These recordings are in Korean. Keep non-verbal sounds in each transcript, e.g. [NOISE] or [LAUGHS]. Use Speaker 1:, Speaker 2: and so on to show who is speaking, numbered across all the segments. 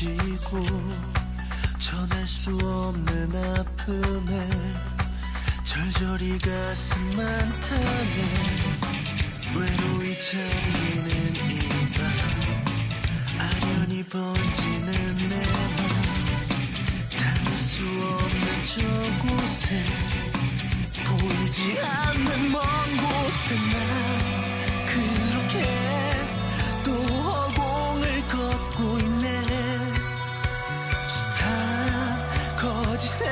Speaker 1: 않고 전할 수 없는 아픔에 절절히 가슴만 타네 외로이 잠기는 이밤 아련히 번지는 내맘 닿을 수 없는 저곳에 보이지 않는 먼 곳에 난 그렇게 또 허공을 걷고 있네 숱한 거짓에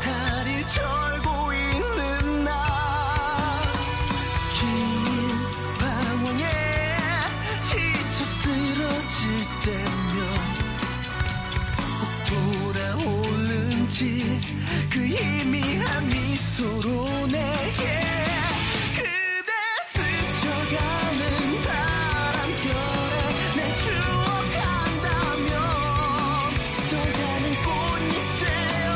Speaker 1: 달이 절고 있는 나긴 방황에 지쳐 쓰러질 때면 돌아오는지 그 희미한 미소로 내게 그대 스쳐가는 바람결에 내 추억한다면 떠가는 꽃잎 되어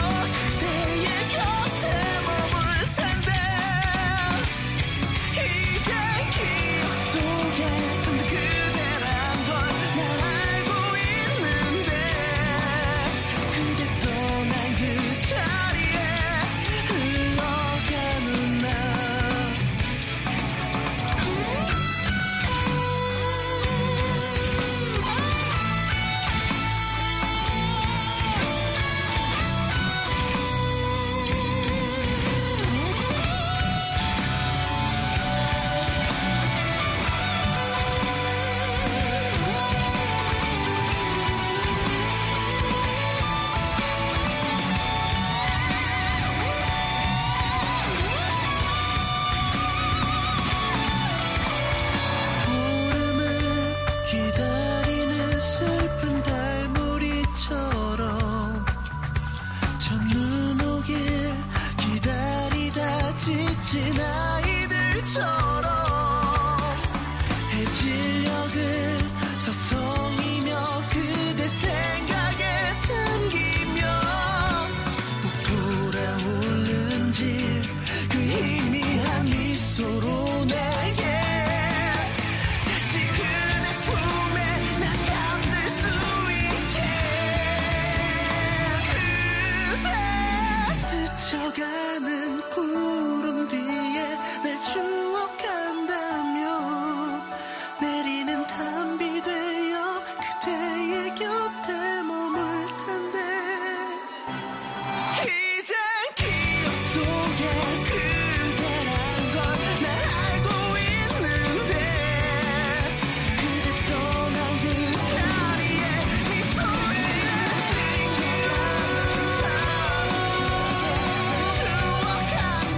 Speaker 1: 그대의 곁에 머물 텐데 이젠 기억 속에 잠든 그대란 걸 난 알고 있는데 그대 떠난 그 자리에 흘러가는 나 구름을 기다리는 슬픈 달무리처럼 첫눈 오길 기다리다 지친 아이들처럼 해질녘을 서성이며 그대 생각에 잠기며 또 돌아오는지 그 희미한 미소로 내게 다시 그대 품에 나 잠들 수 있게 그대 스쳐가는 구름 뒤에 날 추억한다면 내리는 담비 되어 그대의 곁에 머물 텐데 이젠 기억 속에 그대란 걸 난 알고 있는데 그대 떠난 그 자리에 미소에 스치는 밤 추억한다면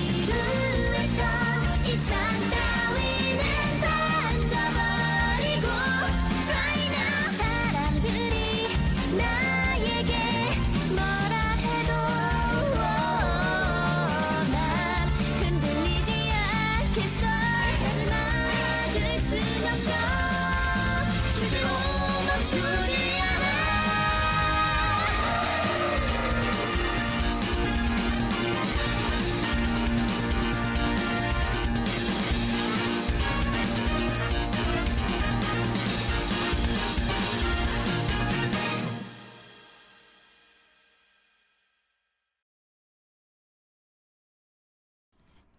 Speaker 2: 지루했고 이상 따위는 던져버리고 Try now 사람들이 나에게 뭐라 해도 난 흔들리지 않겠어 막을 순 없어 절대로 멈추지 않아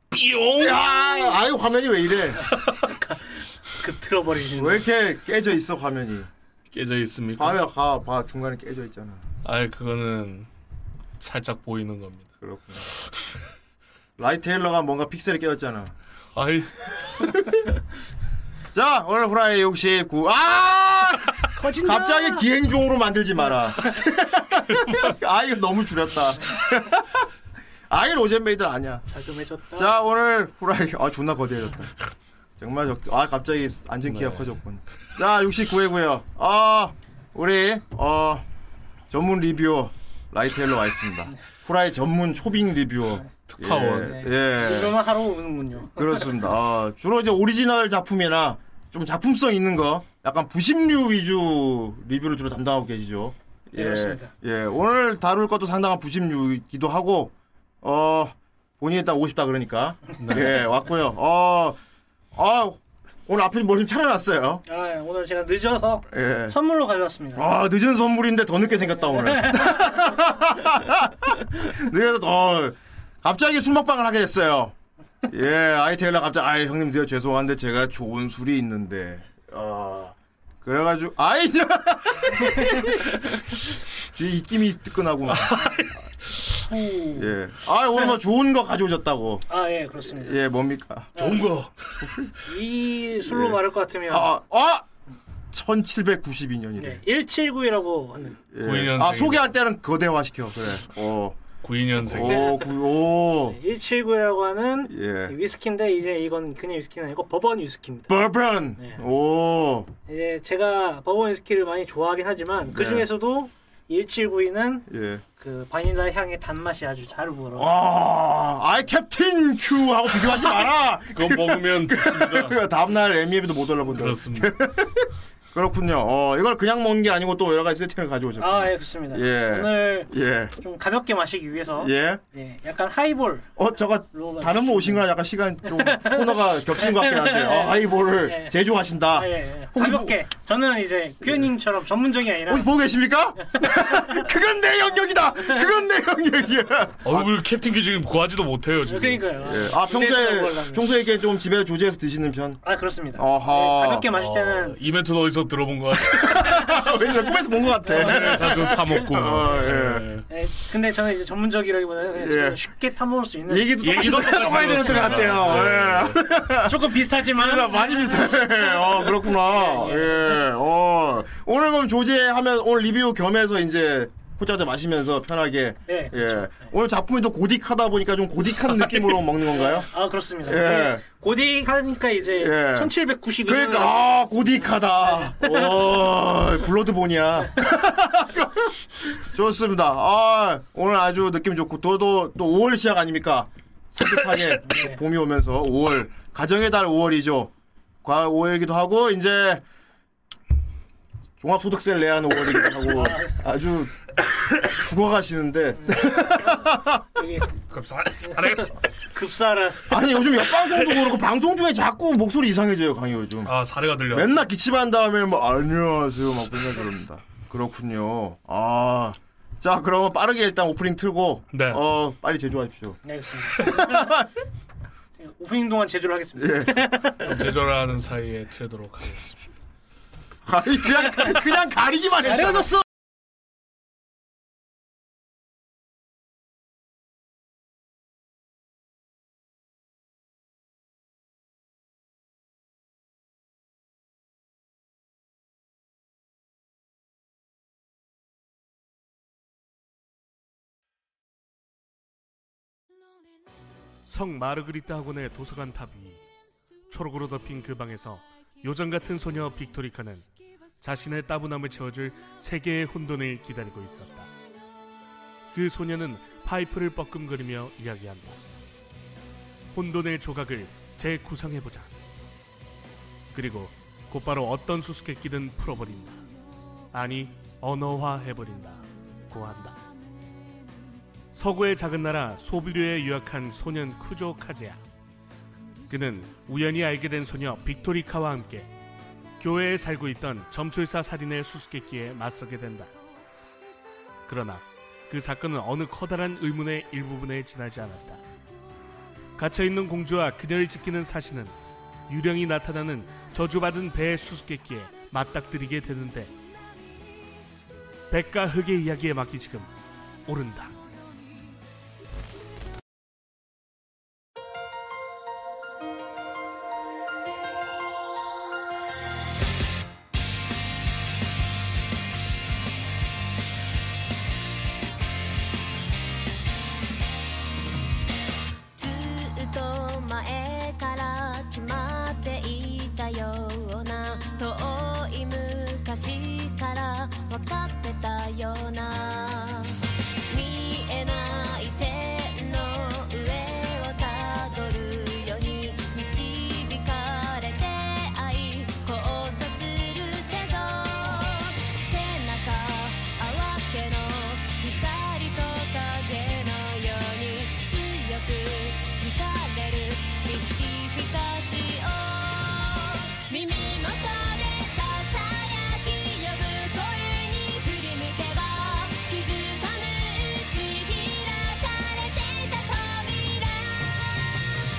Speaker 3: 뿅!
Speaker 4: 아, 아유 화면이 왜 이래?
Speaker 5: 급 틀어버리신.
Speaker 4: 왜 이렇게 깨져 있어 화면이?
Speaker 3: 깨져 있습니까?
Speaker 4: 봐요, 가, 봐 중간에 깨져 있잖아.
Speaker 3: 아 그거는 살짝 보이는 겁니다.
Speaker 4: 그렇구나. 라이 테일러가 뭔가 픽셀이 깨졌잖아.
Speaker 3: 아이
Speaker 4: 자, 오늘 후라이 69. 아!
Speaker 5: 커진다.
Speaker 4: 갑자기 기행종으로 만들지
Speaker 5: [LAUGHS]
Speaker 4: 마라. 아, 이거 너무 줄였다. 아, 이건 오젠메이들 아니야.
Speaker 5: 자금해줬다.
Speaker 4: 자, 오늘 후라이. 아, 존나 거대해졌다. 정말 적, 아, 갑자기 앉은 키가
Speaker 3: 네.
Speaker 4: 커졌군. 자, 69회고요. 어, 우리, 어, 전문 리뷰어 라이텔로 와 있습니다. 후라이 전문 쇼빙 리뷰어.
Speaker 3: 특파원.
Speaker 4: 예. 예.
Speaker 5: 이거만 하러 오는군요.
Speaker 4: 그렇습니다. 아, 주로 이제 오리지널 작품이나 좀 작품성 있는 거, 약간 부심류 위주 리뷰를 주로 담당하고 계시죠.
Speaker 5: 네, 그렇습니다.
Speaker 4: 예, 오늘 다룰 것도 상당한 부심류이기도 하고, 어, 본인이 딱 50다 그러니까.
Speaker 5: 네.
Speaker 4: 예, 왔고요. 어, 아, 오늘 앞에 뭘좀 차려놨어요.
Speaker 5: 아, 오늘 제가 늦어서
Speaker 4: 예.
Speaker 5: 선물로 가져왔습니다.
Speaker 4: 아, 늦은 선물인데 더 늦게 생겼다, 오늘. [LAUGHS] 늦어서 더, 갑자기 술 먹방을 하게 됐어요. 예, 아이테일러 갑자기, 아이, 형님, 드려 죄송한데 제가 좋은 술이 있는데, 어, 그래가지고, 아이, [LAUGHS] 이 입김이 뜨끈하구만.
Speaker 5: 후.
Speaker 4: 예. 아, 오늘 뭐 좋은 거 가져오셨다고.
Speaker 5: 아, 예, 그렇습니다.
Speaker 4: 예, 뭡니까?
Speaker 3: 좋은 거.
Speaker 5: 이 술로 말할 것 같으면
Speaker 4: 아, 아! 1792년이래.
Speaker 5: 네, 1792라고 하는
Speaker 4: 예.
Speaker 3: 92년생이네.
Speaker 4: 아, 소개할 때는 거대화시켜, 그래. 어.
Speaker 3: 92년생.
Speaker 4: 오, 구, 오.
Speaker 5: 179이라고 네, 하는
Speaker 4: 예.
Speaker 5: 위스키인데 이제 이건 그냥 위스키는 아니고 버번 위스키입니다.
Speaker 4: 버번.
Speaker 5: 네.
Speaker 4: 오.
Speaker 5: 이제 제가 버번 위스키를 많이 좋아하긴 하지만
Speaker 4: 네.
Speaker 5: 그 중에서도 1792는
Speaker 4: 예.
Speaker 5: 그 바닐라 향의 단맛이 아주 잘 우러러.
Speaker 4: 아, 아이 캡틴 큐하고 비교하지 마라. [LAUGHS]
Speaker 3: 그거 먹으면 좋습니다.
Speaker 4: 다음 날 에미에도 못 올라본다.
Speaker 3: 그렇습니다.
Speaker 4: 그렇군요. 어, 이걸 그냥 먹는 게 아니고 또 여러 가지 세팅을 가져오셨고.
Speaker 5: 아, 예, 그렇습니다.
Speaker 4: 예.
Speaker 5: 오늘
Speaker 4: 예.
Speaker 5: 좀 가볍게 마시기 위해서
Speaker 4: 예.
Speaker 5: 예, 약간 하이볼
Speaker 4: 어, 저가 다른 분 오신 거랑 약간 시간 좀 코너가 겹친 것 같긴 한데. 어, 아이볼을
Speaker 5: 예.
Speaker 4: 제조하신다.
Speaker 5: 아, 예, 예.
Speaker 4: 혹시 뭐 예.
Speaker 5: 가볍게 저는 이제 규현님처럼 전문적이 아니라
Speaker 4: 혹시 어, 보고 계십니까? [LAUGHS] 그건 내 영역이다. 그건 내 영역이야.
Speaker 3: 얼굴 어, 캡틴 큐 지금 구하지도 못해요 지금.
Speaker 5: 그러니까요. 네,
Speaker 4: 예. 아,
Speaker 5: 군대에서 먹으려고
Speaker 4: 평소에
Speaker 5: 하면.
Speaker 4: 평소에 이렇게 좀 집에서 조제해서 드시는 편.
Speaker 5: 아 그렇습니다.
Speaker 4: 어허.
Speaker 5: 예, 가볍게 마실
Speaker 3: 어,
Speaker 5: 때는
Speaker 3: 이 멘트 어디서 들어본 것 같아요.
Speaker 4: 아, 왠지 꿈에서 본 것 같아.
Speaker 5: 네.
Speaker 3: 제가 자주 타 먹고.
Speaker 4: 어, 예.
Speaker 3: 예.
Speaker 5: 예, 근데 저는 이제 전문적이라기보다는
Speaker 4: 예.
Speaker 5: 그냥 쉽게 타먹을 수 있는
Speaker 4: 얘기도 예, 똑같이
Speaker 3: 얘기도 똑같이 네.
Speaker 4: 들어가야 되는 것 같아요.
Speaker 3: 들었습니다.
Speaker 4: 예.
Speaker 5: 조금 비슷하지만
Speaker 4: 아, 많이 비슷해. 어, 그렇구나. 예. 어. 오늘 그럼 조제하면 오늘 리뷰 겸해서 이제 포자자 마시면서 편하게.
Speaker 5: 예,
Speaker 4: 예. 오늘 작품이 또 고딕하다 보니까 좀 고딕한 느낌으로 먹는 건가요?
Speaker 5: 아 그렇습니다.
Speaker 4: 예.
Speaker 5: 고딕 하니까 이제
Speaker 4: 예.
Speaker 5: 1792년
Speaker 4: 그러니까 아 고딕하다. 오 블러드본이야. [LAUGHS] 좋습니다. 아 오늘 아주 느낌 좋고 또또또 5월 시작 아닙니까? 산뜻하게 봄이 오면서 5월 가정의 달 5월이죠. 과 5월이기도 하고 이제 종합소득세를 내야 하는 5월이기도 하고 아주 죽어가시는데
Speaker 5: 여기
Speaker 3: 그럼 사- 사례.
Speaker 5: 급사라
Speaker 4: 아니 요즘 옆방송도 그렇고 방송 중에 자꾸 목소리 이상해져요 강의 요즘.
Speaker 3: 아 사례가 들려.
Speaker 4: 맨날 기침한 다음에 뭐 안녕하세요 막 맨날 그럽니다. 그렇군요. 아. 자, 그러면 빠르게 일단 오프닝 틀고
Speaker 3: 네.
Speaker 4: 어, 빨리 제조하십시오. [LAUGHS]
Speaker 5: 네, 그렇습니다. 제가 오프닝 동안
Speaker 4: 예.
Speaker 5: 제조를 하겠습니다.
Speaker 3: 제조를 하는 사이에 틀도록 하겠습니다.
Speaker 4: 아니 그냥 그냥 가리기만
Speaker 5: 내가
Speaker 4: 했잖아.
Speaker 5: 졌어.
Speaker 6: 성 마르그리타 학원의 도서관 탑 위. 초록으로 덮인 그 방에서 요정 같은 소녀 빅토리카는 자신의 따분함을 채워줄 세계의 혼돈을 기다리고 있었다. 그 소녀는 파이프를 뻐끔거리며 이야기한다. 혼돈의 조각을 재구성해보자. 그리고 곧바로 어떤 수수께끼든 풀어버린다. 아니, 언어화해버린다. 고한다. 서구의 작은 나라 소비류에 유학한 소년 쿠조 카제야. 그는 우연히 알게 된 소녀 빅토리카와 함께 교회에 살고 있던 점술사 살인의 수수께끼에 맞서게 된다. 그러나 그 사건은 어느 커다란 의문의 일부분에 지나지 않았다. 갇혀있는 공주와 그녀를 지키는 사신은 유령이 나타나는 저주받은 배의 수수께끼에 맞닥뜨리게 되는데 백과 흑의 이야기에 맡기 지금 오른다.
Speaker 7: ずっと前から決まっていたような遠い昔から分かってたような見えない線の上をたどるように導かれて愛交差するせど背中合わせの光と影のように強く惹かれるミスティフィカシオ耳元でささやき呼ぶ声に振り向けば気づかぬうち開かれていた扉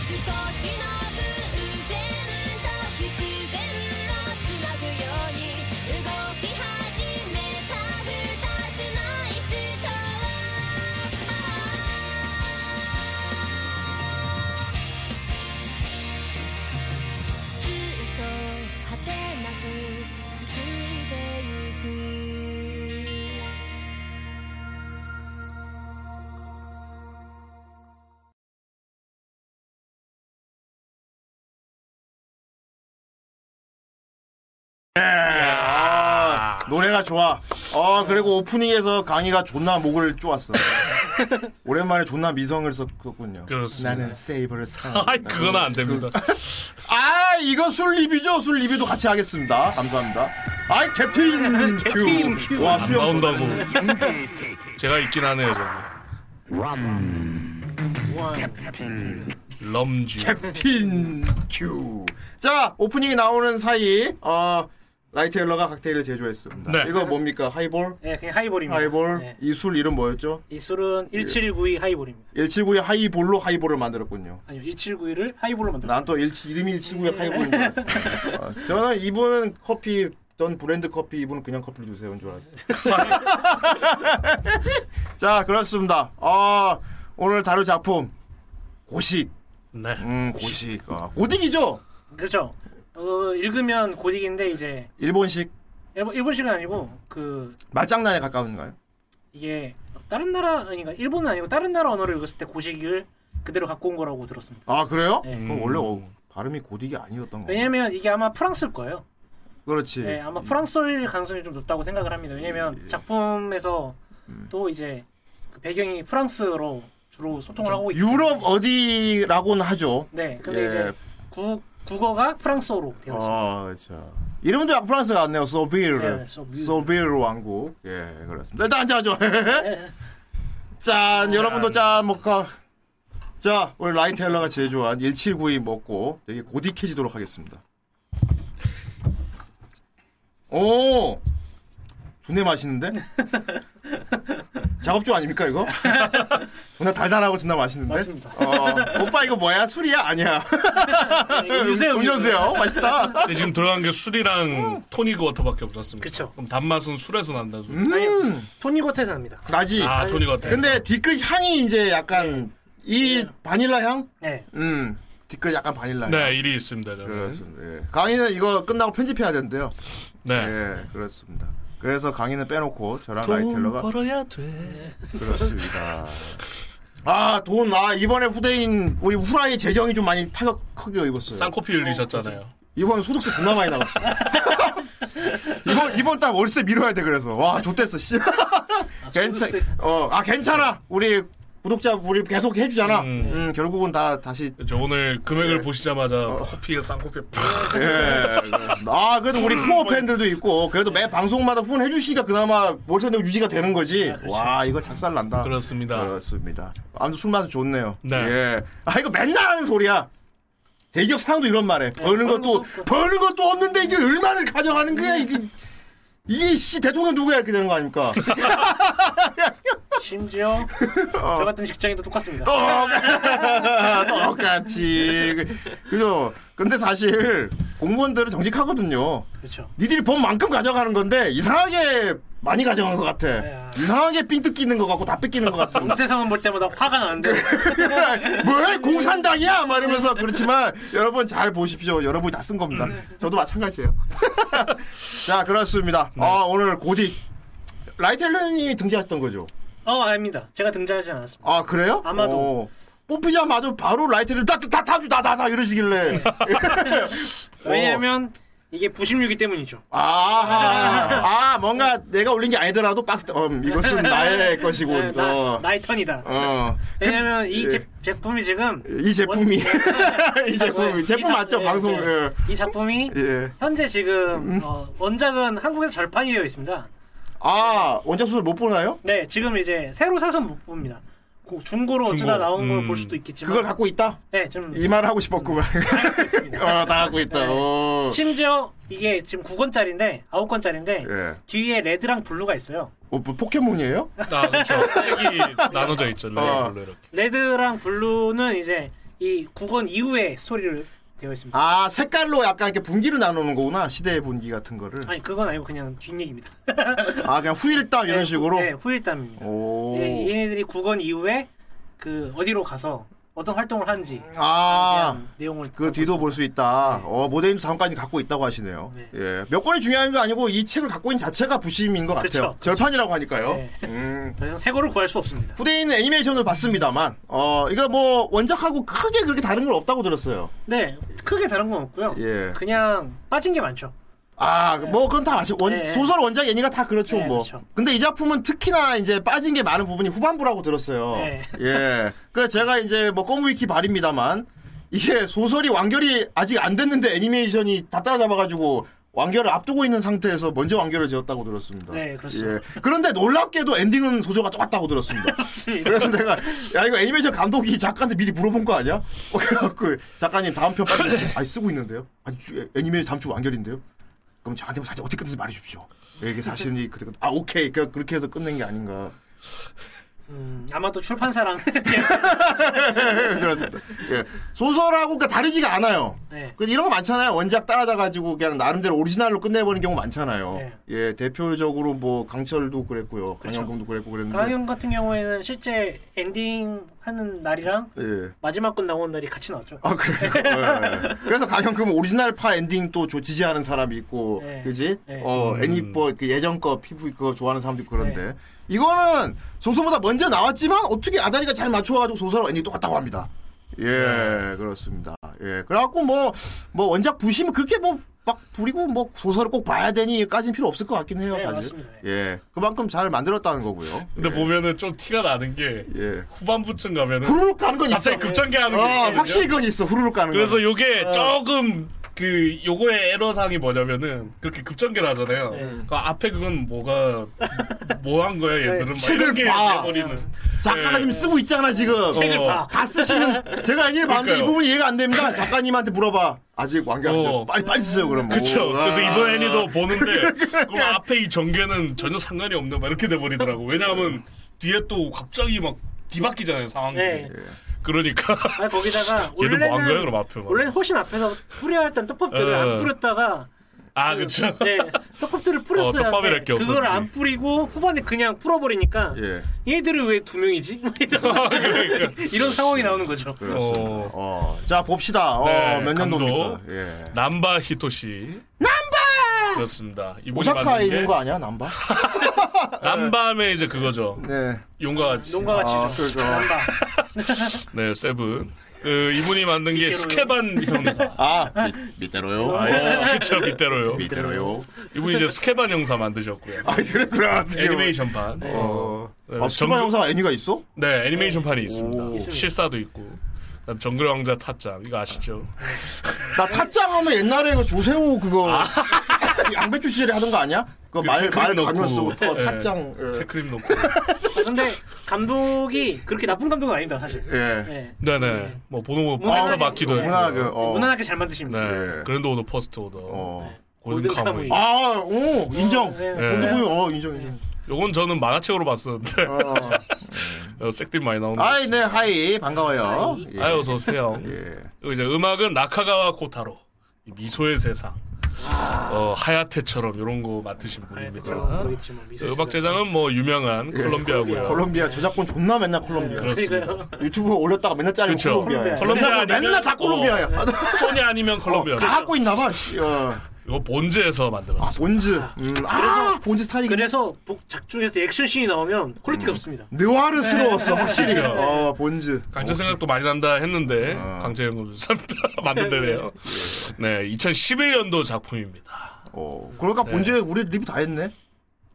Speaker 7: 少しの偶然と必然をつなぐように動き始めた二つの椅子とはずっと果てなく続いてゆく
Speaker 4: 아, 예. 노래가 좋아. 아, 그리고 오프닝에서 강희가 존나 목을 쪼았어.
Speaker 3: [LAUGHS]
Speaker 4: 오랜만에 존나 미성을 썼군요.
Speaker 3: 그렇습니다.
Speaker 4: 나는 세이브를 사.
Speaker 3: 아이 그건 안 됩니다.
Speaker 4: 아, 이거 술 리뷰죠? 술 리뷰도 같이 하겠습니다. 감사합니다. 아이, 캡틴 큐. 와,
Speaker 3: 안
Speaker 4: 수영. 좋다.
Speaker 3: 나온다고. 제가 있긴 하네요 저기. 럼쥐.
Speaker 4: 캡틴 큐. 자, 오프닝이 나오는 사이, 어, 라이테일러가 칵테일을 제조했습니다.
Speaker 3: 네.
Speaker 4: 이거 뭡니까? 하이볼?
Speaker 5: 네, 그냥 하이볼입니다.
Speaker 4: 하이볼? 예.
Speaker 5: 네.
Speaker 4: 이 술 이름 뭐였죠?
Speaker 5: 이 술은 1792 하이볼입니다.
Speaker 4: 179의 하이볼로 하이볼을 만들었군요.
Speaker 5: 아니요, 1791을 하이볼로
Speaker 4: 난
Speaker 5: 만들었어요.
Speaker 4: 또 이름이 179의 하이볼인 줄
Speaker 3: [LAUGHS]
Speaker 4: 알았어. 어, 저는 이분은 커피, 전 브랜드 커피, 이분은 그냥 커피를 주세요인 줄
Speaker 3: [LAUGHS]
Speaker 4: 알았어. 자, 그렇습니다. 어, 오늘 다룰 작품. 고식.
Speaker 3: 네.
Speaker 4: 음, 고식. 어, 고딕이죠?
Speaker 5: 그렇죠. 어, 읽으면 고딕인데 이제
Speaker 4: 일본식.
Speaker 5: 일본, 일본식은 아니고 그
Speaker 4: 말장난에 가까운가요?
Speaker 5: 이게 다른 나라 아닌가 일본은 아니고 다른 나라 언어를 읽었을 때 고식을 그대로 갖고 온 거라고 들었습니다.
Speaker 4: 아, 그래요?
Speaker 5: 네.
Speaker 4: 그럼 원래 어, 발음이 고딕이 아니었던 거예요.
Speaker 5: 왜냐면 이게 아마 프랑스일 거예요.
Speaker 4: 그렇지.
Speaker 5: 네, 아마 프랑스어일 가능성이 좀 높다고 생각을 합니다.
Speaker 4: 예.
Speaker 5: 왜냐면 작품에서
Speaker 4: 음.
Speaker 5: 또 이제 그 배경이 프랑스로 주로 소통을 하고 있고
Speaker 4: 그렇죠. 유럽 어디라고는 하죠.
Speaker 5: 네, 근데
Speaker 4: 예.
Speaker 5: 이제 구, 국어가 프랑스어로 되어 있습니다.
Speaker 4: 아, 자. 이름도 약간 프랑스 같네요. 소비르.
Speaker 5: 네, 소비르.
Speaker 4: 소비르 왕국. 예, 그렇습니다. 일단 앉아죠.
Speaker 5: 네.
Speaker 4: [LAUGHS] 짠, 여러분도 짠, 먹까. 자, 오늘 라이텔러가 제조한 1792 먹고 되게 고딕해지도록 하겠습니다. 오! 존내
Speaker 5: [LAUGHS]
Speaker 4: 맛있는데? 작업조 아닙니까, 이거? 존나 달달하고 존나 맛있는데?
Speaker 5: 맞습니다.
Speaker 4: 어, 오빠 이거 뭐야? 술이야?
Speaker 5: [LAUGHS]
Speaker 4: 아니야.
Speaker 5: 네, 이거 유세요,
Speaker 4: 아, 음료수요. 맛있다.
Speaker 5: [LAUGHS]
Speaker 3: 근데 지금 들어간 게
Speaker 4: 음.
Speaker 3: 술이랑 토닉 워터밖에 없었습니다.
Speaker 5: 그쵸.
Speaker 3: 그럼 단맛은 술에서 난다. 술.
Speaker 5: 아니요, 네, 토니고테에서 납니다.
Speaker 4: 나지.
Speaker 3: 아 토닉 워터.
Speaker 4: 음. 근데 뒤끝 향이 이제 약간
Speaker 3: 네.
Speaker 4: 이 바닐라 향?
Speaker 5: 네,
Speaker 4: 음. 뒤끝 약간 바닐라 향.
Speaker 3: 네 일이 있습니다. 저는.
Speaker 4: 그렇습니다. 예. 강의는 이거 끝나고 편집해야 된대요.
Speaker 3: 네.
Speaker 4: 예, 그렇습니다. 그래서 강의는 빼놓고 저랑 라이텔러가
Speaker 3: 벌어야 돼.
Speaker 4: 그렇습니다. 아, 돈, 아, 이번에 후대인, 우리 후라이 재정이 좀 많이 타격 크게 입었어요.
Speaker 3: 쌍코피 흘리셨잖아요.
Speaker 4: 이번 소득세 존나 많이 나갔어. 이번, 이번 달 월세 미뤄야 돼, 그래서. 와, 좋댔어, 씨. 괜찮,
Speaker 5: 소득세.
Speaker 4: 어, 아, 괜찮아. 우리 구독자, 우리 계속 해주잖아. 음,
Speaker 3: 음.
Speaker 4: 결국은 다, 다시.
Speaker 3: 저 오늘 금액을
Speaker 4: 예.
Speaker 3: 보시자마자 커피에 쌍코피
Speaker 4: 예. 아, 그래도 우리 코어 팬들도 있고, 그래도 매 방송마다 후원해주시니까 그나마 월세 내고 유지가 되는 거지. 와, 이거 작살 난다. 네.
Speaker 3: 그렇습니다.
Speaker 4: 그렇습니다. 아무튼 술 맛은 좋네요.
Speaker 3: 아. 네.
Speaker 4: 예. 아 이거 맨날 하는 소리야. 대기업 상도 이런 말해. 버는
Speaker 5: 버는
Speaker 4: 것도
Speaker 5: 것도 없고.
Speaker 4: 버는 것도 없는데 이게 얼마를 가져가는 거야 이게. 이게 씨 대통령 누구야 이렇게 되는 거 아닙니까? [LAUGHS]
Speaker 5: 심지어 저 같은 직장인도 똑같습니다.
Speaker 4: 어. 똑같- 똑같이 그- 그죠? 근데 사실 공무원들은 정직하거든요.
Speaker 5: 그렇죠.
Speaker 4: 니들이 본 만큼 가져가는 건데 이상하게 많이 가져간 것 같아.
Speaker 5: 네.
Speaker 4: 이상하게 삥 뜯기는 것 같고 다 뺏기는 것 같은.
Speaker 5: 세상은 볼 때마다 화가 나는데
Speaker 4: 네. [LAUGHS] 뭘 공산당이야? 막 이러면서 그렇지만 여러분 잘 보십시오. 여러분이 다 쓴 겁니다.
Speaker 5: 네.
Speaker 4: 저도 마찬가지예요. [LAUGHS] 자 그렇습니다. 아 오늘 고딕 라이텔러님이 등장했던 거죠.
Speaker 5: 어 아닙니다. 제가 등장하지 않았습니다.
Speaker 4: 아 그래요? 어.
Speaker 5: 아마도.
Speaker 4: 뽑히자마자 바로 라이텔을 다다 다주 다다다 이러시길래
Speaker 5: 네.
Speaker 4: [LAUGHS]
Speaker 5: 어. 왜냐면 이게 96이기 때문이죠.
Speaker 4: 아하 아 뭔가 내가 올린 게 아니더라도 박스 음,
Speaker 5: [LAUGHS]
Speaker 4: 이것은 나의 것이고
Speaker 5: 네, 나,
Speaker 4: 어.
Speaker 5: 나의 네. 턴이다.
Speaker 4: 어.
Speaker 5: 왜냐면 이
Speaker 4: 예.
Speaker 5: 제, 제품이 지금
Speaker 4: 이 제품이 [LAUGHS] 이 제품
Speaker 5: 네. 이
Speaker 4: 제품
Speaker 5: 작-
Speaker 4: 맞죠
Speaker 5: 예,
Speaker 4: 방송
Speaker 5: 예.
Speaker 4: 예.
Speaker 5: 이 작품이
Speaker 4: 예. 음.
Speaker 5: 현재 지금 어, 원작은 한국에서 절판이 되어 있습니다.
Speaker 4: 아 원작 소설 못 보나요?
Speaker 5: 네, 지금 이제 새로 사서 못 봅니다. 고- 중고로
Speaker 3: 중고.
Speaker 5: 어쩌다 나온 걸
Speaker 3: 음.
Speaker 5: 볼 수도 있겠지만
Speaker 4: 그걸 갖고 있다?
Speaker 5: 네, 지금
Speaker 4: 이 말을 하고 싶었구만.
Speaker 5: 알고
Speaker 4: [LAUGHS]
Speaker 5: 있습니다.
Speaker 4: 어, 다 갖고 있다.
Speaker 5: 네.
Speaker 4: 어.
Speaker 5: 심지어 이게 지금 9권짜리인데 9권짜리인데
Speaker 4: 예.
Speaker 5: 뒤에 레드랑 블루가 있어요.
Speaker 4: 어, 뭐 포켓몬이에요?
Speaker 3: 아, 그렇죠. 색이 나눠져 있죠. 네,
Speaker 4: 어.
Speaker 3: 레이블로 이렇게.
Speaker 5: 레드랑 블루는 이제 이 9권 이후의 스토리를 되어 있습니다.
Speaker 4: 아, 색깔로 약간 이렇게 분기를 나누는 거구나. 시대의 분기 같은 거를.
Speaker 5: 아니 그건 아니고 그냥 뒷얘기입니다.
Speaker 4: 아, 그냥 후일담 [LAUGHS] 이런 식으로?
Speaker 5: 네, 후일담입니다.
Speaker 4: 오.
Speaker 5: 예, 얘네들이 9권 이후에 그 어디로 가서 어떤 활동을 하는지
Speaker 4: 아,
Speaker 5: 대한 내용을
Speaker 4: 그 뒤도 볼 수 있다. 어, 모델님 다음까지 갖고 있다고 하시네요.
Speaker 5: 네.
Speaker 4: 예. 몇 권이 중요한 거 아니고 이 책을 갖고 있는 자체가 부심인 것 같아요.
Speaker 5: 그쵸.
Speaker 4: 절판이라고 하니까요.
Speaker 5: 네.
Speaker 4: 음.
Speaker 5: 더 이상 새 거를 구할 수 없습니다.
Speaker 4: 후대인은 애니메이션을 봤습니다만, 어, 이거 뭐, 원작하고 크게 그렇게 다른 건 없다고 들었어요.
Speaker 5: 네, 크게 다른 건 없고요.
Speaker 4: 예.
Speaker 5: 그냥 빠진 게 많죠.
Speaker 4: 아, 뭐 그건 다 아시 원
Speaker 5: 네.
Speaker 4: 소설 원작 예니가 다 그렇죠,
Speaker 5: 네,
Speaker 4: 뭐.
Speaker 5: 그렇죠.
Speaker 4: 근데 이 작품은 특히나 이제 빠진 게 많은 부분이 후반부라고 들었어요.
Speaker 5: 네.
Speaker 4: 예. 그 제가 이제 뭐 껌위키 발입니다만 이게 소설이 완결이 아직 안 됐는데 애니메이션이 다 따라잡아 가지고 완결을 앞두고 있는 상태에서 먼저 완결을 지었다고 들었습니다.
Speaker 5: 네, 그렇습니다.
Speaker 4: 예. 그런데 놀랍게도 엔딩은 소조가 똑같다고 들었습니다.
Speaker 5: 맞습니다.
Speaker 4: [LAUGHS] 그래서 내가 야 이거 애니메이션 감독이 작가한테 미리 물어본 거 아니야? 그래갖고 작가님 다음 편 빨리 아니 쓰고 있는데요. 아니 애니메이션 다음 주 완결인데요. 그럼 저한테 사실 어떻게 끝는지 말해주십시오. 이게 사실이 그때 끝- 아 오케이 그 그렇게 해서 끝낸 게 아닌가. [LAUGHS]
Speaker 5: 음, 아마도 출판사랑 [LAUGHS]
Speaker 4: 그렇습니다. 예. 소설하고 그러니까 다르지가 않아요.
Speaker 5: 네.
Speaker 4: 그 이런 거 많잖아요. 원작 따라잡아가지고 그냥 나름대로 오리지널로 끝내버리는 경우 많잖아요.
Speaker 5: 네.
Speaker 4: 예 대표적으로 뭐 강철도 그랬고요, 강영금도 그랬고 그랬는데.
Speaker 5: 강연 같은 경우에는 실제 엔딩 하는 날이랑
Speaker 4: 예.
Speaker 5: 마지막 건 나온 날이 같이 나왔죠.
Speaker 4: 아
Speaker 5: [LAUGHS]
Speaker 4: 그래요.
Speaker 5: 네.
Speaker 4: 예, 예. 그래서 강형금 오리지널파 엔딩 또 조- 지지하는 사람이 있고,
Speaker 5: 예.
Speaker 4: 그지?
Speaker 5: 예.
Speaker 4: 어
Speaker 3: 음.
Speaker 4: 애니 뭐 예전 거 피부 그거 좋아하는 사람도 있고 그런데
Speaker 5: 네.
Speaker 4: 이거는 소설보다 먼저 나왔지만 어떻게 아다리가 잘 맞춰가지고 소설 엔딩 똑같다고 합니다. 예,
Speaker 3: 네.
Speaker 4: 그렇습니다. 예, 그래갖고 뭐 뭐 원작 부심은 그렇게 뭐 막 부리고 뭐 소설을 꼭 봐야 되니까지는 필요 없을 것 같긴 해요,
Speaker 5: 네,
Speaker 4: 사실.
Speaker 5: 맞습니다.
Speaker 4: 예, 그만큼 잘 만들었다는 거고요.
Speaker 3: 근데 보면은 좀 티가 나는 게
Speaker 4: 예,
Speaker 3: 후반부쯤 가면은
Speaker 4: 후루룩 가는 건 있어.
Speaker 3: 갑자기 급전개하는 게
Speaker 4: 그렇죠. 어,
Speaker 3: 있거든요.
Speaker 4: 확실히 그건 있어. 후루룩 가는 거.
Speaker 3: 그래서 요게 조금 그 요거의 에러상이 뭐냐면은 그렇게 급전개를 하잖아요. 그 앞에 그건 뭐가 [LAUGHS] 뭐 한 거야 얘들은 막
Speaker 4: 책을
Speaker 3: 이런 게
Speaker 4: 봐.
Speaker 3: 돼버리는.
Speaker 4: 작가가
Speaker 3: 예.
Speaker 4: 지금 쓰고 있잖아 지금.
Speaker 5: 책을
Speaker 3: 어.
Speaker 5: 봐.
Speaker 4: 다
Speaker 3: [LAUGHS]
Speaker 4: 쓰시면 제가 아니를 봤는데 이
Speaker 3: 그러니까요.
Speaker 4: 부분 이해가 안 됩니다. 작가님한테 물어봐. 아직 완결 안
Speaker 3: 어.
Speaker 4: 됐어. 빨리 빨리 쓰세요 그럼.
Speaker 3: 그쵸.
Speaker 4: 오,
Speaker 3: 그래서
Speaker 4: 아.
Speaker 3: 이번 애니도 보는데 그럼 앞에 이 전개는 전혀 상관이 없는 막 이렇게 돼버리더라고. 왜냐하면 뒤에 또 갑자기 막 뒤바뀌잖아요
Speaker 4: 예,
Speaker 3: 상황이.
Speaker 5: 네.
Speaker 3: 그러니까 [LAUGHS]
Speaker 5: 아 거기다가
Speaker 3: 얘도
Speaker 5: 원래는
Speaker 3: 뭐한 거야 그럼 앞에 막.
Speaker 5: 원래는 훨씬 앞에서 뿌려야 할땐 떡밥들을
Speaker 3: 어.
Speaker 5: 안 뿌렸다가
Speaker 3: 아 [LAUGHS] 그쵸.
Speaker 5: 네, 떡밥들을 뿌렸어야
Speaker 3: 어, 떡밥이랄
Speaker 5: 하는데
Speaker 3: 게 없었지.
Speaker 5: 그걸 안 뿌리고 후반에 그냥 풀어버리니까
Speaker 4: 예.
Speaker 5: 얘들이 왜 두 명이지? [LAUGHS]
Speaker 3: 그러니까.
Speaker 5: 이런 상황이 나오는 거죠.
Speaker 4: 그렇습니다.
Speaker 3: 어,
Speaker 4: 어. 자 봅시다.
Speaker 3: 네,
Speaker 4: 어, 몇
Speaker 3: 강도.
Speaker 4: 년도입니까? 예.
Speaker 3: 남바 히토시. 남바. 그렇습니다. 이분이
Speaker 4: 오사카에
Speaker 3: 만든
Speaker 4: 있는
Speaker 3: 게
Speaker 4: 거 아니야
Speaker 3: [LAUGHS]
Speaker 4: 남바?
Speaker 3: 남밤에 이제 그거죠.
Speaker 4: 네.
Speaker 3: 용과 같이.
Speaker 5: 농가가
Speaker 4: 아,
Speaker 5: 치죠.
Speaker 4: 그렇죠.
Speaker 5: 남바.
Speaker 3: 네, 세븐. 그 이분이 만든 게
Speaker 4: [LAUGHS]
Speaker 3: 스케반 형사.
Speaker 4: 아 밑- 밑대로요.
Speaker 3: 아, 예. 그쵸, 빗대로요.
Speaker 4: 밑대로요.
Speaker 3: 이분이 이제 스케반 형사 만드셨고요.
Speaker 4: 아 그랬구나. 어떻게 보면.
Speaker 3: 애니메이션판. 어. 네,
Speaker 4: 아 스쿠버
Speaker 3: 정글-
Speaker 4: 영상 애니가 있어?
Speaker 3: 네, 애니메이션판이 있습니다.
Speaker 4: 오.
Speaker 5: 있습니다.
Speaker 3: 실사도 있고. 그다음 정글 왕자 타짱 이거 아시죠?
Speaker 4: 나 타짱 하면 옛날에 그 조세호 그거 [LAUGHS] 양배추 시절에 하던 거 아니야?
Speaker 3: 아. 그
Speaker 4: 그말말
Speaker 3: 생크림 넣고.
Speaker 4: 가면 쓰고 터-
Speaker 3: 예.
Speaker 4: 타짱. 예.
Speaker 3: 새크림 놓고.
Speaker 5: 근데 감독이 그렇게 나쁜 감독은 아닙니다 사실.
Speaker 4: 예.
Speaker 5: 예.
Speaker 3: 네네. 뭐 보노
Speaker 5: 문화하게-
Speaker 3: 파이터 마키도 했고.
Speaker 4: 문화 그 어.
Speaker 5: 무난하게 잘 만드십니다.
Speaker 3: 네.
Speaker 4: 예.
Speaker 3: 그랜드 오더 퍼스트 오더.
Speaker 4: 어.
Speaker 3: 골든
Speaker 5: 골든
Speaker 3: 카무이.
Speaker 5: 카무이.
Speaker 4: 아, 오, 인정.
Speaker 5: 네.
Speaker 4: 본드 보이, 어, 인정, 인정.
Speaker 3: 요건 저는 만화책으로 봤었는데.
Speaker 4: 어.
Speaker 3: [LAUGHS] 어, 색들 많이 나오는 거.
Speaker 4: 아이, 네, 하이, 반가워요. 예.
Speaker 3: 아유, 어서 오세요.
Speaker 4: 예.
Speaker 3: 그리고 이제 음악은 나카가와 코타로. 이 미소의 세상. 어, 하야테처럼 이런 거 맡으신
Speaker 5: 그렇죠.
Speaker 4: 아,
Speaker 3: 분입니다.
Speaker 4: 네.
Speaker 3: 그 네. 음악 제작은 뭐 유명한 콜롬비아고요.
Speaker 4: 콜롬비아 저작권 존나 맨날 콜롬비아.
Speaker 3: 그렇습니다.
Speaker 4: 유튜브 올렸다가 맨날 짜리고
Speaker 3: 그쵸.
Speaker 4: 콜롬비아야.
Speaker 3: 콜롬비아
Speaker 4: 맨날,
Speaker 3: 아니면-
Speaker 4: 맨날 다 콜롬비아야. 아,
Speaker 3: 소니 아니면 콜롬비아.
Speaker 4: 다 갖고 있나 봐. 씨, 어.
Speaker 3: 이거 본즈에서 만들었어.
Speaker 4: 아, 본즈. 음, 아, 본즈 스타일이
Speaker 5: [LAUGHS] 그래서 복작 중에서 액션 씬이 나오면 퀄리티가
Speaker 3: 음.
Speaker 5: 좋습니다.
Speaker 4: 느와르스러웠어, 확실히.
Speaker 3: 그쵸.
Speaker 4: 어, 본즈.
Speaker 3: 강제
Speaker 4: 그-
Speaker 3: 생각도 많이 난다 했는데
Speaker 4: 아.
Speaker 3: 강제영도 죄송합니다 [LAUGHS] 만든다네요. 네, 2011년도 작품입니다.
Speaker 4: 어, 그러니까
Speaker 3: 네.
Speaker 4: 본즈 우리 리뷰 다 했네.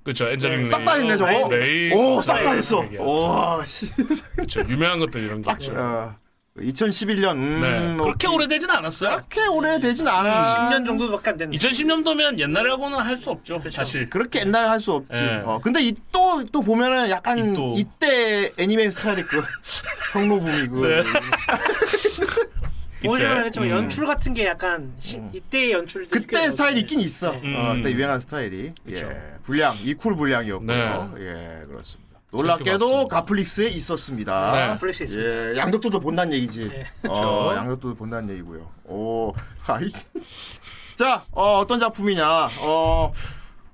Speaker 3: 그렇죠, 엔젤링
Speaker 4: 싹 다 했네, 저거.
Speaker 3: 레이,
Speaker 4: 오, 싹 다
Speaker 3: 레이
Speaker 4: 했어.
Speaker 3: 얘기하죠.
Speaker 4: 오, 씨.
Speaker 3: 그렇죠, 유명한 것들 이런 거. 있죠.
Speaker 4: 어, 2011년. 음,
Speaker 3: 네, 음.
Speaker 4: 뭐
Speaker 3: 그렇게 오래되진 않았어요.
Speaker 4: 그렇게 오래 되진 않아.
Speaker 5: 10년 정도밖에 안 됐는데.
Speaker 3: 2010년도면 옛날이라고는 할 수 없죠, 사실.
Speaker 4: 그렇게 옛날에 할 수 없지.
Speaker 3: 예.
Speaker 4: 어, 근데 이 또 또 보면은
Speaker 3: 이
Speaker 4: 약간
Speaker 3: 또.
Speaker 4: 이때 애니메이션 스타일이 그 [LAUGHS] 형로붐이 그
Speaker 3: 네.
Speaker 5: 오히려
Speaker 3: 이때.
Speaker 5: 말했지만
Speaker 3: 음.
Speaker 5: 연출 같은 게 약간 시- 이때의 연출
Speaker 4: 그때 스타일이 있긴 있어. 어,
Speaker 3: 음.
Speaker 4: 그때 유행한 스타일이. 예. 불량 이쿨 불량이었고요. 예, 그렇습니다. 놀랍게도
Speaker 3: 네. 봤습니다.
Speaker 4: 가플릭스에 있었습니다.
Speaker 3: 네.
Speaker 5: 플렉스 있습니다.
Speaker 4: 예, 양덕도도 본다는 얘기지. 어,
Speaker 3: 그쵸.
Speaker 4: 양덕도도 본다는 얘기고요. 오, [LAUGHS] 아이. 자, 어, 어떤 작품이냐. 어,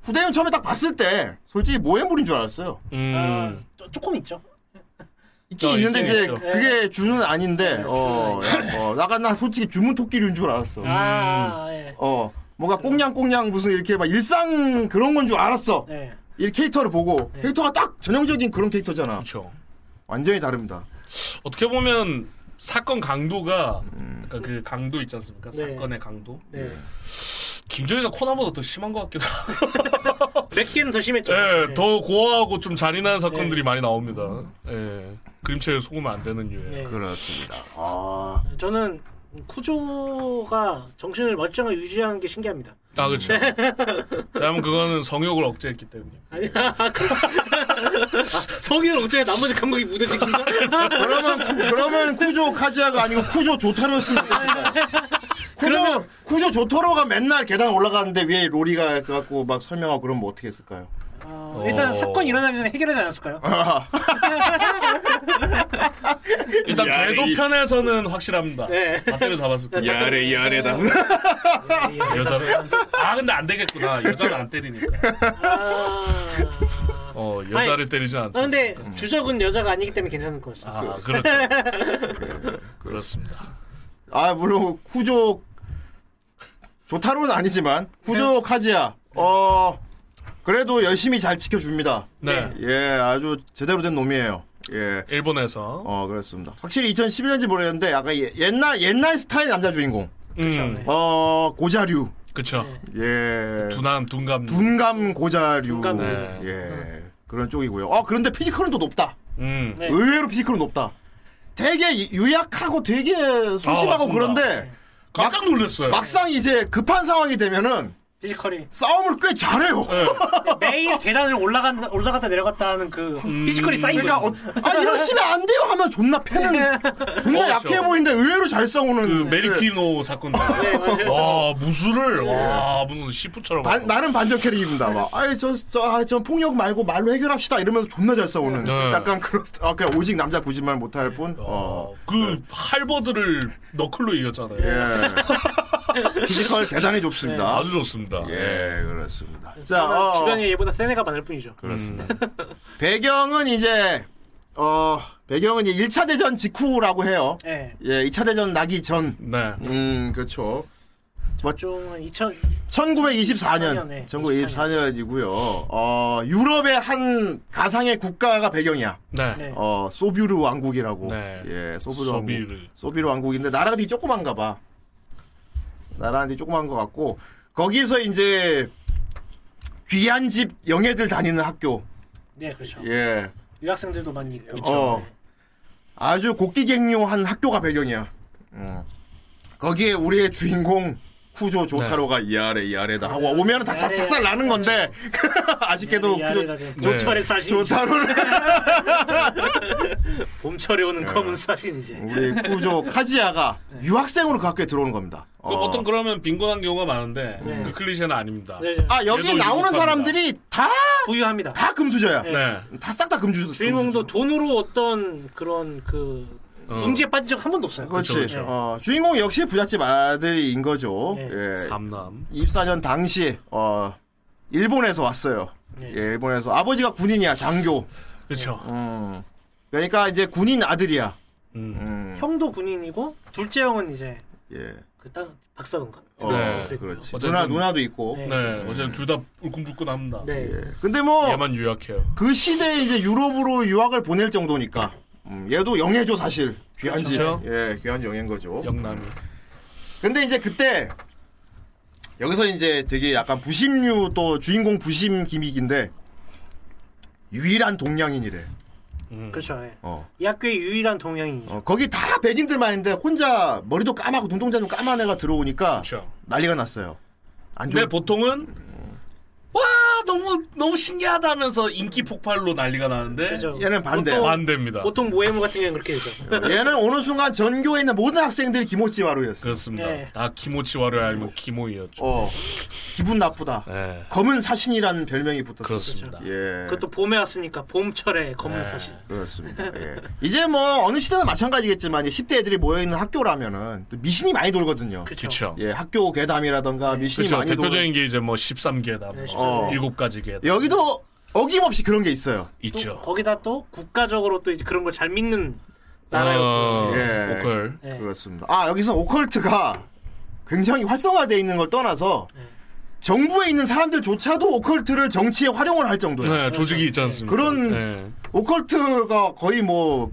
Speaker 4: 후대윤 처음에 딱 봤을 때, 솔직히 모해물인 줄 알았어요.
Speaker 5: 아,
Speaker 3: 음,
Speaker 5: 조- 조금 있죠.
Speaker 4: 있긴
Speaker 3: 어,
Speaker 4: 있는데,
Speaker 3: 있긴
Speaker 4: 이제,
Speaker 3: 있죠.
Speaker 4: 그게 주는 아닌데, 어, 야, 어, 나가, 나 솔직히 주문 토끼류인 줄 알았어.
Speaker 5: 아,
Speaker 3: 음.
Speaker 5: 예.
Speaker 4: 어, 뭔가 꽁냥꽁냥 무슨 이렇게 막 일상 그런 건 줄 알았어.
Speaker 5: 예.
Speaker 4: 이 캐릭터를 보고, 캐릭터가 딱 전형적인 그런 캐릭터잖아.
Speaker 3: 그렇죠.
Speaker 4: 완전히 다릅니다.
Speaker 3: 어떻게 보면 사건 강도가 그러니까 그 강도 있지 않습니까?
Speaker 5: 네.
Speaker 3: 사건의 강도.
Speaker 5: 네.
Speaker 3: 김정희가 코나보다 더 심한 것 같기도 하고.
Speaker 5: 몇 개는 더 심했죠.
Speaker 3: 예,
Speaker 5: 예.
Speaker 3: 더 고아하고 좀 잔인한
Speaker 5: 네.
Speaker 3: 사건들이 많이 나옵니다. 예. 그림체에 속으면 안 되는 유예.
Speaker 5: 예.
Speaker 4: 그렇습니다. 아,
Speaker 5: 저는 쿠조가 정신을 멀쩡하게 유지하는 게 신기합니다.
Speaker 3: 아, 그렇죠.
Speaker 5: 네.
Speaker 3: 왜냐면 그거는 성욕을 억제했기 때문에.
Speaker 5: 아, 그- 성인 억제에 나머지 감독이 무대지긴가?
Speaker 4: 그러면 구- 그러면 쿠조 카지아가 아니고 쿠조 조타로였으면 좋겠다. 쿠조 쿠조 조토로가 맨날 계단 올라가는데 위에 로리가 갖고 막 설명하고 그러면 뭐 어떻게 했을까요?
Speaker 5: 어, 일단
Speaker 3: 어.
Speaker 5: 사건 일어나기 전에 해결하지 않았을까요? 아,
Speaker 3: 일단
Speaker 4: 야,
Speaker 3: 궤도
Speaker 4: 이-
Speaker 3: 편에서는 확실합니다.
Speaker 5: 네.
Speaker 3: 앞대를 잡았을 때.
Speaker 4: 야래 야래다.
Speaker 3: 여자는. 아, 근데 안 되겠구나. 여자는 안 때리니까.
Speaker 5: 아,
Speaker 3: 어, 여자를 때리진 않지.
Speaker 5: 아, 근데
Speaker 3: 않습니까?
Speaker 5: 주적은 여자가 아니기 때문에 괜찮을 것 같습니다.
Speaker 3: 아, 그렇죠.
Speaker 5: [LAUGHS]
Speaker 3: 그렇습니다.
Speaker 4: 아 물론 쿠조 조타로는 아니지만 쿠조 카지아 어 그래도 열심히 잘 지켜줍니다.
Speaker 3: 네.
Speaker 4: 예 아주 제대로 된 놈이에요. 예.
Speaker 3: 일본에서.
Speaker 4: 어 그렇습니다. 확실히 2011년인지 모르겠는데 약간 예- 옛날 옛날 스타일 남자 주인공.
Speaker 3: 음,
Speaker 4: 어 고자류.
Speaker 3: 그쵸.
Speaker 4: 예.
Speaker 3: 둔함, 둔감.
Speaker 4: 둔감 고자류.
Speaker 5: 둔감 고자류.
Speaker 3: 네.
Speaker 4: 예. 그런 쪽이고요. 아, 그런데 피지컬은 또 높다.
Speaker 3: 음.
Speaker 5: 네.
Speaker 4: 의외로 피지컬은 높다. 되게 유약하고 되게
Speaker 3: 아,
Speaker 4: 소심하고
Speaker 3: 맞습니다. 네.
Speaker 4: 그런데
Speaker 3: 깜짝 놀랐어요.
Speaker 4: 막상 이제 급한 상황이 되면은
Speaker 5: 피지컬이
Speaker 4: 싸움을 꽤 잘해요.
Speaker 3: 네.
Speaker 5: 매일 계단을 올라간다, 올라갔다 내려갔다 하는 그 피지컬이 쌓인
Speaker 4: 그러니까
Speaker 3: 네.
Speaker 5: 거죠.
Speaker 4: 어, 아 이러시면 안 돼요 하면 존나 패는 존나
Speaker 3: 어,
Speaker 4: 약해
Speaker 3: 그렇죠.
Speaker 4: 보이는데 의외로 잘 싸우는
Speaker 3: 그 메리키노 사건.
Speaker 5: 네, 맞아요.
Speaker 3: 와, 무술을. 와, 무슨 시프처럼.
Speaker 4: 반- 나는 반전 캐릭입니다. 막, 아이, 저, 저, 아, 저 폭력 말고 말로 해결합시다. 이러면서 존나 잘 싸우는.
Speaker 3: 네.
Speaker 4: 약간 그런, 아, 그냥 오직 남자 굳이말 못할 뿐. 어.
Speaker 3: 어, 그 할버드를 너클로 이겼잖아요.
Speaker 4: 예. 피지컬 대단히 좁습니다.
Speaker 3: 아주 좋습니다. 네.
Speaker 4: 예, 그렇습니다. 자,
Speaker 5: 다만
Speaker 4: 어,
Speaker 5: 네. 주변에 얘보다 센 애가 많을 뿐이죠.
Speaker 4: 그렇습니다.
Speaker 3: 음.
Speaker 4: 배경은 이제, 어, 배경은 이제 1차 대전 직후라고 해요.
Speaker 5: 예.
Speaker 4: 예, 2차 대전 나기 전.
Speaker 3: 네.
Speaker 4: 음, 그렇죠. 맞죠?
Speaker 5: 중 한 2000
Speaker 4: 1924년.
Speaker 5: 네.
Speaker 4: 1924년이고요. 어, 유럽의 한 가상의 국가가 배경이야.
Speaker 3: 네.
Speaker 5: 네.
Speaker 4: 어, 소뷰르 왕국이라고.
Speaker 3: 네.
Speaker 4: 예, 소뷰르 왕국.
Speaker 3: 소비를.
Speaker 4: 소비로 왕국인데 나라가 되게 조그만가 봐. 나라가 되게 조그만 것 같고 거기서 이제 귀한 집 영예들 다니는 학교.
Speaker 5: 네, 그렇죠.
Speaker 4: 예.
Speaker 5: 유학생들도 많이 있고. 네.
Speaker 4: 어. 아주 곡기갱요한 학교가 배경이야. 어. 거기에 우리의 주인공 쿠조 조타로가
Speaker 3: 네.
Speaker 4: 이 아래 이 아래다 하고 오면 다 사-
Speaker 5: 이 아래,
Speaker 4: 작살 나는 건데 [LAUGHS] 아쉽게도 쿠조
Speaker 3: 네.
Speaker 5: 조철의 사신
Speaker 4: 조타로를
Speaker 5: 봄철에 오는
Speaker 4: 네.
Speaker 5: 검은 사신
Speaker 3: 네.
Speaker 5: 이제
Speaker 4: [LAUGHS] 우리 쿠조 카지야가 유학생으로 그 학교에 들어오는 겁니다.
Speaker 3: 그
Speaker 4: 어.
Speaker 3: 보통 그러면 빈곤한 경우가 많은데
Speaker 5: 네.
Speaker 3: 그 클리셰는 아닙니다.
Speaker 5: 네,
Speaker 3: 네.
Speaker 5: 네.
Speaker 4: 아 여기
Speaker 3: 얘도
Speaker 4: 나오는
Speaker 3: 유학생이다.
Speaker 4: 사람들이 다
Speaker 5: 부유합니다.
Speaker 4: 다 금수저야.
Speaker 5: 네.
Speaker 4: 다 싹 다 금주수. 음.
Speaker 5: 주인공도 돈으로 어떤 그런 그
Speaker 3: 어.
Speaker 5: 궁지에 빠진 적 한 번도 없어요.
Speaker 4: 그렇지.
Speaker 3: 그렇죠, 그쵸, 그쵸.
Speaker 4: 어, 주인공 역시 부잣집 아들인 거죠.
Speaker 5: 네.
Speaker 4: 예.
Speaker 3: 삼남.
Speaker 4: 24년 당시 어, 일본에서 왔어요.
Speaker 5: 네.
Speaker 4: 예, 일본에서 아버지가 군인이야 장교.
Speaker 3: 그렇죠.
Speaker 4: 음. 그러니까 이제 군인 아들이야.
Speaker 3: 음.
Speaker 4: 음.
Speaker 5: 그 형도 군인이고 둘째 형은 이제
Speaker 4: 예.
Speaker 5: 그딴 박사던가.
Speaker 4: 어,
Speaker 3: 네.
Speaker 4: 그렇지.
Speaker 3: 어쨌든-
Speaker 4: 누나 누나도 있고.
Speaker 5: 네.
Speaker 3: 네. 어제는 둘 다 울끈불끈합니다.
Speaker 5: 네.
Speaker 4: 예. 근데 뭐 그
Speaker 3: 얘만 유약해요.
Speaker 4: 시대에 이제 유럽으로 유학을 보낼 정도니까. 음, 얘도 영예죠 사실. 귀한 집.
Speaker 3: 그렇죠.
Speaker 4: 예, 귀한 영예인 거죠.
Speaker 3: 영남이.
Speaker 4: 근데 이제 그때 여기서 이제 되게 약간 부심류 또 주인공 부심 기믹인데 유일한 동양인이래.
Speaker 3: 음.
Speaker 5: 그렇죠. 예.
Speaker 4: 어.
Speaker 5: 이 학교의 유일한 동양인이죠.
Speaker 4: 어, 거기 다 백인들만 있는데 혼자 머리도 까맣고 눈동자 좀 까만 애가 들어오니까
Speaker 3: 그렇죠.
Speaker 4: 난리가 났어요. 안 좋은
Speaker 3: 근데 네, 보통은 와 너무 너무 신기하다면서 인기 폭발로 난리가 나는데
Speaker 5: 그죠.
Speaker 4: 얘는 반대.
Speaker 5: 보통,
Speaker 3: 반대입니다.
Speaker 5: 보통 모해무 같은 경우는 그렇게 되죠.
Speaker 4: 얘는 어느 순간 전교에 있는 모든 학생들이 기모찌마루였어요.
Speaker 3: 그렇습니다.
Speaker 5: 네.
Speaker 3: 다 키모치와를 알면 키모이였죠.
Speaker 4: 어. 기분 나쁘다.
Speaker 3: 네.
Speaker 4: 검은 사신이라는 별명이 붙었어요.
Speaker 3: 그렇습니다.
Speaker 4: 예.
Speaker 5: [LAUGHS] 그것도 봄에 왔으니까 봄철에
Speaker 4: 네.
Speaker 5: 검은 사신.
Speaker 4: 그렇습니다. 예. 이제 뭐 어느 시대나 마찬가지겠지만 이제 10대 애들이 모여 있는 학교라면은 또 미신이 많이 돌거든요.
Speaker 5: 그렇죠.
Speaker 3: 그렇죠.
Speaker 4: 예, 학교 괴담이라던가 미신이
Speaker 3: 그렇죠.
Speaker 4: 많이 돌.
Speaker 3: 대표적인 게 이제 뭐 13개다,
Speaker 5: 네,
Speaker 4: 어.
Speaker 3: 뭐 7가지 개다
Speaker 4: 여기도 어김없이 그런 게 있어요.
Speaker 5: 또
Speaker 3: 있죠.
Speaker 5: 거기다 또 국가적으로 또 이제 그런 걸 잘 믿는
Speaker 3: 어,
Speaker 5: 나라였고.
Speaker 4: 예.
Speaker 3: 보컬.
Speaker 5: 예.
Speaker 4: 그렇습니다. 아, 여기서 오컬트가 굉장히 활성화되어 있는 걸 떠나서
Speaker 5: 네.
Speaker 4: 정부에 있는 사람들조차도 오컬트를 정치에 활용을 할 정도예요.
Speaker 3: 네, 조직이 있지 않습니까?
Speaker 4: 그런-
Speaker 3: 네.
Speaker 4: 오컬트가 거의 뭐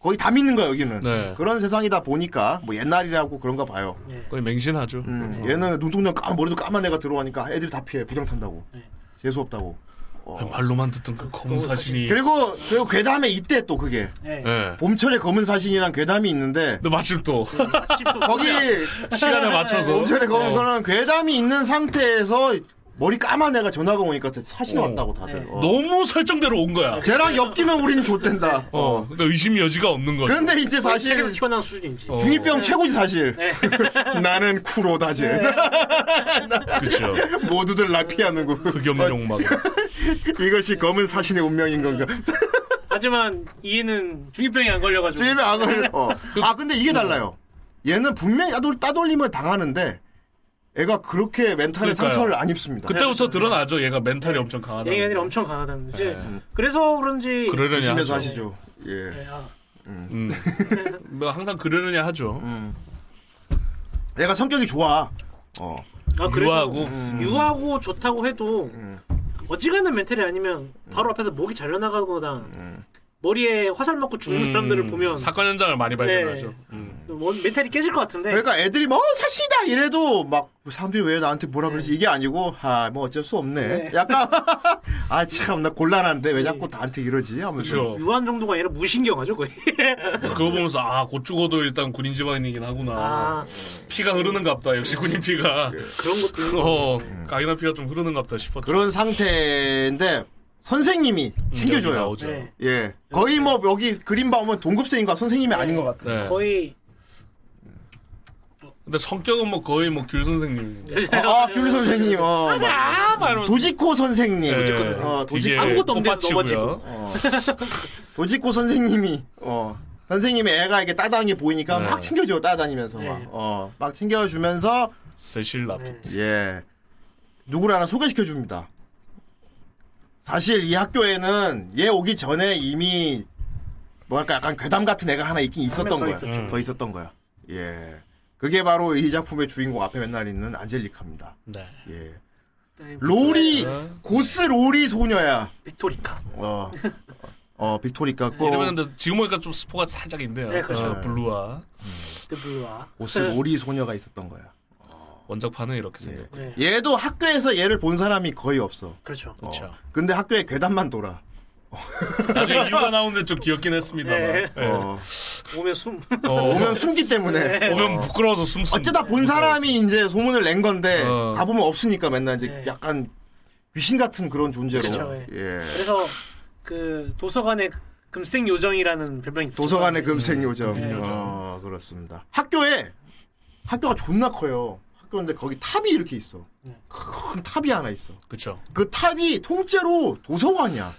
Speaker 4: 거의 다 믿는 거야 여기는.
Speaker 3: 네.
Speaker 4: 그런 세상이다 보니까 뭐 옛날이라고 그런가 봐요.
Speaker 3: 거의 맹신하죠.
Speaker 4: 음, 얘는 눈동자 까만 머리도 까만 애가 들어가니까 애들이 다 피해 부정 탄다고
Speaker 5: 네.
Speaker 4: 재수 없다고.
Speaker 3: 아, 말로만 듣던 그 검은 사신이.
Speaker 4: 그리고 그리고 괴담에 이때 또 그게
Speaker 5: 예.
Speaker 3: 예.
Speaker 4: 봄철의 검은 사신이란 괴담이 있는데
Speaker 3: 근데 마침
Speaker 5: [LAUGHS]
Speaker 3: 또
Speaker 5: 마침 또
Speaker 4: 거기
Speaker 3: 시간에 맞춰서.
Speaker 4: 봄철의 검은
Speaker 3: 어.
Speaker 4: 거는 괴담이 있는 상태에서 머리 까만 애가 전화가 오니까 사신
Speaker 3: 어.
Speaker 4: 왔다고 다들.
Speaker 5: 네.
Speaker 4: 어.
Speaker 3: 너무 설정대로 온 거야.
Speaker 4: 쟤랑 엮이면 우리는 좆된다.
Speaker 3: 어, 그러니까 의심 여지가 없는 거죠.
Speaker 4: 그런데 이제
Speaker 5: 거의 책에서
Speaker 4: 사실
Speaker 5: 튀어나온 수준인지.
Speaker 3: 어.
Speaker 4: 중이병 최고지 사실.
Speaker 5: 네.
Speaker 4: [LAUGHS] 나는 쿠로다 쟤.
Speaker 3: 그렇죠.
Speaker 4: [LAUGHS] 모두들 날 피하는구.
Speaker 3: 그 흑염룡막.
Speaker 4: [LAUGHS] 이것이 검은 사신의 운명인 건가?
Speaker 5: 하지만 이해는 중이병이 안 걸려가지고.
Speaker 4: 뇌에
Speaker 3: [LAUGHS]
Speaker 4: 악을. 어.
Speaker 3: 그
Speaker 4: 아 근데 이게
Speaker 3: 어.
Speaker 4: 달라요. 얘는 분명히 따돌, 따돌림을 당하는데 애가 그렇게 멘탈에
Speaker 3: 그러니까요.
Speaker 4: 상처를 안 입습니다.
Speaker 3: [LAUGHS]
Speaker 4: 예,
Speaker 3: 그때부터 드러나죠. 얘가 멘탈이 엄청 강하다.
Speaker 5: 네. 얘기가 아니라 엄청 강하다는 거지. 그래서 그런지.
Speaker 3: 그러려냐 그렇죠.
Speaker 4: 조심해서
Speaker 3: 하죠.
Speaker 4: 하시죠. 예.
Speaker 5: 예, 아,
Speaker 3: 음. 뭐 항상 그러려냐 하죠.
Speaker 4: 얘가 성격이 좋아. 어.
Speaker 5: 아, 그래도
Speaker 3: 유하고
Speaker 5: 유하고 좋다고 해도 어지간한 멘탈이 아니면 바로 앞에서 목이 잘려나가거나 머리에 화살 맞고 죽는 사람들을
Speaker 3: 음,
Speaker 5: 보면
Speaker 3: 사건 현장을 많이 발견하죠.
Speaker 5: 네.
Speaker 3: 음.
Speaker 5: 뭐, 멘탈이 깨질 것 같은데
Speaker 4: 그러니까 애들이 뭐 사시다 이래도 막 사람들이 왜 나한테 뭐라 그러지
Speaker 3: 네.
Speaker 4: 이게 아니고 아 뭐 어쩔 수 없네.
Speaker 3: [LAUGHS]
Speaker 4: 약간 아 참 나 곤란한데 왜 자꾸 나한테 이러지 하면서.
Speaker 3: 네. 그렇죠.
Speaker 5: 유한 정도가 아니라 무신경하죠 거의.
Speaker 3: 그거 보면서 아, 곧 죽어도 일단 군인 집안이긴 하구나.
Speaker 5: 아
Speaker 3: 피가 흐르는갑다. 역시 군인 피가.
Speaker 5: 그런 것도 있는
Speaker 3: 어, 강인한 피가 좀 흐르는갑다 싶었죠.
Speaker 4: 그런 상태인데 선생님이
Speaker 3: 음, 여기
Speaker 4: 챙겨줘요.
Speaker 3: 나오죠.
Speaker 5: 네.
Speaker 4: 예. 거의 뭐 여기 그림 봐오면 동급생인가 선생님이 아닌 것 같아.
Speaker 3: 네.
Speaker 5: 거의
Speaker 3: 근데 성격은 뭐 거의 뭐 귤 선생님.
Speaker 5: 네,
Speaker 4: 아, 귤 선생님. 어, 막.
Speaker 3: 아, 막 이러면서.
Speaker 4: 도지코 선생님.
Speaker 3: 예.
Speaker 4: 어, 도지,
Speaker 3: 되게
Speaker 5: 아무것도 없는데도
Speaker 3: 꽃밭이고요.
Speaker 5: 넘어지고.
Speaker 4: [LAUGHS] 도지코 선생님이. 어. 선생님의 애가 이게 따당이 보이니까
Speaker 3: 네.
Speaker 4: 막 챙겨줘 따다니면서 막.
Speaker 5: 네.
Speaker 4: 어. 막 챙겨주면서
Speaker 3: 세실 나프.
Speaker 5: 네.
Speaker 4: 예. 누구를 하나 소개시켜 줍니다. 사실 이 학교에는 얘 오기 전에 이미 뭐랄까 약간 괴담 같은 애가 하나 있긴 있었던
Speaker 5: 한명더
Speaker 4: 거야.
Speaker 5: 있었죠.
Speaker 4: 더 있었던 거야. 예. 그게 바로 이 작품의 주인공 앞에 맨날 있는 안젤리카입니다.
Speaker 3: 네.
Speaker 4: 예.
Speaker 5: 네,
Speaker 4: 로리
Speaker 3: 어.
Speaker 4: 고스 로리 소녀야.
Speaker 5: 빅토리카.
Speaker 4: 어, 어 빅토리카 고
Speaker 3: 이러면 근데 지금 보니까 좀 스포가 살짝인데요.
Speaker 5: 네, 그렇죠.
Speaker 3: 어, 블루와
Speaker 5: 드브와.
Speaker 4: 고스 로리 소녀가 있었던 거야.
Speaker 3: 원작판은 이렇게
Speaker 4: 예.
Speaker 3: 생겼.
Speaker 5: 네.
Speaker 4: 얘도 학교에서 얘를 본 사람이 거의 없어.
Speaker 5: 그렇죠.
Speaker 4: 어.
Speaker 3: 그렇죠.
Speaker 4: 근데 학교에 괴담만 돌아.
Speaker 3: 나중에 이유가 나오는데 좀 귀엽긴 했습니다만.
Speaker 5: 네.
Speaker 3: 예.
Speaker 4: 어.
Speaker 5: 오면 숨. [LAUGHS]
Speaker 3: 어,
Speaker 4: 오면 숨기 때문에. 어,
Speaker 3: 오면 부끄러워서 숨 쓴.
Speaker 4: 어쩌다 본 사람이 이제 소문을 낸 건데
Speaker 3: 네. 어.
Speaker 4: 가보면 없으니까 맨날 이제
Speaker 5: 네.
Speaker 4: 약간 귀신 같은 그런 존재로.
Speaker 5: 그렇죠, 예.
Speaker 4: 예.
Speaker 5: 그래서 그 도서관의 금색 요정이라는 별명이 붙였어요.
Speaker 4: 도서관의 금색 요정.
Speaker 5: 금색 요정.
Speaker 4: 어, 그렇습니다. 학교에 학교가 존나 커요. 학교인데 거기 탑이 이렇게 있어.
Speaker 5: 네.
Speaker 4: 큰 탑이 하나 있어.
Speaker 3: 그렇죠.
Speaker 4: 그 탑이 통째로 도서관이야.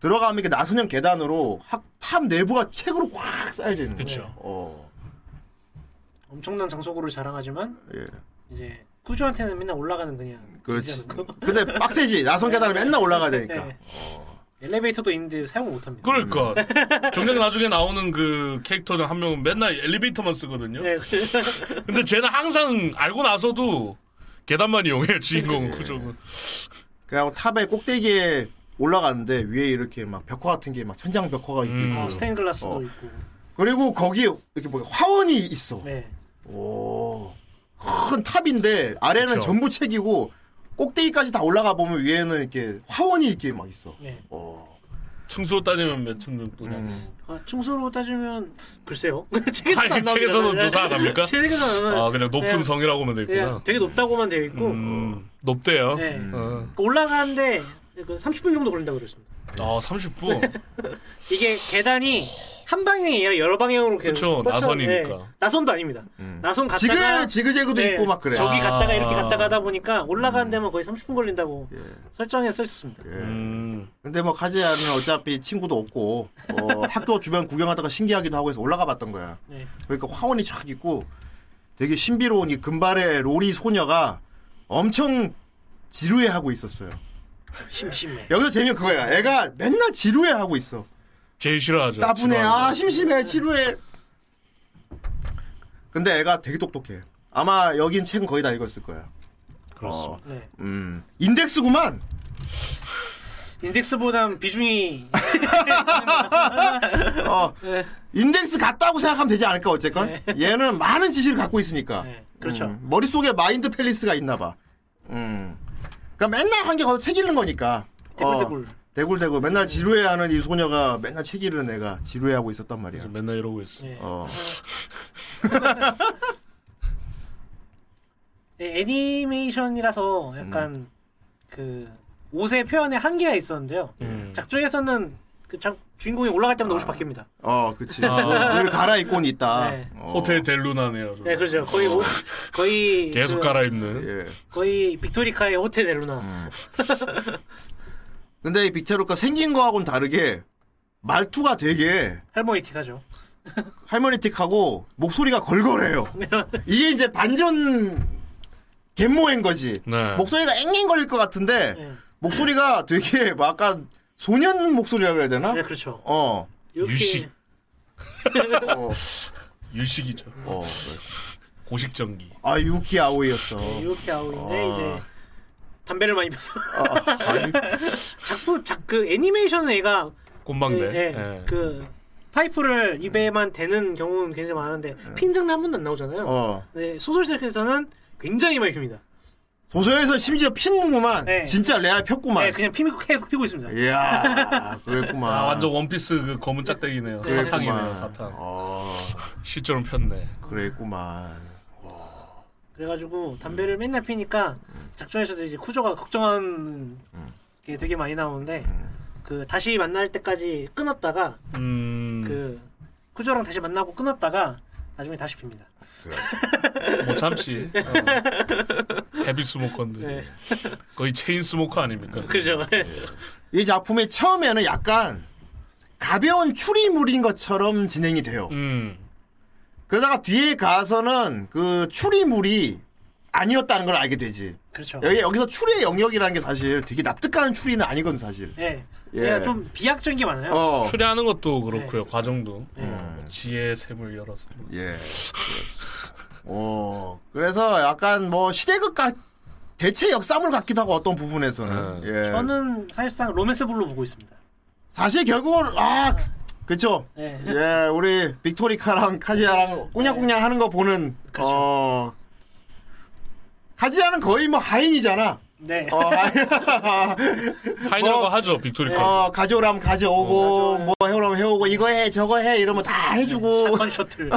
Speaker 4: 들어가면 이렇게 나선형 계단으로 학, 탑 내부가 책으로 꽉 쌓여져 있는 거야.
Speaker 3: 그렇죠.
Speaker 4: 어,
Speaker 5: 엄청난 장소고를 자랑하지만
Speaker 4: 예.
Speaker 5: 이제 쿠주한테는 맨날 올라가는 그냥
Speaker 4: 그렇지.
Speaker 5: 진짜는 거.
Speaker 4: 근데 빡세지. 나선 계단을 맨날 올라가야 되니까.
Speaker 5: 네. 엘리베이터도 있는데 사용을 못합니다.
Speaker 3: 그러니까 정작 나중에 나오는 그 캐릭터는 한 명은 맨날 엘리베이터만 쓰거든요.
Speaker 5: 네.
Speaker 3: 근데 쟤는 항상 알고 나서도 계단만 이용해요
Speaker 5: 네.
Speaker 3: 주인공은 그죠?
Speaker 4: 그냥 탑의 꼭대기에 올라가는데 위에 이렇게 막 벽화 같은 게 막 천장 벽화가 있고
Speaker 3: 음.
Speaker 5: 어, 스테인글라스도
Speaker 4: 어.
Speaker 5: 있고.
Speaker 4: 그리고 거기 이렇게 뭐 화원이 있어.
Speaker 5: 네.
Speaker 4: 오. 큰 탑인데 아래는
Speaker 3: 그쵸.
Speaker 4: 전부 책이고 꼭대기까지 다 올라가 보면 위에는 이렇게 화원이 이렇게 막 있어.
Speaker 5: 네.
Speaker 4: 어.
Speaker 3: 층수로 따지면 몇 층 정도냐?
Speaker 5: 아, 충수로 따지면 글쎄요. [LAUGHS]
Speaker 3: 아니,
Speaker 5: 책에서도 안 나옵니다.
Speaker 3: 책에서는
Speaker 5: 네.
Speaker 3: 묘사 안 합니까?
Speaker 5: 책에서는 안 나와요.
Speaker 3: 아 그냥 높은
Speaker 5: 그냥-
Speaker 3: 성이라고만 돼
Speaker 5: 그냥
Speaker 3: 있구나.
Speaker 5: 되게 높다고만 되어 있고
Speaker 3: 음, 높대요.
Speaker 5: 네.
Speaker 3: 어.
Speaker 5: 올라가는데 그 30분 정도 걸린다고 그랬습니다.
Speaker 3: 아
Speaker 5: 네.
Speaker 3: 30분.
Speaker 5: 이게 계단이 한 방향이 아니라 여러 방향으로 계속
Speaker 3: 그쵸, 나선이니까.
Speaker 5: 네, 나선도 아닙니다.
Speaker 4: 음.
Speaker 5: 나선
Speaker 4: 지그
Speaker 5: 갔다가
Speaker 4: 지그재그도
Speaker 5: 네,
Speaker 4: 있고 막 그래.
Speaker 5: 저기
Speaker 3: 아.
Speaker 5: 갔다가 이렇게 갔다가 하다 보니까 올라가는 데만 거의 30분 걸린다고 설정에 써 있었습니다.
Speaker 4: 예.
Speaker 3: 음,
Speaker 4: 근데 뭐 카즈야는 어차피 친구도 없고
Speaker 5: [LAUGHS]
Speaker 4: 어, 학교 주변 구경하다가 신기하기도 하고 해서 올라가 봤던 거야.
Speaker 5: 네.
Speaker 4: 그러니까 화원이 촥 있고 되게 신비로운 이 금발의 로리 소녀가 엄청 지루해하고 있었어요.
Speaker 5: 심심해.
Speaker 4: 여기서 재미는 그거야. 애가 맨날 지루해하고 있어.
Speaker 3: 제일 싫어하죠.
Speaker 4: 따분해.
Speaker 3: 지루한
Speaker 4: 아, 심심해. 지루해. 근데 애가 되게 똑똑해. 아마 여긴 책은 거의 다 읽었을 거야.
Speaker 3: 거. 그렇습니다.
Speaker 5: 네.
Speaker 4: 음. 인덱스구만.
Speaker 5: 인덱스보단 비중이
Speaker 4: [LAUGHS]
Speaker 5: 네.
Speaker 4: 어. 인덱스 같다고 생각하면 되지 않을까 어쨌건. [LAUGHS] 얘는 많은 지식을 갖고 있으니까.
Speaker 5: 네, 그렇죠.
Speaker 4: 음, 머릿속에 마인드 팰리스가 있나 봐. 음. 그러니까 맨날 한 개 거기서 책 읽는 거니까.
Speaker 5: 대굴대굴.
Speaker 4: 어, 대굴대굴. 맨날 지루해하는 이 소녀가 맨날 책 읽는 애가 지루해하고 있었단 말이야.
Speaker 3: 맨날 이러고 있어.
Speaker 5: 네.
Speaker 4: 어.
Speaker 5: 네, 애니메이션이라서 약간
Speaker 4: 음.
Speaker 5: 그 옷의 표현에 한계가 있었는데요.
Speaker 3: 음.
Speaker 5: 작중에서는 그 작- 주인공이 올라갈 때마다 옷이 바뀝니다.
Speaker 4: 어, 그치.
Speaker 3: 아.
Speaker 4: 늘 갈아입고는 있다.
Speaker 5: 네.
Speaker 4: 어.
Speaker 3: 호텔 델루나네요.
Speaker 5: 네,
Speaker 4: 음.
Speaker 5: 그렇죠. 거의 옷, 거의
Speaker 3: 계속
Speaker 5: 그-
Speaker 3: 갈아입는.
Speaker 4: 예.
Speaker 5: 거의 빅토리카의 호텔
Speaker 4: 음.
Speaker 5: 엘루나.
Speaker 4: 근데 이 빅테로가 생긴 거하고는 다르게 말투가 되게
Speaker 5: 할머니틱하죠.
Speaker 4: 할머니틱하고 목소리가
Speaker 5: [LAUGHS]
Speaker 4: 걸걸해요. 이게 이제 반전 갯모인 거지.
Speaker 3: 네.
Speaker 4: 목소리가 앵앵거릴 것 같은데
Speaker 5: 네.
Speaker 4: 목소리가 되게 막 아까 소년 목소리라 그래야 되나?
Speaker 5: 네, 그렇죠.
Speaker 4: 어.
Speaker 5: 이렇게
Speaker 3: 유식.
Speaker 4: 어.
Speaker 3: 유식이죠.
Speaker 4: 어.
Speaker 3: 고식전기.
Speaker 4: 아 유키 아오이였어.
Speaker 5: 이렇게 아우인데
Speaker 4: 아.
Speaker 5: 이제 담배를 많이 피워서
Speaker 3: 아,
Speaker 5: [LAUGHS] 작품 작그 애니메이션은 얘가
Speaker 3: 곰방대.
Speaker 5: 예, 예,
Speaker 3: 예.
Speaker 5: 그 파이프를 입에만 대는 경우는 굉장히 많은데
Speaker 3: 예.
Speaker 5: 핀증은 한 번도 안 나오잖아요.
Speaker 4: 어.
Speaker 5: 네, 소설책에서는 굉장히 많이 핍니다.
Speaker 4: 도서에서 심지어 핀구만.
Speaker 5: 네.
Speaker 4: 진짜 레알
Speaker 5: 네,
Speaker 4: 폈구만.
Speaker 5: 그냥 피고 계속 피고 있습니다.
Speaker 3: 예.
Speaker 4: 이야, 그랬구만.
Speaker 3: 아, 완전 원피스 그 검은 짝대기네요.
Speaker 5: 그랬구만.
Speaker 3: 사탕이네요,
Speaker 5: 아.
Speaker 3: 사탕.
Speaker 4: 어,
Speaker 3: 실제로 폈네.
Speaker 4: 그랬구만.
Speaker 5: 그래가지고 담배를 맨날 피니까 작중에서도 이제 쿠조가 걱정하는 게 되게 많이 나오는데 그 다시 만날 때까지 끊었다가
Speaker 3: 음,
Speaker 5: 그 쿠조랑 다시 만나고 끊었다가 나중에 다시 핍니다.
Speaker 3: 뭐
Speaker 5: [LAUGHS]
Speaker 3: 잠시. 어. 헤비 스모커인데.
Speaker 5: 네.
Speaker 3: 거의 체인 스모커 아닙니까?
Speaker 5: 그죠?
Speaker 4: 예.
Speaker 5: 예.
Speaker 4: 이 작품이 처음에는 약간 가벼운 추리물인 것처럼 진행이 돼요.
Speaker 3: 음,
Speaker 4: 그러다가 뒤에 가서는 그 추리물이 아니었다는 걸 알게 되지.
Speaker 5: 그렇죠.
Speaker 4: 여기, 여기서 추리의 영역이라는 게 사실 되게 납득하는 추리는 아니거든, 사실.
Speaker 5: 예.
Speaker 4: 예.
Speaker 5: 그냥 좀 비약적인 게 많아요.
Speaker 4: 어.
Speaker 5: 예.
Speaker 3: 출연하는 것도 그렇고요. 과정도. 어, 지혜의 샘을 열어서
Speaker 4: 예. 오, 그래서 약간 뭐 시대극과 대체 역사물 같기도 하고 어떤 부분에서는. 예.
Speaker 5: 저는 사실상 로맨스 블루 보고 있습니다.
Speaker 4: 사실 결국은 아, 그- 그쵸.
Speaker 5: 네.
Speaker 4: 예, 우리 빅토리카랑 카지아랑 꽁냥꽁냥 하는 거 보는
Speaker 5: 그렇죠.
Speaker 4: 어. 카지아는 거의 뭐 하인이잖아.
Speaker 5: 네. [LAUGHS]
Speaker 4: 어, 하인.
Speaker 3: 하이라고
Speaker 4: 뭐-
Speaker 3: 하죠
Speaker 5: 아.
Speaker 3: 빅토리카.
Speaker 4: 어, 가져오라면 가져오고 뭐 해오라면 네. 해오고 이거 해 저거 해 이러면 다 [LAUGHS] 해주고.
Speaker 5: 샷건 셔틀.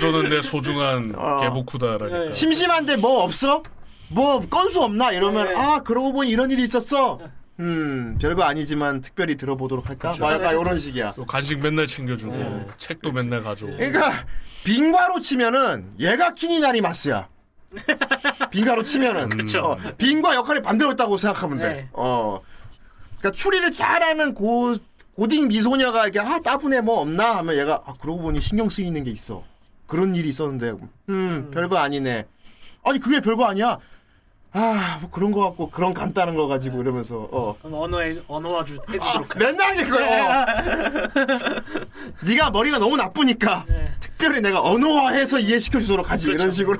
Speaker 3: 저는 내 소중한
Speaker 5: 아.
Speaker 3: 개복후다라니까.
Speaker 5: 네.
Speaker 4: 심심한데 뭐 없어? 뭐 건수 없나? 이러면
Speaker 5: 네.
Speaker 4: 아 그러고 보니 이런 일이 있었어. 음 별거 아니지만 특별히 들어보도록 할까? 뭐 약간 이런 식이야.
Speaker 3: 또 간식 맨날 챙겨주고
Speaker 5: 예.
Speaker 3: 책도 맨날 가져오고.
Speaker 4: 그러니까 빙과로 치면은 얘가 키니나리 마스야. 빙과로 치면은
Speaker 5: [LAUGHS] 그쵸.
Speaker 4: 어, 빙과 역할이 반대였다고 생각하면 돼.
Speaker 5: 네.
Speaker 4: 어 그러니까 추리를 잘하는 고 고딩 미소녀가 이렇게 아 따분해 뭐 없나 하면 얘가 아 그러고 보니 신경 쓰이는 게 있어. 그런 일이 있었는데 음, 별거 아니네. 아니 그게 별거 아니야. 아, 뭐 그런 거 같고 그런 간단한 거 가지고
Speaker 5: 네.
Speaker 4: 이러면서 어.
Speaker 5: 그럼 언어에 언어화 주 해주도록.
Speaker 4: 맨날
Speaker 5: [LAUGHS]
Speaker 4: 이거야. 네가 머리가 너무 나쁘니까
Speaker 5: 네.
Speaker 4: 특별히 내가 언어화해서 이해시켜 주도록 하지 이런
Speaker 5: 그렇죠.
Speaker 4: 식으로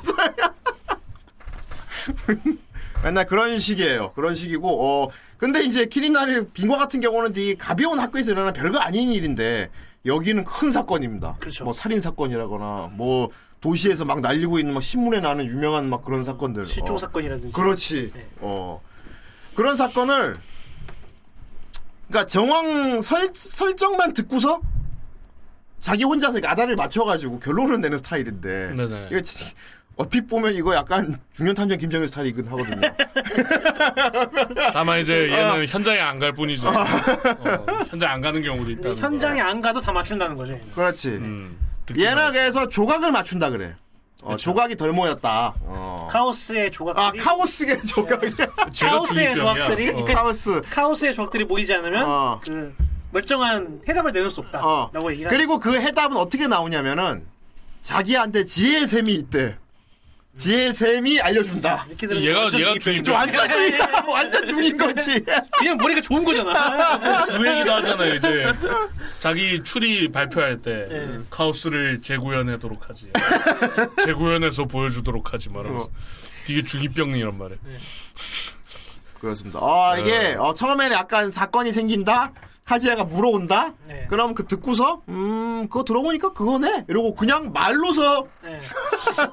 Speaker 4: 맨날 그런 식이에요. 그런 식이고 어 근데 이제 키리나리 빙과 같은 경우는 되게 가벼운 학교에서 일어나는 별거 아닌 일인데 여기는 큰 사건입니다.
Speaker 5: 그렇죠.
Speaker 4: 뭐 살인 사건이라거나 뭐 도시에서 막 날리고 있는 막 신문에 나는 유명한 막 그런 사건들.
Speaker 5: 실종
Speaker 4: 어.
Speaker 5: 사건이라든지.
Speaker 4: 그렇지.
Speaker 5: 네.
Speaker 4: 어. 그런 사건을 그러니까 정황 설, 설정만 듣고서 자기 혼자서 이렇게 아다를 맞춰가지고 결론을 내는 스타일인데
Speaker 3: 네네.
Speaker 4: 이거 지- 얼핏 보면 이거 약간 중년탐정 김정일 스타일이긴 하거든요.
Speaker 3: 다만 이제
Speaker 5: 아.
Speaker 3: 얘는 현장에 안 갈 뿐이죠. 어, 현장 안 가는 경우도
Speaker 4: 뭐.
Speaker 3: 있다는 거.
Speaker 5: 현장에 안 가도 다 맞춘다는 거죠. 얘는.
Speaker 4: 그렇지.
Speaker 3: [LAUGHS] 음, 듣기만
Speaker 4: 얘는 그래서 조각을 맞춘다 그래. 어, 조각이 덜 모였다. 어.
Speaker 5: 카오스의 조각들이
Speaker 4: 아 카오스의 조각이
Speaker 3: 제가
Speaker 5: 카오스의
Speaker 3: 중이병이야.
Speaker 5: 조합들이
Speaker 3: 어.
Speaker 4: [LAUGHS] 카오스.
Speaker 5: 카오스의 조각들이 모이지 않으면
Speaker 4: 어.
Speaker 5: 그 멀쩡한 해답을 내놓을 수
Speaker 4: 어.
Speaker 5: 없다라고 얘기를
Speaker 4: 그리고 그 해답은 어떻게 나오냐면은 자기한테 지혜의 셈이 있대. 지혜의 셈이 알려준다.
Speaker 5: 이렇게 들으면
Speaker 3: 얘가
Speaker 5: 완전
Speaker 3: 얘가
Speaker 5: 이게
Speaker 3: 중이
Speaker 5: 별로-
Speaker 4: 완전 중이야. 완전 중인 거지.
Speaker 5: 그냥 머리가
Speaker 4: [LAUGHS]
Speaker 5: 좋은 거잖아.
Speaker 3: 그 얘기도 하잖아요. 이제 자기 추리 발표할 때
Speaker 5: 네.
Speaker 3: 카오스를 재구현하도록 하지. 재구현해서 보여주도록 하지 말아서.
Speaker 4: 뭐.
Speaker 3: 되게 중이병이란 말이야.
Speaker 4: 그렇습니다. 아 이게 어, 처음에는 약간 사건이 생긴다. 카지야가 물어온다.
Speaker 5: 네.
Speaker 4: 그럼 그 듣고서 음 그거 들어보니까 그거네. 이러고 그냥 말로서
Speaker 5: 네.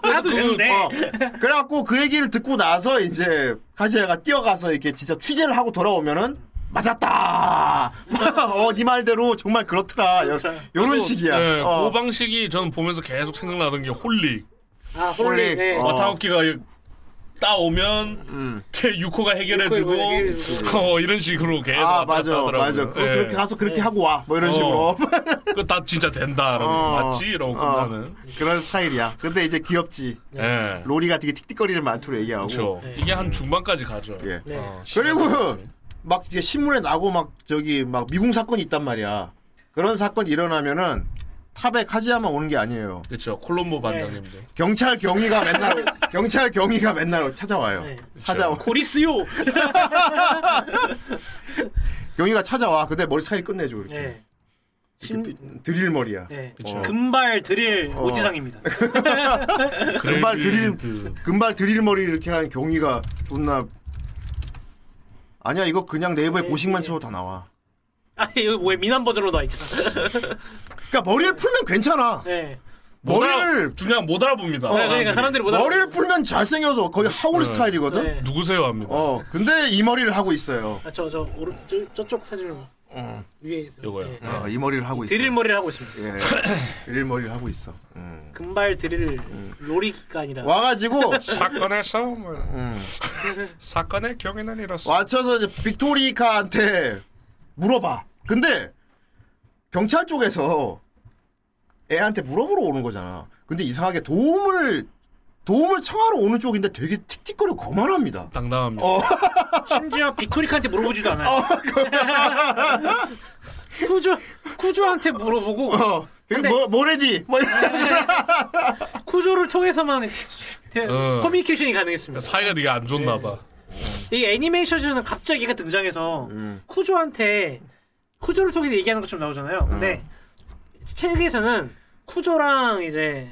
Speaker 5: 나도 되는데.
Speaker 4: 어, 그래갖고 그 얘기를 듣고 나서 이제 카지야가 뛰어가서 이렇게 진짜 취재를 하고 돌아오면은 맞았다. [LAUGHS] 어, 네 말대로 정말 그렇더라. 요,
Speaker 5: 그렇죠.
Speaker 4: 런 식이야.
Speaker 3: 네,
Speaker 4: 어.
Speaker 3: 그 방식이 저는 보면서 계속 생각나던 게 홀릭.
Speaker 5: 아
Speaker 4: 홀릭.
Speaker 5: 홀릭. 네.
Speaker 4: 어. 음.
Speaker 3: 와타오키가 따오면 걔 유코가 해결해주고
Speaker 5: 유코가 해결해주고.
Speaker 3: 어, 이런 식으로 계속
Speaker 4: 아,
Speaker 3: 왔다 갔다
Speaker 4: 맞아,
Speaker 3: 하더라고요.
Speaker 4: 맞아. 그,
Speaker 3: 예.
Speaker 4: 그렇게 가서 그렇게 하고 와. 뭐 이런
Speaker 3: 어.
Speaker 4: 식으로.
Speaker 3: 그거 다 진짜 된다. 라고
Speaker 4: [LAUGHS] 어.
Speaker 3: 맞지? 이러고
Speaker 4: 어.
Speaker 3: 끝나는.
Speaker 4: 그런 스타일이야. 근데 이제 귀엽지.
Speaker 3: 예.
Speaker 4: 로리가 되게 틱틱거리는 말투로 얘기하고.
Speaker 3: 그렇죠. 이게 한 중반까지 가죠.
Speaker 4: 예.
Speaker 5: 네.
Speaker 3: 어,
Speaker 4: 그리고 막 이제 신문에 나고 막 저기 막 미궁 사건이 있단 말이야. 그런 사건이 일어나면은 탑에 카지야만 오는 게 아니에요.
Speaker 3: 그렇죠. 콜롬보 반장님도.
Speaker 4: 경찰 경위가 맨날 [LAUGHS] 경찰 경위가 맨날 찾아와요.
Speaker 5: 네.
Speaker 4: 찾아와.
Speaker 5: 고리스요.
Speaker 4: 경위가 찾아와. 근데 머리 스타일 끝내줘 이렇게.
Speaker 5: 네. 신-
Speaker 4: 이렇게 삐- 드릴 머리야.
Speaker 5: 네.
Speaker 3: 그쵸.
Speaker 5: 금발 드릴 오지상입니다. [LAUGHS]
Speaker 4: 금발 드릴
Speaker 3: 그레이드.
Speaker 4: 금발 드릴 머리 이렇게 한 경위가 존나 아니야 이거 그냥 네이버에
Speaker 5: 네,
Speaker 4: 고식만
Speaker 5: 네.
Speaker 4: 쳐도 다 나와.
Speaker 5: 아니 이거 왜 미남 버전으로 나와 있잖아.
Speaker 4: 그러니까 머리를 풀면 괜찮아.
Speaker 5: 네.
Speaker 3: 못 알아-
Speaker 4: 머리를-
Speaker 3: 중요한 못 어, 알아봅니다.
Speaker 5: 네, 그러니까 사람들이 못 알아.
Speaker 4: 머리를 풀면 잘생겨서 거의 하울 스타일이거든.
Speaker 5: 네.
Speaker 3: 누구세요 합니다.
Speaker 4: 어, 근데 이 머리를 하고 있어요.
Speaker 5: 아, 저, 저, 오른, 저, 저쪽 사진 위에 있어요.
Speaker 3: 요거요.
Speaker 5: 예.
Speaker 4: 어, 이 머리를 하고 있어.
Speaker 5: 드릴 머리를 하고 있습니다.
Speaker 4: 예, 드릴 머리를 하고 있어.
Speaker 5: 금발 드릴 로리가 아니라.
Speaker 4: 와가지고 [LAUGHS]
Speaker 3: 사건에서 뭐, 음. 사건의 경위는 이렇습니다.
Speaker 4: 와쳐서 이제 빅토리카한테 물어봐. 근데 경찰 쪽에서 애한테 물어보러 오는 거잖아. 근데 이상하게 도움을 도움을 청하러 오는 쪽인데 되게 틱틱거리고 거만합니다.
Speaker 3: 당당합니다.
Speaker 5: 심지어 빅토리카한테 물어보지도 않아요. [LAUGHS] 쿠조, 쿠조한테 물어보고,
Speaker 4: 어, 이거 뭐 뭐래디? 뭐 이런-
Speaker 5: 쿠조를 통해서만 대-
Speaker 3: 어.
Speaker 5: 커뮤니케이션이 가능했습니다.
Speaker 3: 사이가 되게 안 좋나 봐.
Speaker 5: 이 애니메이션에서는 갑자기 얘가
Speaker 4: 음.
Speaker 5: 등장해서 쿠조한테 쿠조를 통해 얘기하는 것처럼 나오잖아요. 근데
Speaker 4: 음.
Speaker 5: 책에서는 쿠조랑 이제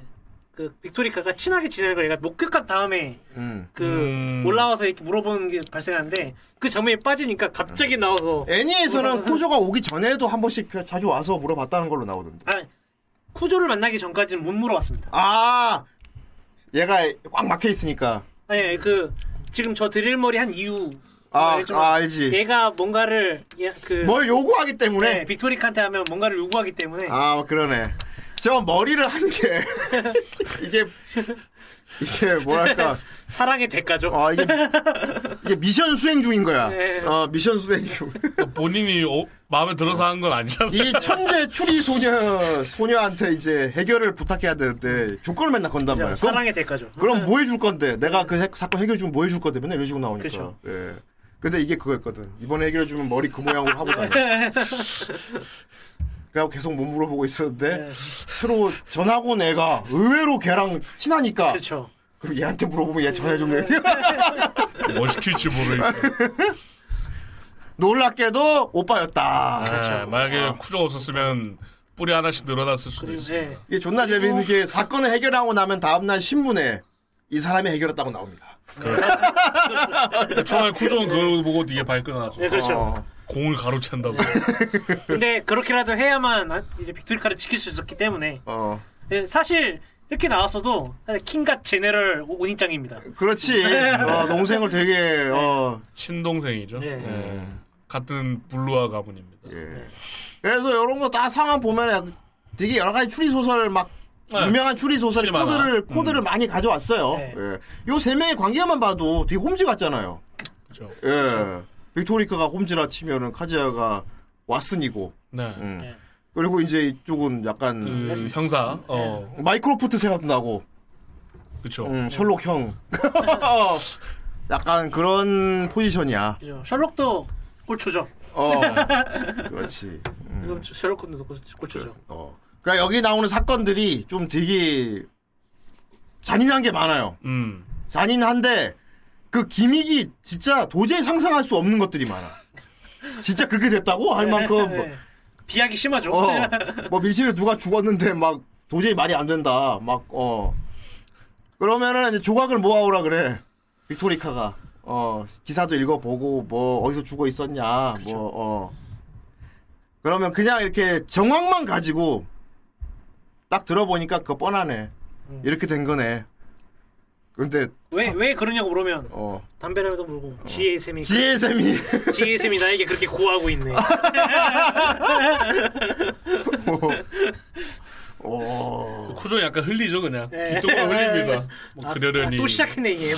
Speaker 5: 그 빅토리카가 친하게 지내는 걸 얘가 목격한 다음에
Speaker 4: 음.
Speaker 5: 그
Speaker 3: 음.
Speaker 5: 올라와서 이렇게 물어보는 게 발생하는데 그 장면이 빠지니까 갑자기 나와서 어.
Speaker 4: 애니에서는 쿠조가 오기 전에도 한 번씩 그- 자주 와서 물어봤다는 걸로 나오던데.
Speaker 5: 아 쿠조를 만나기 전까지는 못 물어봤습니다.
Speaker 4: 아, 얘가 꽉 막혀 있으니까.
Speaker 5: 아니 아니, 그 지금 저 드릴머리 한 이유
Speaker 4: 아,
Speaker 5: 뭐 알지만 예.
Speaker 4: 아, 알지.
Speaker 5: 얘가 뭔가를 얘- 그
Speaker 4: 뭘 요구하기 때문에.
Speaker 5: 네, 빅토리카한테 하면 뭔가를 요구하기 때문에
Speaker 4: 아 그러네. 저 머리를 한
Speaker 5: [LAUGHS]
Speaker 4: 게 이게 이게 뭐랄까
Speaker 5: 사랑의 대가죠.
Speaker 4: 아 이게 이게 미션 수행 중인 거야.
Speaker 5: 네.
Speaker 4: 어 미션 수행 중.
Speaker 3: 본인이 어, 마음에 들어서 한 건 아니잖아.
Speaker 4: 이 천재 추리 소녀 소녀한테 이제 해결을 부탁해야 되는데 조건을 맨날 건단 말이야. 그럼,
Speaker 5: 사랑의 대가죠.
Speaker 4: 그럼 뭐 해줄 건데? 내가 그 해- 사건 해결 주면 뭐 해줄 건데? 맨날 이런 식으로 나오니까.
Speaker 5: 그쵸.
Speaker 4: 예. 근데 이게 그거였거든. 이번에 해결해 주면 머리 그 모양으로 하고
Speaker 5: [LAUGHS]
Speaker 4: 다녀. 그래서 계속 못 물어보고 있었는데
Speaker 5: 네.
Speaker 4: 새로 전하고 내가 의외로 걔랑 친하니까
Speaker 5: 그렇죠.
Speaker 4: 그럼 얘한테 물어보면 얘 전해줄래?
Speaker 3: 뭐 시킬지 모르니까.
Speaker 4: [LAUGHS] 놀랍게도 오빠였다.
Speaker 5: 그렇죠.
Speaker 3: 아, 만약에 쿠조가 없었으면 뿌리 하나씩 늘어났을 수도
Speaker 5: 그리고
Speaker 3: 있어요.
Speaker 5: 예.
Speaker 4: 이게 존나 재밌는 게 사건을 해결하고 나면 다음날 신문에 이 사람이 해결했다고 나옵니다.
Speaker 3: 처음에 쿠조는 그걸 보고 되게 발끈하죠.
Speaker 5: 네, 그렇죠.
Speaker 4: 어.
Speaker 3: 공을 가로챈다고.
Speaker 5: 근데 그렇게라도 해야만 아- 이제 빅토리카를 지킬 수 있었기 때문에
Speaker 4: 어.
Speaker 5: 근데 사실 이렇게 나왔어도 사실 킹갓 제네럴 오- 오인장입니다.
Speaker 4: 음. 그렇지. 어, 농생을 되게 어,
Speaker 3: 친동생이죠.
Speaker 5: 네.
Speaker 3: 예. 같은 블루아 가문입니다.
Speaker 4: 예. 그래서 이런 거 다 상황 보면 약- 되게 여러 가지 추리 소설 막
Speaker 3: 네.
Speaker 4: 유명한 추리 음. 소설의
Speaker 3: 많아.
Speaker 4: 코드를 코드를 많이 가져왔어요. 예.
Speaker 5: 네.
Speaker 4: 요 세 명의 관계만 봐도 되게 홈즈 같잖아요.
Speaker 3: 그렇죠.
Speaker 4: 예. 빅토리카가 홈즈라 치면은 카즈야가 왓슨이고
Speaker 3: 네.
Speaker 4: 음.
Speaker 5: 네.
Speaker 4: 그리고 이제 이쪽은 약간
Speaker 3: 그 형사. 어.
Speaker 4: 마이크로프트 생각나고
Speaker 3: 그렇죠.
Speaker 4: 음, 셜록 [LAUGHS] 형 약간 그런 포지션이야.
Speaker 5: 그죠. 셜록도 꼴초죠.
Speaker 4: 어. 그렇지.
Speaker 5: 이건 셜록도 꼴초죠.
Speaker 4: 어. 그러니까 여기 나오는 사건들이 좀 되게 잔인한 게 많아요.
Speaker 3: 음.
Speaker 4: 잔인한데 그 기믹이 진짜 도저히 상상할 수 없는 것들이 많아. 진짜 그렇게 됐다고 할 만큼 뭐,
Speaker 5: 네. 비약이 심하죠.
Speaker 4: 어, 뭐 밀실에 누가 죽었는데 막 도저히 말이 안 된다. 막 어. 그러면은 이제 조각을 모아오라 그래. 빅토리카가 어 기사도 읽어보고 뭐 어디서 죽어 있었냐 뭐 어. 그러면 그냥 이렇게 정황만 가지고 딱 들어보니까 그거 뻔하네. 이렇게 된 거네. 근데
Speaker 5: [LAUGHS] 왜, 왜 그러냐고 물으면
Speaker 4: 어
Speaker 5: 담배라도 물고 GSM이
Speaker 4: GSM이 [LAUGHS]
Speaker 5: GSM이 나에게 그렇게 고하고 있네.
Speaker 4: 오
Speaker 3: 쿠조는 약간 흘리죠 그냥.
Speaker 5: 어. 네.
Speaker 3: 뒷동을 흘립니다. 뭐
Speaker 5: 아,
Speaker 3: 그러려니.
Speaker 5: 또 시작했네 이게.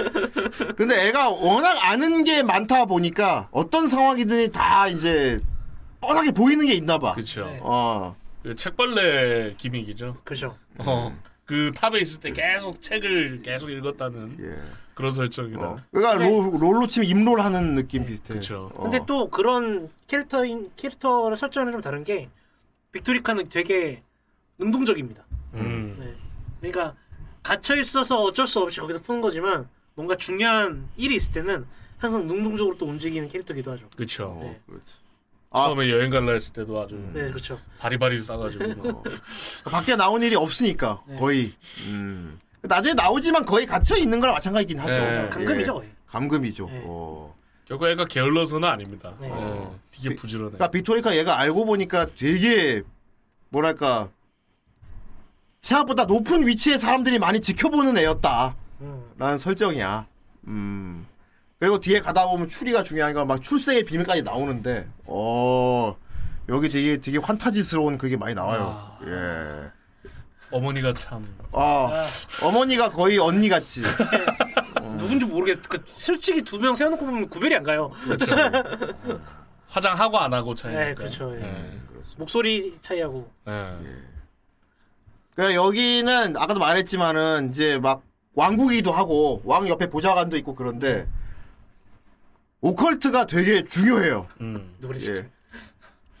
Speaker 5: [LAUGHS]
Speaker 4: 근데 애가 워낙 아는 게 많다 보니까 어떤 상황이든 다 이제 뻔하게 보이는 게 있나 봐.
Speaker 3: 그렇죠.
Speaker 5: 네.
Speaker 4: 어.
Speaker 3: 그 책벌레 기믹이죠.
Speaker 5: 그죠. 음.
Speaker 3: 어. 그 탑에 있을 때 계속 책을 계속 읽었다는
Speaker 5: 예.
Speaker 3: 그런 설정이다.
Speaker 5: 어.
Speaker 4: 그러니까 롤, 롤로 치면 임롤하는 느낌 비슷해.
Speaker 3: 어. 그쵸.
Speaker 4: 어.
Speaker 5: 근데 또 그런 캐릭터인 캐릭터를 설정이 좀 다른 게 빅토리카는 되게 능동적입니다.
Speaker 3: 음.
Speaker 5: 네. 그러니까 갇혀 있어서 어쩔 수 없이 거기서 푸는 거지만 뭔가 중요한 일이 있을 때는 항상 능동적으로 또 움직이는 캐릭터기도 하죠.
Speaker 3: 그렇죠.
Speaker 5: 네.
Speaker 4: 아.
Speaker 3: 처음에 여행 갈라 했을 때도 아주
Speaker 5: 네, 그렇죠.
Speaker 3: 바리바리 싸가지고
Speaker 5: [LAUGHS] 어.
Speaker 3: 막.
Speaker 4: 밖에 나온 일이 없으니까
Speaker 5: 네.
Speaker 4: 거의. 음. 나중에 나오지만 거의 갇혀 있는 거랑 마찬가지긴 하죠. 예,
Speaker 3: 네.
Speaker 5: 감금이죠. 거의.
Speaker 4: 감금이죠.
Speaker 5: 네.
Speaker 4: 어.
Speaker 3: 결국 애가 게을러서는 아닙니다.
Speaker 5: 네.
Speaker 3: 어, 되게 부지런해.
Speaker 4: 그러니까 빅토리카 얘가 알고 보니까 되게 뭐랄까 생각보다 높은 위치에 사람들이 많이 지켜보는 애였다.
Speaker 5: 음.
Speaker 4: 라는 설정이야. 음. 그리고 뒤에 가다 보면 추리가 중요하니까 막 출생의 비밀까지 나오는데, 어, 여기 되게, 되게 환타지스러운 그게 많이 나와요. 예.
Speaker 3: 어머니가 참
Speaker 4: 아, 어머니가 거의 언니 같지.
Speaker 5: 누군지 모르겠. 그 솔직히 두 명 세워놓고 보면 구별이 안 가요.
Speaker 3: 화장하고 안 하고 차이니까.
Speaker 5: 네, 그렇죠. 예.
Speaker 3: 예.
Speaker 5: 목소리 차이하고.
Speaker 3: 예.
Speaker 4: 그러니까 여기는 아까도 말했지만은 이제 막 왕국이기도 하고, 왕 옆에 보좌관도 있고 그런데, 오컬트가 되게 중요해요.
Speaker 3: 음.
Speaker 5: 노래 시키.
Speaker 4: 예.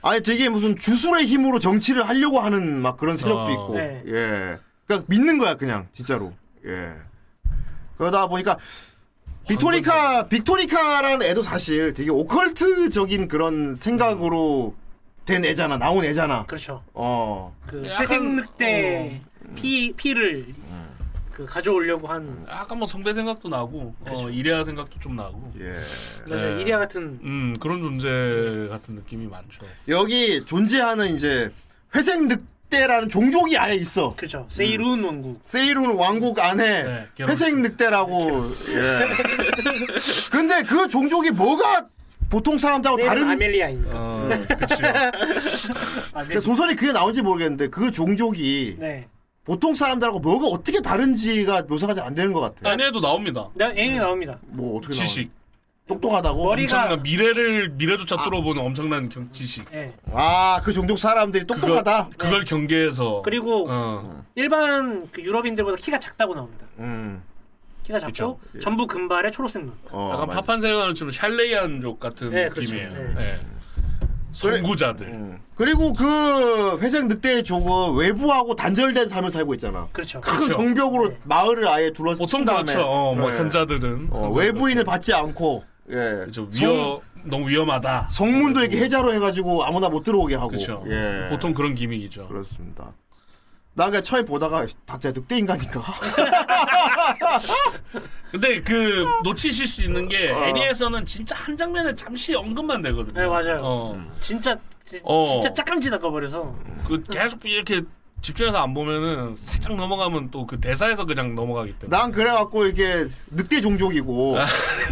Speaker 4: 아니 되게 무슨 주술의 힘으로 정치를 하려고 하는 막 그런 세력도
Speaker 3: 어.
Speaker 4: 있고
Speaker 5: 네.
Speaker 4: 예 그러니까 믿는 거야 그냥 진짜로 예 그러다 보니까 빅토리카 빅토리카라는 애도 사실 되게 오컬트적인 그런 생각으로 된 애잖아 나온 애잖아
Speaker 5: 그렇죠.
Speaker 4: 어
Speaker 5: 그
Speaker 3: 음. 약간- 어.
Speaker 5: 회생 늑대 피 피를 그 가져오려고 한
Speaker 3: 약간 뭐 성대 생각도 나고
Speaker 5: 그렇죠.
Speaker 3: 어, 이레아 생각도 좀 나고
Speaker 4: 예.
Speaker 5: 그래서
Speaker 3: 네.
Speaker 5: 이리아 같은
Speaker 3: 음 그런 존재 같은 느낌이 많죠.
Speaker 4: 여기 존재하는 이제 회생 늑대라는 종족이 아예 있어
Speaker 5: 그렇죠. 세이룬 왕국.
Speaker 4: 세이룬 왕국 안에
Speaker 3: 네, 괴롭-
Speaker 4: 회생 늑대라고 예. 근데 그 종족이 뭐가 보통 사람들하고
Speaker 5: 세이룬
Speaker 4: 다른
Speaker 5: 아멜리아입니다.
Speaker 3: 어, 그치요. [LAUGHS]
Speaker 5: 아멜리아.
Speaker 4: 소설이 그게 나온지 모르겠는데 그 종족이
Speaker 5: 네.
Speaker 4: 보통 사람들하고 뭐가 어떻게 다른지가 묘사가 잘 안 되는 것 같아요.
Speaker 3: 아니에도 나옵니다.
Speaker 5: 나 애니 나옵니다.
Speaker 4: 뭐 어떻게
Speaker 3: 지식.
Speaker 4: 나와? 똑똑하다고?
Speaker 5: 머리- 우리가-
Speaker 3: 엄청난 미래를 미래조차 뚫어보는 엄청난 경, 지식.
Speaker 5: 예.
Speaker 4: 아그 종족 사람들이
Speaker 3: 그걸,
Speaker 4: 똑똑하다.
Speaker 3: 그걸 경계해서
Speaker 5: 그리고
Speaker 3: 어,
Speaker 5: 일반 그 유럽인들보다 키가 작다고 나옵니다.
Speaker 4: 음.
Speaker 5: 키가 작고 전부 금발에 초록색 눈.
Speaker 4: 어,
Speaker 3: 약간
Speaker 4: 맞아.
Speaker 3: 파판세관처럼 샬레이한족 같은
Speaker 5: 네, 그렇죠.
Speaker 3: 느낌이에요.
Speaker 5: 네.
Speaker 3: 네. 선구자들.
Speaker 4: 음. 그리고 그 회색 늑대의 족은 외부하고 단절된 삶을 살고 있잖아.
Speaker 5: 그렇죠.
Speaker 4: 큰
Speaker 3: 그렇죠.
Speaker 4: 성벽으로 마을을 아예 둘러친
Speaker 3: 보통
Speaker 4: 다음에
Speaker 3: 그렇죠. 어, 뭐
Speaker 4: 예.
Speaker 3: 현자들은
Speaker 4: 어,
Speaker 3: 항상
Speaker 4: 외부인을 받지 않고 예.
Speaker 3: 그렇죠.
Speaker 4: 성,
Speaker 3: 위험 너무 위험하다.
Speaker 4: 성문도 이렇게 해자로 해가지고 아무나 못 들어오게 하고.
Speaker 3: 그렇죠.
Speaker 4: 예.
Speaker 3: 보통 그런 기믹이죠.
Speaker 4: 그렇습니다. 나 그냥 처음에 보다가 다 진짜 늑대 인간인가? [LAUGHS]
Speaker 3: 근데 그 놓치실 수 있는 게
Speaker 4: 아.
Speaker 3: 애니에서는 진짜 한 장면에 잠시 언급만 되거든요.
Speaker 5: 네, 맞아요.
Speaker 3: 어,
Speaker 4: 음.
Speaker 5: 진짜 지-
Speaker 3: 어.
Speaker 5: 진짜 짝감지 나가버려서
Speaker 3: 그 계속 이렇게 집중해서 안 보면은 살짝 넘어가면 또 그 대사에서 그냥 넘어가기 때문에.
Speaker 4: 난 그래갖고 이게 늑대
Speaker 3: [LAUGHS]
Speaker 4: 종족이고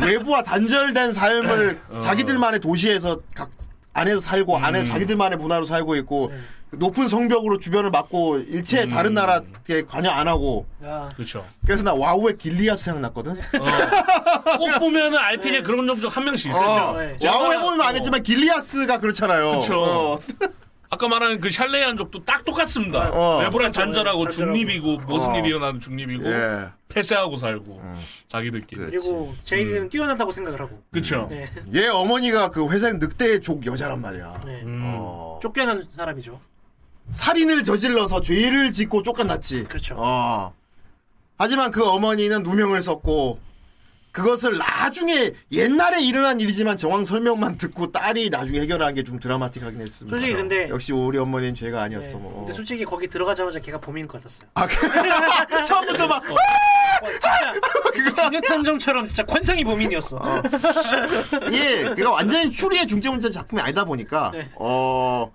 Speaker 4: 외부와 단절된 삶을
Speaker 3: 어.
Speaker 4: 자기들만의 도시에서 각 안에서 살고
Speaker 3: 음.
Speaker 4: 안에 자기들만의 문화로 살고 있고 높은 성벽으로 주변을 막고 일체
Speaker 3: 음.
Speaker 4: 다른 나라에 관여 안 하고
Speaker 5: 아,
Speaker 3: 그렇죠.
Speaker 4: 그래서 나 와우의 길리아스 생각났거든.
Speaker 3: 어. 꼭 보면은 RPG 에 그런 종족 한 명씩 있어요.
Speaker 4: 어,
Speaker 5: 네.
Speaker 4: 와우 해보면 알겠지만 길리아스가 그렇잖아요.
Speaker 3: 그쵸.
Speaker 4: 어,
Speaker 3: 아까 말한 그 샬레이 한족도 딱 똑같습니다.
Speaker 4: 어.
Speaker 3: 외부랑 단절하고
Speaker 5: 단절하고.
Speaker 3: 중립이고 무슨
Speaker 4: 어.
Speaker 3: 일이 일어나는 중립이고
Speaker 4: 예. 음.
Speaker 3: 폐쇄하고 살고 자기들끼리.
Speaker 5: 그리고 제이는 뛰어나다고 생각을 하고
Speaker 3: 그렇죠.
Speaker 4: 음.
Speaker 5: 네.
Speaker 4: 얘 어머니가 그 회생 늑대족 여자란 말이야.
Speaker 5: 네.
Speaker 4: 어.
Speaker 5: 쫓겨난 사람이죠.
Speaker 4: 살인을 저질러서 죄를 짓고 쫓겨났지.
Speaker 5: 그렇죠.
Speaker 4: 어. 하지만 그 어머니는 누명을 썼고 그것을 나중에 옛날에 일어난 일이지만 정황 설명만 듣고 딸이 나중에 해결한 게 좀 드라마틱하긴 했습니다.
Speaker 5: 솔직히 근데-
Speaker 4: 역시 우리 어머니는 죄가
Speaker 5: 네.
Speaker 4: 아니었어. 뭐.
Speaker 5: 근데 솔직히 거기 들어가자마자 걔가 범인 것 같았어요.
Speaker 4: 아, [LAUGHS] 그- 처음부터 막
Speaker 5: 와, 진짜 진짜 중년탐정처럼 진짜 관상이 아, 범인이었어.
Speaker 4: 예, 그가 완전히 추리의 중점 문제 작품이 아니다 보니까
Speaker 5: 네.
Speaker 4: 어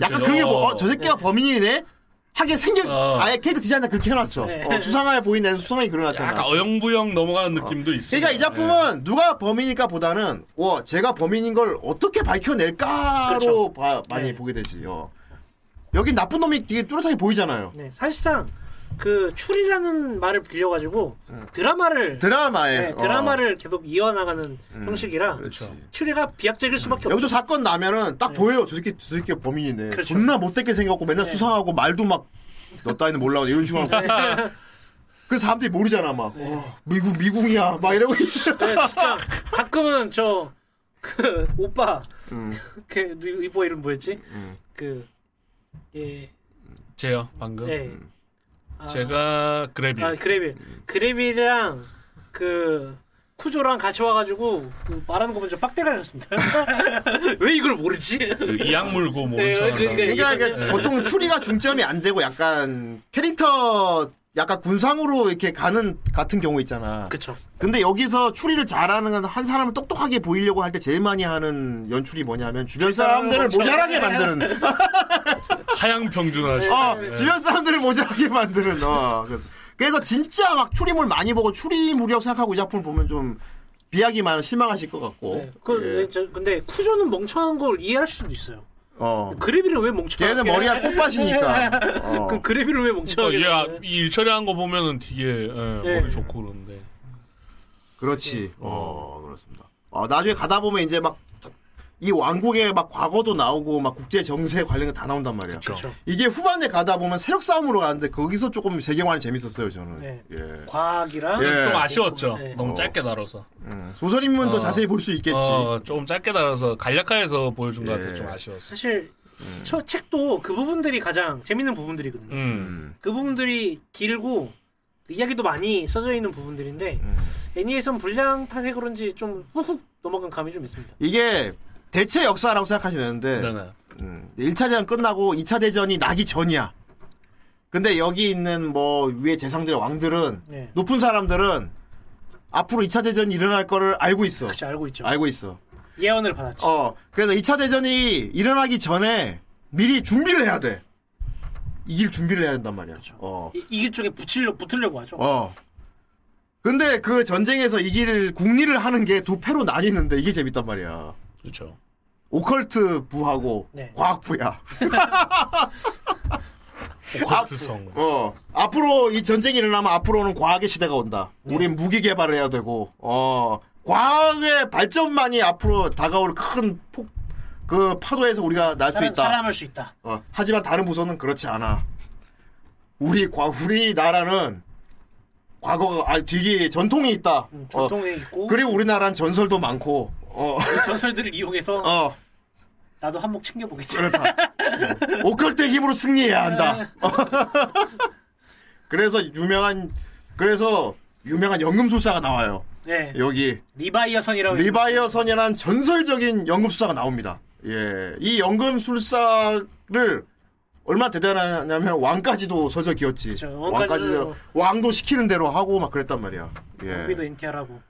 Speaker 4: 약간
Speaker 3: 그쵸.
Speaker 4: 그런 게 뭐, 어, 저 새끼가 범인이네? 하게 생겨,
Speaker 3: 어.
Speaker 4: 아예 캐릭터 디자인 다 그렇게 해놨어.
Speaker 5: 네.
Speaker 4: 어, 수상하게 보이는 애는 수상하게 그려놨잖아.
Speaker 3: 약간 어영부영 넘어가는 느낌도 있어요.
Speaker 4: 그러니까 이 작품은 누가 범인일까 보다는, 와, 제가 범인인 걸 어떻게 밝혀낼까로
Speaker 5: 그렇죠.
Speaker 4: 봐- 많이
Speaker 5: 네.
Speaker 4: 보게 되지. 어. 여긴 나쁜 놈이 되게 뚜렷하게 보이잖아요.
Speaker 5: 네, 사실상 그 출이라는 말을 빌려가지고 드라마를
Speaker 4: 드라마에.
Speaker 5: 네, 드라마를 계속 이어나가는 형식이라
Speaker 4: 예, 어. 그렇죠.
Speaker 5: 추리가 비약적일 수밖에
Speaker 4: 여기도
Speaker 5: 없죠.
Speaker 4: 사건 나면은 딱 보여요. 저 새끼, 저 새끼가 범인이네.
Speaker 5: 그렇죠.
Speaker 4: 존나 못되게 생겼고 맨날 수상하고 말도 막, 너 따위는 몰라. 이런 식으로 하고. [LAUGHS] 그 사람들이 모르잖아, 막. 어, 미국, 미국이야. 막 이러고 있어.
Speaker 5: 네, 진짜 가끔은 저 그 [LAUGHS] 오빠
Speaker 4: 음.
Speaker 5: [LAUGHS] 그 누- 오빠 이름 뭐였지? 그, 그예
Speaker 3: 네. 제요
Speaker 4: 음.
Speaker 3: 방금
Speaker 5: 예. 아,
Speaker 3: 제가 그래비
Speaker 5: 아 그레빌
Speaker 4: 음.
Speaker 5: 그레빌이랑 그 쿠조랑 같이 와가지고 그 말하는 거 먼저 빡대를
Speaker 4: [LAUGHS]
Speaker 5: 했습니다. 왜 이걸 모르지?
Speaker 3: 이악 물고 뭐
Speaker 5: 네,
Speaker 3: 엄청
Speaker 5: 그러니까
Speaker 3: 하다가.
Speaker 4: 그러니까 이게 보통 추리가 중점이 안 되고 약간 캐릭터 약간 군상으로 이렇게 가는 같은 경우 있잖아.
Speaker 5: [LAUGHS] 그쵸.
Speaker 4: 근데 여기서 추리를 잘하는 건 한 사람을 똑똑하게 보이려고 할 때 제일 많이 하는 연출이 뭐냐면 주변 네. 사람들을 [LAUGHS]
Speaker 5: 그렇죠.
Speaker 4: 모자라게 만드는.
Speaker 3: 하향 평준화 시 네.
Speaker 4: 어,
Speaker 5: 네.
Speaker 4: 주변 사람들을 모자라게 만드는. 어, 그래서, 그래서 진짜 막 추리물 많이 보고 추리물이라고 생각하고 이 작품을 보면 좀 비약이 많은 실망하실 것 같고.
Speaker 5: 네, 그,
Speaker 4: 예.
Speaker 5: 저, 근데 쿠조는 멍청한 걸 이해할 수도 있어요.
Speaker 4: 어.
Speaker 5: 그레빌은 왜 멍청한?
Speaker 4: 걔는 머리가 꽃밭이니까. 어.
Speaker 5: [LAUGHS] 그 그레빌은 왜 멍청한?
Speaker 3: 얘 일 처리한 거 보면은 되게 예,
Speaker 5: 네.
Speaker 3: 머리 좋고 그러는데
Speaker 4: 그렇지. 어, 그렇습니다. 어, 나중에 가다 보면 이제 막, 이 왕국의 막 과거도 나오고, 막 국제 정세 관련 거 다 나온단 말이야.
Speaker 3: 그쵸.
Speaker 4: 이게 후반에 가다 보면 세력 싸움으로 가는데, 거기서 조금 세계관이 재밌었어요, 저는.
Speaker 5: 네.
Speaker 4: 예.
Speaker 5: 과학이랑
Speaker 4: 예.
Speaker 3: 좀 아쉬웠죠.
Speaker 5: 네.
Speaker 3: 너무
Speaker 4: 어.
Speaker 3: 짧게 다뤄서
Speaker 4: 소설이면 더
Speaker 3: 어.
Speaker 4: 자세히 볼 수 있겠지.
Speaker 3: 어, 조금 짧게 다뤄서 간략화해서 보여준 것 같아
Speaker 4: 예.
Speaker 3: 좀 아쉬웠어.
Speaker 5: 사실
Speaker 4: 음.
Speaker 5: 저 책도 그 부분들이 가장 재밌는 부분들이거든요.
Speaker 3: 음.
Speaker 5: 그 부분들이 길고 그 이야기도 많이 써져 있는 부분들인데
Speaker 4: 음.
Speaker 5: 애니에이션 분량 탓에 그런지 좀 훅훅 넘어간 감이 좀 있습니다.
Speaker 4: 이게 대체 역사라고 생각하시면 되는데,
Speaker 3: 네네.
Speaker 4: 음. 1차 대전 끝나고 2차 대전이 나기 전이야. 근데 여기 있는 뭐 위에 재상들의 왕들은
Speaker 5: 네.
Speaker 4: 높은 사람들은 앞으로 2차 대전이 일어날 거를 알고 있어.
Speaker 5: 그치 알고 있죠.
Speaker 4: 알고 있어.
Speaker 5: 예언을 받았지.
Speaker 4: 어. 그래서 2차 대전이 일어나기 전에 미리 준비를 해야 돼. 이길 준비를 해야 된단 말이야. 어.
Speaker 5: 이, 이길 쪽에 붙이려 붙으려고 하죠.
Speaker 4: 어. 근데 그 전쟁에서 이길 국리를 하는 게 두 패로 나뉘는데 이게 재밌단 말이야.
Speaker 3: 그렇죠.
Speaker 4: 오컬트 부하고
Speaker 5: 네.
Speaker 4: 과학부야.
Speaker 3: 오컬트성.
Speaker 4: 어. 앞으로 이 전쟁이 일어나면 앞으로는 과학의 시대가 온다.
Speaker 5: 네.
Speaker 4: 우린 무기 개발을 해야 되고, 어. 과학의 발전만이 앞으로 다가올 큰 폭, 그 파도에서 우리가 날 수
Speaker 5: 사람,
Speaker 4: 있다.
Speaker 5: 살아남을 수 있다.
Speaker 4: 어, 하지만 다른 부서는 그렇지 않아. 우리 과 우리나라는 과거가 아, 되게 전통이 있다.
Speaker 5: 음,
Speaker 4: 어,
Speaker 5: 전통에 있고
Speaker 4: 그리고 우리나라는 전설도 많고. 어,
Speaker 5: 이 전설들을 이용해서
Speaker 4: 어, 음.
Speaker 5: 나도 한몫 챙겨보겠다.
Speaker 4: 그렇다. 어, 오컬트의 힘으로 승리해야
Speaker 5: [LAUGHS]
Speaker 4: 한다. 어. 그래서 유명한 그래서 유명한 연금술사가 나와요.
Speaker 5: 네.
Speaker 4: 여기
Speaker 5: 리바이어선이라고
Speaker 4: 리바이어선이라는 전설적인 연금술사가 나옵니다. 예. 이 연금술사를 얼마나 대단하냐면 왕까지도 설설 기었지.
Speaker 5: 그쵸, 왕까지도-
Speaker 4: 왕까지도 왕도 시키는 대로 하고 막 그랬단 말이야.
Speaker 5: 우리도 예.
Speaker 4: 예.
Speaker 5: 인티아라고.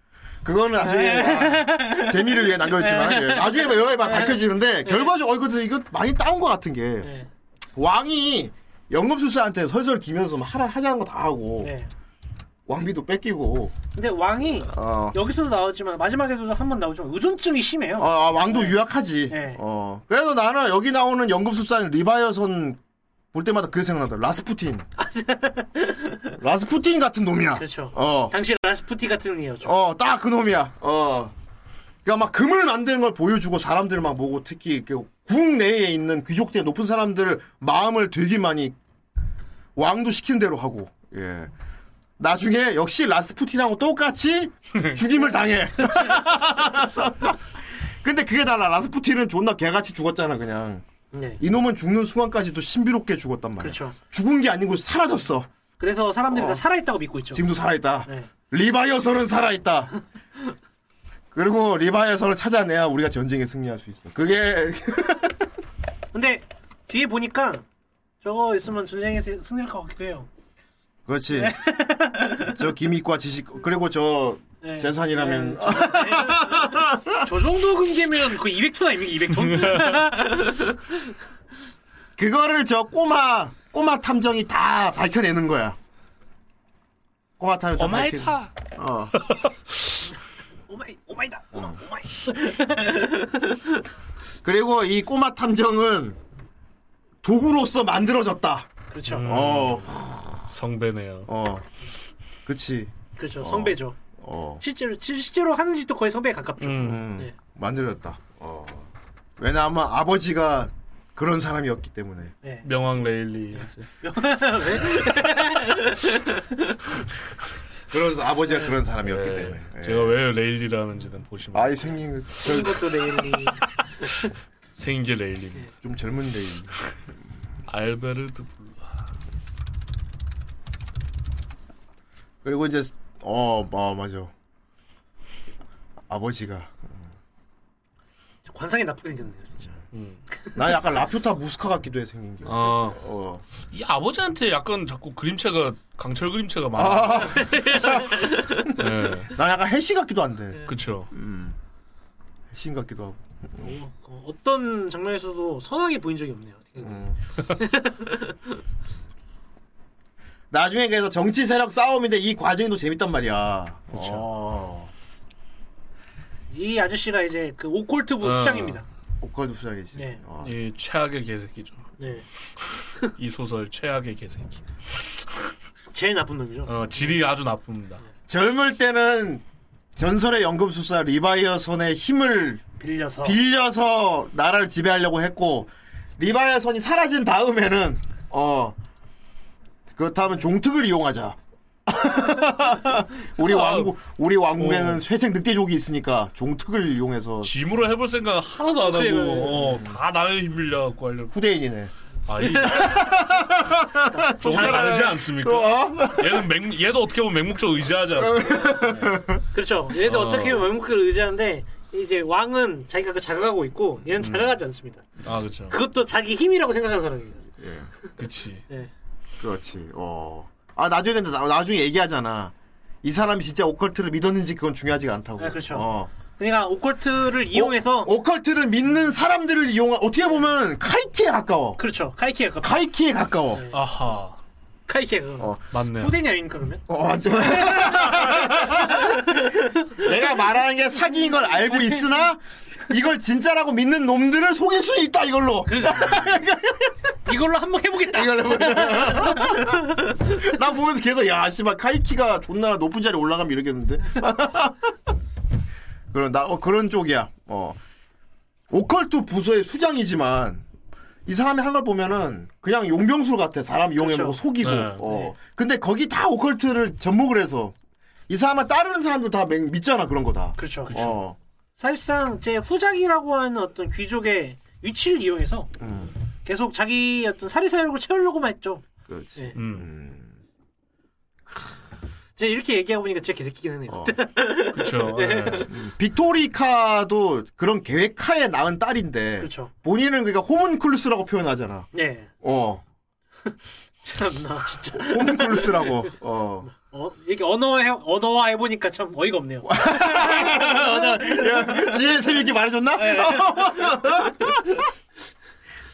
Speaker 4: 그거는 나중에 아, 재미를 위해 남겨졌지만 예. 나중에 막 여러 개
Speaker 5: 예.
Speaker 4: 밝혀지는데 결과적으로 어, 이거 이거 많이 따온 것 같은 게
Speaker 5: 네.
Speaker 4: 왕이 연금술사한테 설설 기면서 막 하라 하자는 거 다 하고
Speaker 5: 네.
Speaker 4: 왕비도 뺏기고
Speaker 5: 근데 왕이
Speaker 4: 어.
Speaker 5: 여기서도 나오지만 마지막에도 한 번 나오지만 의존증이 심해요.
Speaker 4: 아, 아, 왕도 유약하지.
Speaker 5: 네.
Speaker 4: 어. 그래도 나는 여기 나오는 연금술사인 리바이어선 볼 때마다 그게 생각난다.
Speaker 5: [LAUGHS]
Speaker 4: 라스푸틴. 라스푸틴 같은 놈이야.
Speaker 5: 그렇죠.
Speaker 4: 어.
Speaker 5: 당시 라스푸티 같은 이였죠.
Speaker 4: 어, 딱 그 놈이야. 어. 그러니까 막 금을 만드는 걸 보여주고 사람들을 막 보고 특히 그 국내에 있는 귀족대 높은 사람들 마음을 되게 많이 왕도 시킨 대로 하고. 예. 나중에 역시 라스푸틴하고
Speaker 5: [LAUGHS]
Speaker 4: 똑같이 죽임을 당해. 근데 그게 달라. 라스푸틴은 존나 개같이 죽었잖아, 그냥.
Speaker 5: 네.
Speaker 4: 이놈은 죽는 순간까지도 신비롭게 죽었단 말이야.
Speaker 5: 그렇죠.
Speaker 4: 죽은 게 아니고 사라졌어.
Speaker 5: 그래서 사람들이 다 살아있다고 믿고 있죠.
Speaker 4: 어. 지금도 살아있다.
Speaker 5: 네.
Speaker 4: 리바이어선은 살아있다. 그리고 리바이어선을 찾아내야 우리가 전쟁에 승리할 수 있어. 그게 [LAUGHS]
Speaker 5: 근데 뒤에 보니까 저거 있으면 전쟁에서 승리할 것 같기도 해요.
Speaker 4: 그렇지. 저 기믹과 지식 그리고 저
Speaker 5: 네.
Speaker 4: 재산이라면
Speaker 5: 네, 저, 네. 저 정도 금괴면 그 200톤
Speaker 4: [LAUGHS]
Speaker 5: 아닙니까? 200톤?
Speaker 4: 그거를 저 꼬마 꼬마 탐정이 다 밝혀내는 거야. 꼬마 탐정 다 밝혀. 어.
Speaker 5: 오마이 오마이다. 오마, 오마이.
Speaker 4: 그리고 이 꼬마 탐정은 도구로서 만들어졌다.
Speaker 5: 그렇죠.
Speaker 4: 어.
Speaker 3: 성배네요.
Speaker 4: 어. 그치.
Speaker 5: 그렇죠. 성배죠.
Speaker 4: 어.
Speaker 5: 실제로 실- 실제로 하는 짓도 거의 성배에 가깝죠.
Speaker 3: 음.
Speaker 4: 음,
Speaker 5: 네.
Speaker 4: 만들었다. 어. 왜냐하면 아버지가 그런 사람이었기 때문에.
Speaker 5: 네.
Speaker 3: 명왕 레일리. 이제.
Speaker 4: 그런 네. 아버지가 그런 사람이었기 때문에. 예.
Speaker 3: 제가 왜 레일리라는지는 보시면
Speaker 4: 아이 생긴 그, 저,
Speaker 5: 이 것도 레일리.
Speaker 3: 생긴 게 레일리입니다.
Speaker 4: 좀 젊은데.
Speaker 3: 알베르트 블라.
Speaker 4: 그리고 이제 어, 어 맞아. 아버지가
Speaker 5: 관상이 나쁘게 생겼네요, 진짜.
Speaker 4: 나 약간 라퓨타 무스카 같기도 해 생긴 게.
Speaker 3: 아,
Speaker 4: 어.
Speaker 3: 이 아버지한테 약간 자꾸 그림체가 강철 그림체가 많아. [LAUGHS] 네,
Speaker 4: 나 약간 해시 같기도 한데.
Speaker 3: 그렇죠.
Speaker 4: 해시 같기도 하고.
Speaker 5: 어, 어떤 장면에서도 선하게 보인 적이 없네요. 어떻게 보면.
Speaker 4: 나중에 그래서 정치 세력 싸움인데 이 과정도 재밌단 말이야. 그렇죠.
Speaker 5: 이 아저씨가 이제 그 오콜트부
Speaker 3: 어.
Speaker 5: 수장입니다.
Speaker 4: 오컬도 수작이지.
Speaker 5: 네.
Speaker 4: 어.
Speaker 3: 이 최악의 개새끼죠.
Speaker 5: 네.
Speaker 3: 이 소설 최악의 개새끼.
Speaker 5: 제일 나쁜 놈이죠.
Speaker 3: 어, 질이 아주 나쁩니다.
Speaker 4: 젊을 때는 전설의 연금술사 리바이어선의 힘을
Speaker 5: 빌려서
Speaker 4: 빌려서 나라를 지배하려고 했고 리바이어선이 사라진 다음에는 어 그렇다면 종특을 이용하자. [LAUGHS] 우리 왕국 우리 왕국에는 쇠색 늑대족이 있으니까 종특을 이용해서
Speaker 3: 짐으로 해볼 생각 하나도 안
Speaker 5: 그래, 그래,
Speaker 3: 하고 어, 다 나의 힘빌려 갖고 하려고.
Speaker 4: 후대인이네.
Speaker 5: [LAUGHS]
Speaker 3: 아이 조금 다르지 않습니까?
Speaker 4: 그러니까
Speaker 3: 얘는
Speaker 5: [LAUGHS]
Speaker 3: 맹, 얘도 어떻게 보면 맹목적 의지하지 않습니까?
Speaker 5: 그렇죠. 얘도 어. 떻게 보면 외국을 의지하는데 이제 왕은 자기가 그 자각하고 있고
Speaker 3: 음.
Speaker 5: 얘는 자각하지 않습니다.
Speaker 3: 아 그렇죠.
Speaker 5: 그것도 자기 힘이라고 생각하는 사람입니다.
Speaker 4: 예.
Speaker 3: 그치.
Speaker 5: 네.
Speaker 4: 그렇지. 어. 아 나중에 나, 나중에 얘기하잖아. 이 사람이 진짜 오컬트를 믿었는지 그건 중요하지가 않다고.
Speaker 5: 아, 그렇죠.
Speaker 4: 어.
Speaker 5: 그러니까
Speaker 3: 어?
Speaker 5: 오컬트를 이용해서
Speaker 4: 오, 오컬트를 믿는 사람들을 이용한 어떻게 보면 카이키에 가까워.
Speaker 5: 그렇죠. 카이키에 가
Speaker 4: 카이키에 가까워.
Speaker 5: 네.
Speaker 3: 아하.
Speaker 5: 카이키에 가
Speaker 4: 어.
Speaker 3: 맞네요.
Speaker 5: 후대니 아닙니까 그러면?
Speaker 4: 어, [LAUGHS] 내가 말하는 게 사기인 걸 알고 있으나 이걸 진짜라고 믿는 놈들을 속일 수 있다 이걸로.
Speaker 5: 그렇죠. 이걸로 한번 해보겠다.
Speaker 4: 이걸로. 나 보면서 계속 야 씨발 카이키가 존나 높은 자리 올라가면 이러겠는데. [LAUGHS] 그런 나 어, 그런 쪽이야. 어 오컬트 부서의 수장이지만 이 사람이 하는 걸 보면은 그냥 용병술 같아. 사람 이용해 먹고
Speaker 5: 그렇죠.
Speaker 4: 속이고.
Speaker 3: 네.
Speaker 4: 어 근데 거기 다 오컬트를 접목을 해서 이 사람을 따르는 사람도 다 맹- 믿잖아 그런 거다.
Speaker 5: 그렇죠.
Speaker 4: 어
Speaker 5: 사실상 제 후작이라고 하는 어떤 귀족의 위치를 이용해서
Speaker 3: 음.
Speaker 5: 계속 자기 어떤 사리사욕을 채우려고만 했죠.
Speaker 4: 그렇지.
Speaker 5: 예.
Speaker 3: 음.
Speaker 5: 이제 이렇게 얘기하고 보니까 진짜 개새끼긴 하네요.
Speaker 4: 어.
Speaker 5: [LAUGHS]
Speaker 3: 그렇죠.
Speaker 5: 네.
Speaker 4: 빅토리카도 그런 계획하에 낳은 딸인데
Speaker 5: 그렇죠.
Speaker 4: 본인은 그러니까 호문클루스라고 표현하잖아.
Speaker 5: 예.
Speaker 4: 어.
Speaker 5: 참나 진짜.
Speaker 4: 호문클루스라고. 어.
Speaker 5: 어, 이렇게 언어화 언어화 해보니까 참 어이가 없네요.
Speaker 4: 아, 지혜 쌤이 이렇게 말해줬나?
Speaker 5: 네.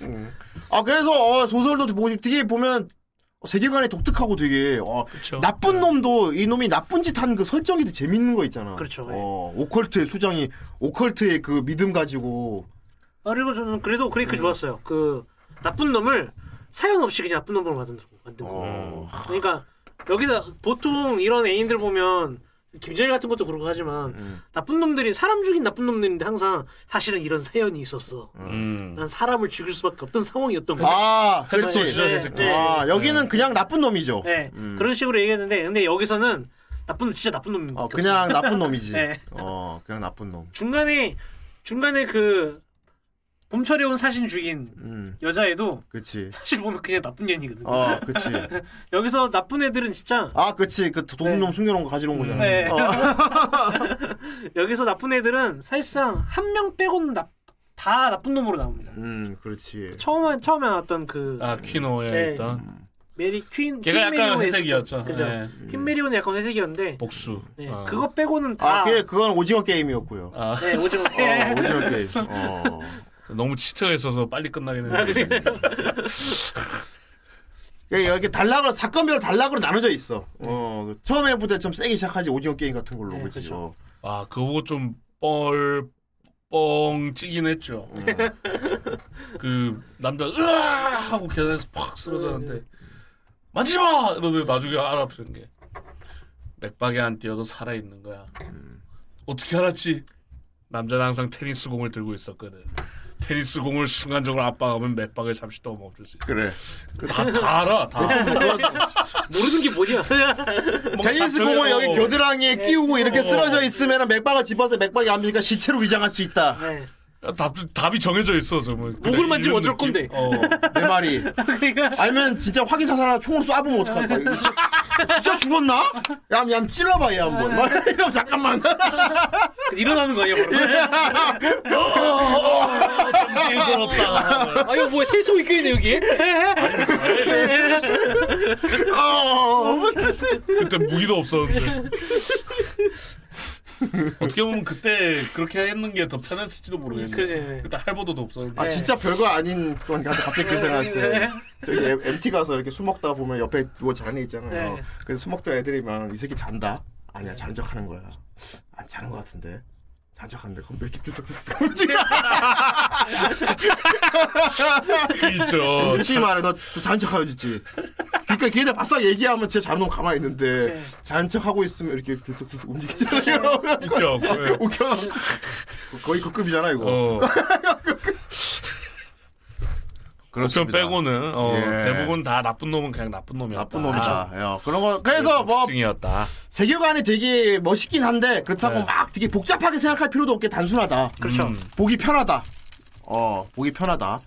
Speaker 4: 음. 아 그래서 어, 소설도 보- 되게 보면 세계관이 독특하고 되게 어,
Speaker 3: 그렇죠.
Speaker 4: 나쁜 놈도 이 놈이 나쁜 짓 한 그 설정이 되게 재밌는 거 있잖아.
Speaker 5: 그렇죠, 예.
Speaker 4: 어, 오컬트의 수장이 오컬트의 그 믿음 가지고
Speaker 5: 아, 그리고 저는 그래도 그레이크
Speaker 4: 음.
Speaker 5: 좋았어요. 그 나쁜 놈을 사연 없이 그냥 나쁜 놈으로 만든 만든 거.
Speaker 4: 어.
Speaker 5: 그러니까 여기서 보통 이런 애인들 보면 김정일 같은 것도 그렇고 하지만
Speaker 4: 음.
Speaker 5: 나쁜 놈들이 사람 죽인 나쁜 놈들인데 항상 사실은 이런 사연이 있었어.
Speaker 3: 음.
Speaker 5: 난 사람을 죽일 수밖에 없던 상황이었던 거야.
Speaker 4: 아
Speaker 3: 해석도
Speaker 4: 그렇지.
Speaker 5: 네,
Speaker 3: 시작했을
Speaker 5: 네.
Speaker 4: 아 여기는 그냥 나쁜 놈이죠.
Speaker 5: 네, 그런 식으로 얘기했는데 근데 여기서는 나쁜 놈 진짜 나쁜 놈입니다.
Speaker 4: 어, 그냥 나쁜 놈이지.
Speaker 5: 네.
Speaker 4: 어, 그냥 나쁜 놈.
Speaker 5: 중간에 중간에 그 봄철에 온 사신 죽인
Speaker 4: 음,
Speaker 5: 여자애도
Speaker 4: 그치.
Speaker 5: 사실 보면 그냥 나쁜 년이거든요.
Speaker 4: 어, 그치.
Speaker 5: 여기서 나쁜 애들은 진짜
Speaker 4: 아, 그치. 그 도둑놈 숨겨놓은 거 가지러 온 거잖아.
Speaker 5: 네.
Speaker 4: 어,
Speaker 5: 여기서 나쁜 애들은 사실상 한 명 빼고는 나, 다 나쁜 놈으로 나옵니다.
Speaker 4: 음, 그렇지.
Speaker 5: 처음에 처음에 나왔던 그
Speaker 3: 아 퀴노에
Speaker 5: 네.
Speaker 3: 있던
Speaker 5: 메리 퀸
Speaker 3: 걔가
Speaker 5: 퀸
Speaker 3: 약간
Speaker 5: 메리온에
Speaker 3: 회색이었죠.
Speaker 5: 있었죠. 그죠?
Speaker 3: 네.
Speaker 5: 퀸 메리온은 약간 회색이었는데
Speaker 3: 복수.
Speaker 5: 네,
Speaker 3: 어.
Speaker 5: 그거 빼고는 다
Speaker 4: 아, 그게, 그건 오징어 게임이었고요.
Speaker 3: 아,
Speaker 5: 네, 오징어.
Speaker 4: 어, 오징어 게임. 어.
Speaker 3: 너무 치트가 있어서 빨리 끝나긴
Speaker 5: 아,
Speaker 3: 했는데.
Speaker 5: 그래.
Speaker 4: 이게 이렇게 단락으로, 사건별로 단락으로 나눠져 있어. 어, 처음에 부터 좀 세게 시작하지, 오징어 게임 같은 걸로.
Speaker 5: 네,
Speaker 4: 그치. 어.
Speaker 5: 그쵸.
Speaker 4: 죠
Speaker 3: 아 그거 좀뻘뻥 찌긴 했죠.
Speaker 4: 음.
Speaker 3: 그 남자 으아 하고 계단에서 팍 쓰러졌는데 만지지 마 이러더니 나중에 알아보는 게 맥박에 안 뛰어도 살아 있는 거야.
Speaker 4: 음.
Speaker 3: 어떻게 알았지? 남자는 항상 테니스 공을 들고 있었거든. 테니스 공을 순간적으로 압박하면 맥박을 잠시 또 멈출 수 있어.
Speaker 4: 그래.
Speaker 3: 다, 다
Speaker 4: [LAUGHS]
Speaker 3: 알아. 다.
Speaker 5: [LAUGHS] 모르는 게 뭐냐?
Speaker 3: [LAUGHS]
Speaker 4: 테니스 공을 여기 겨드랑이에 끼우고 이렇게 쓰러져 있으면 맥박을 집어서 맥박이 안 되니까 시체로 위장할 수 있다.
Speaker 5: 네.
Speaker 3: 답, 답이 정해져 있어 정말.
Speaker 5: 목을 만지면 어쩔 건데. [LAUGHS]
Speaker 3: 어.
Speaker 4: 내 말이.
Speaker 5: 그러니까
Speaker 4: 아니면 진짜 화기사사나 총으로 쏴보면 어떡할 거야? 이거 진짜, 진짜 죽었나? 야, 야, 찔러봐, 얘 한번. 막 이러면 잠깐만. [LAUGHS] 어.
Speaker 5: 일어나는 거 아니야,
Speaker 3: 네.
Speaker 5: 바로.
Speaker 3: 힘들었다.
Speaker 5: 아, 이거 뭐야? 테이스고 있겠네, 여기.
Speaker 4: 어.
Speaker 3: 그때 무기도 없었는데. [LAUGHS] 어떻게 보면 그때 그렇게 했는 게 더 편했을지도
Speaker 5: 그지.
Speaker 3: 모르겠네. 그때 할보도도 없었는데.
Speaker 4: 아, 진짜 별거 아닌 건 갑자기 그렇게
Speaker 5: 네.
Speaker 4: 생각했어요. 저기 M- MT 가서 이렇게 술 먹다 보면 옆에 누워 자는 애 있잖아요.
Speaker 5: 네.
Speaker 4: 그래서 술 먹다 애들이 막이 새끼 잔다. 아니야, 자는 척 하는 거야. 안 자는 것 같은데. 자는 척 하는데 컴퓨터 들썩들썩
Speaker 5: 네.
Speaker 4: [LAUGHS] 움직여.
Speaker 3: 그 있죠.
Speaker 4: 솔직히 말해, 너 자는 척 하여주지. 그니까 걔네 바싹 얘기하면 진짜 자는 놈 가만히 있는데,
Speaker 5: 네.
Speaker 4: 자는 척 하고 있으면 이렇게 들썩들썩 움직이잖아요.
Speaker 3: [LAUGHS]
Speaker 5: [LAUGHS]
Speaker 3: 있죠. 예.
Speaker 4: 웃겨. 거의 그 급이잖아, 이거.
Speaker 3: 어. 전 빼고는 어,
Speaker 4: 예.
Speaker 3: 대부분 다 나쁜 놈은 그냥 나쁜 아. 놈이었다. 아.
Speaker 4: 나쁜 놈이다. 예, 그런 거.
Speaker 3: 네,
Speaker 4: 그래서 뭐,
Speaker 3: 증이었다.
Speaker 4: 세계관이 되게 멋있긴 한데, 그렇다고
Speaker 3: 네.
Speaker 4: 막 되게 복잡하게 생각할 필요도 없게 단순하다.
Speaker 5: 그렇죠.
Speaker 4: 보기 편하다. 어, 보기 편하다.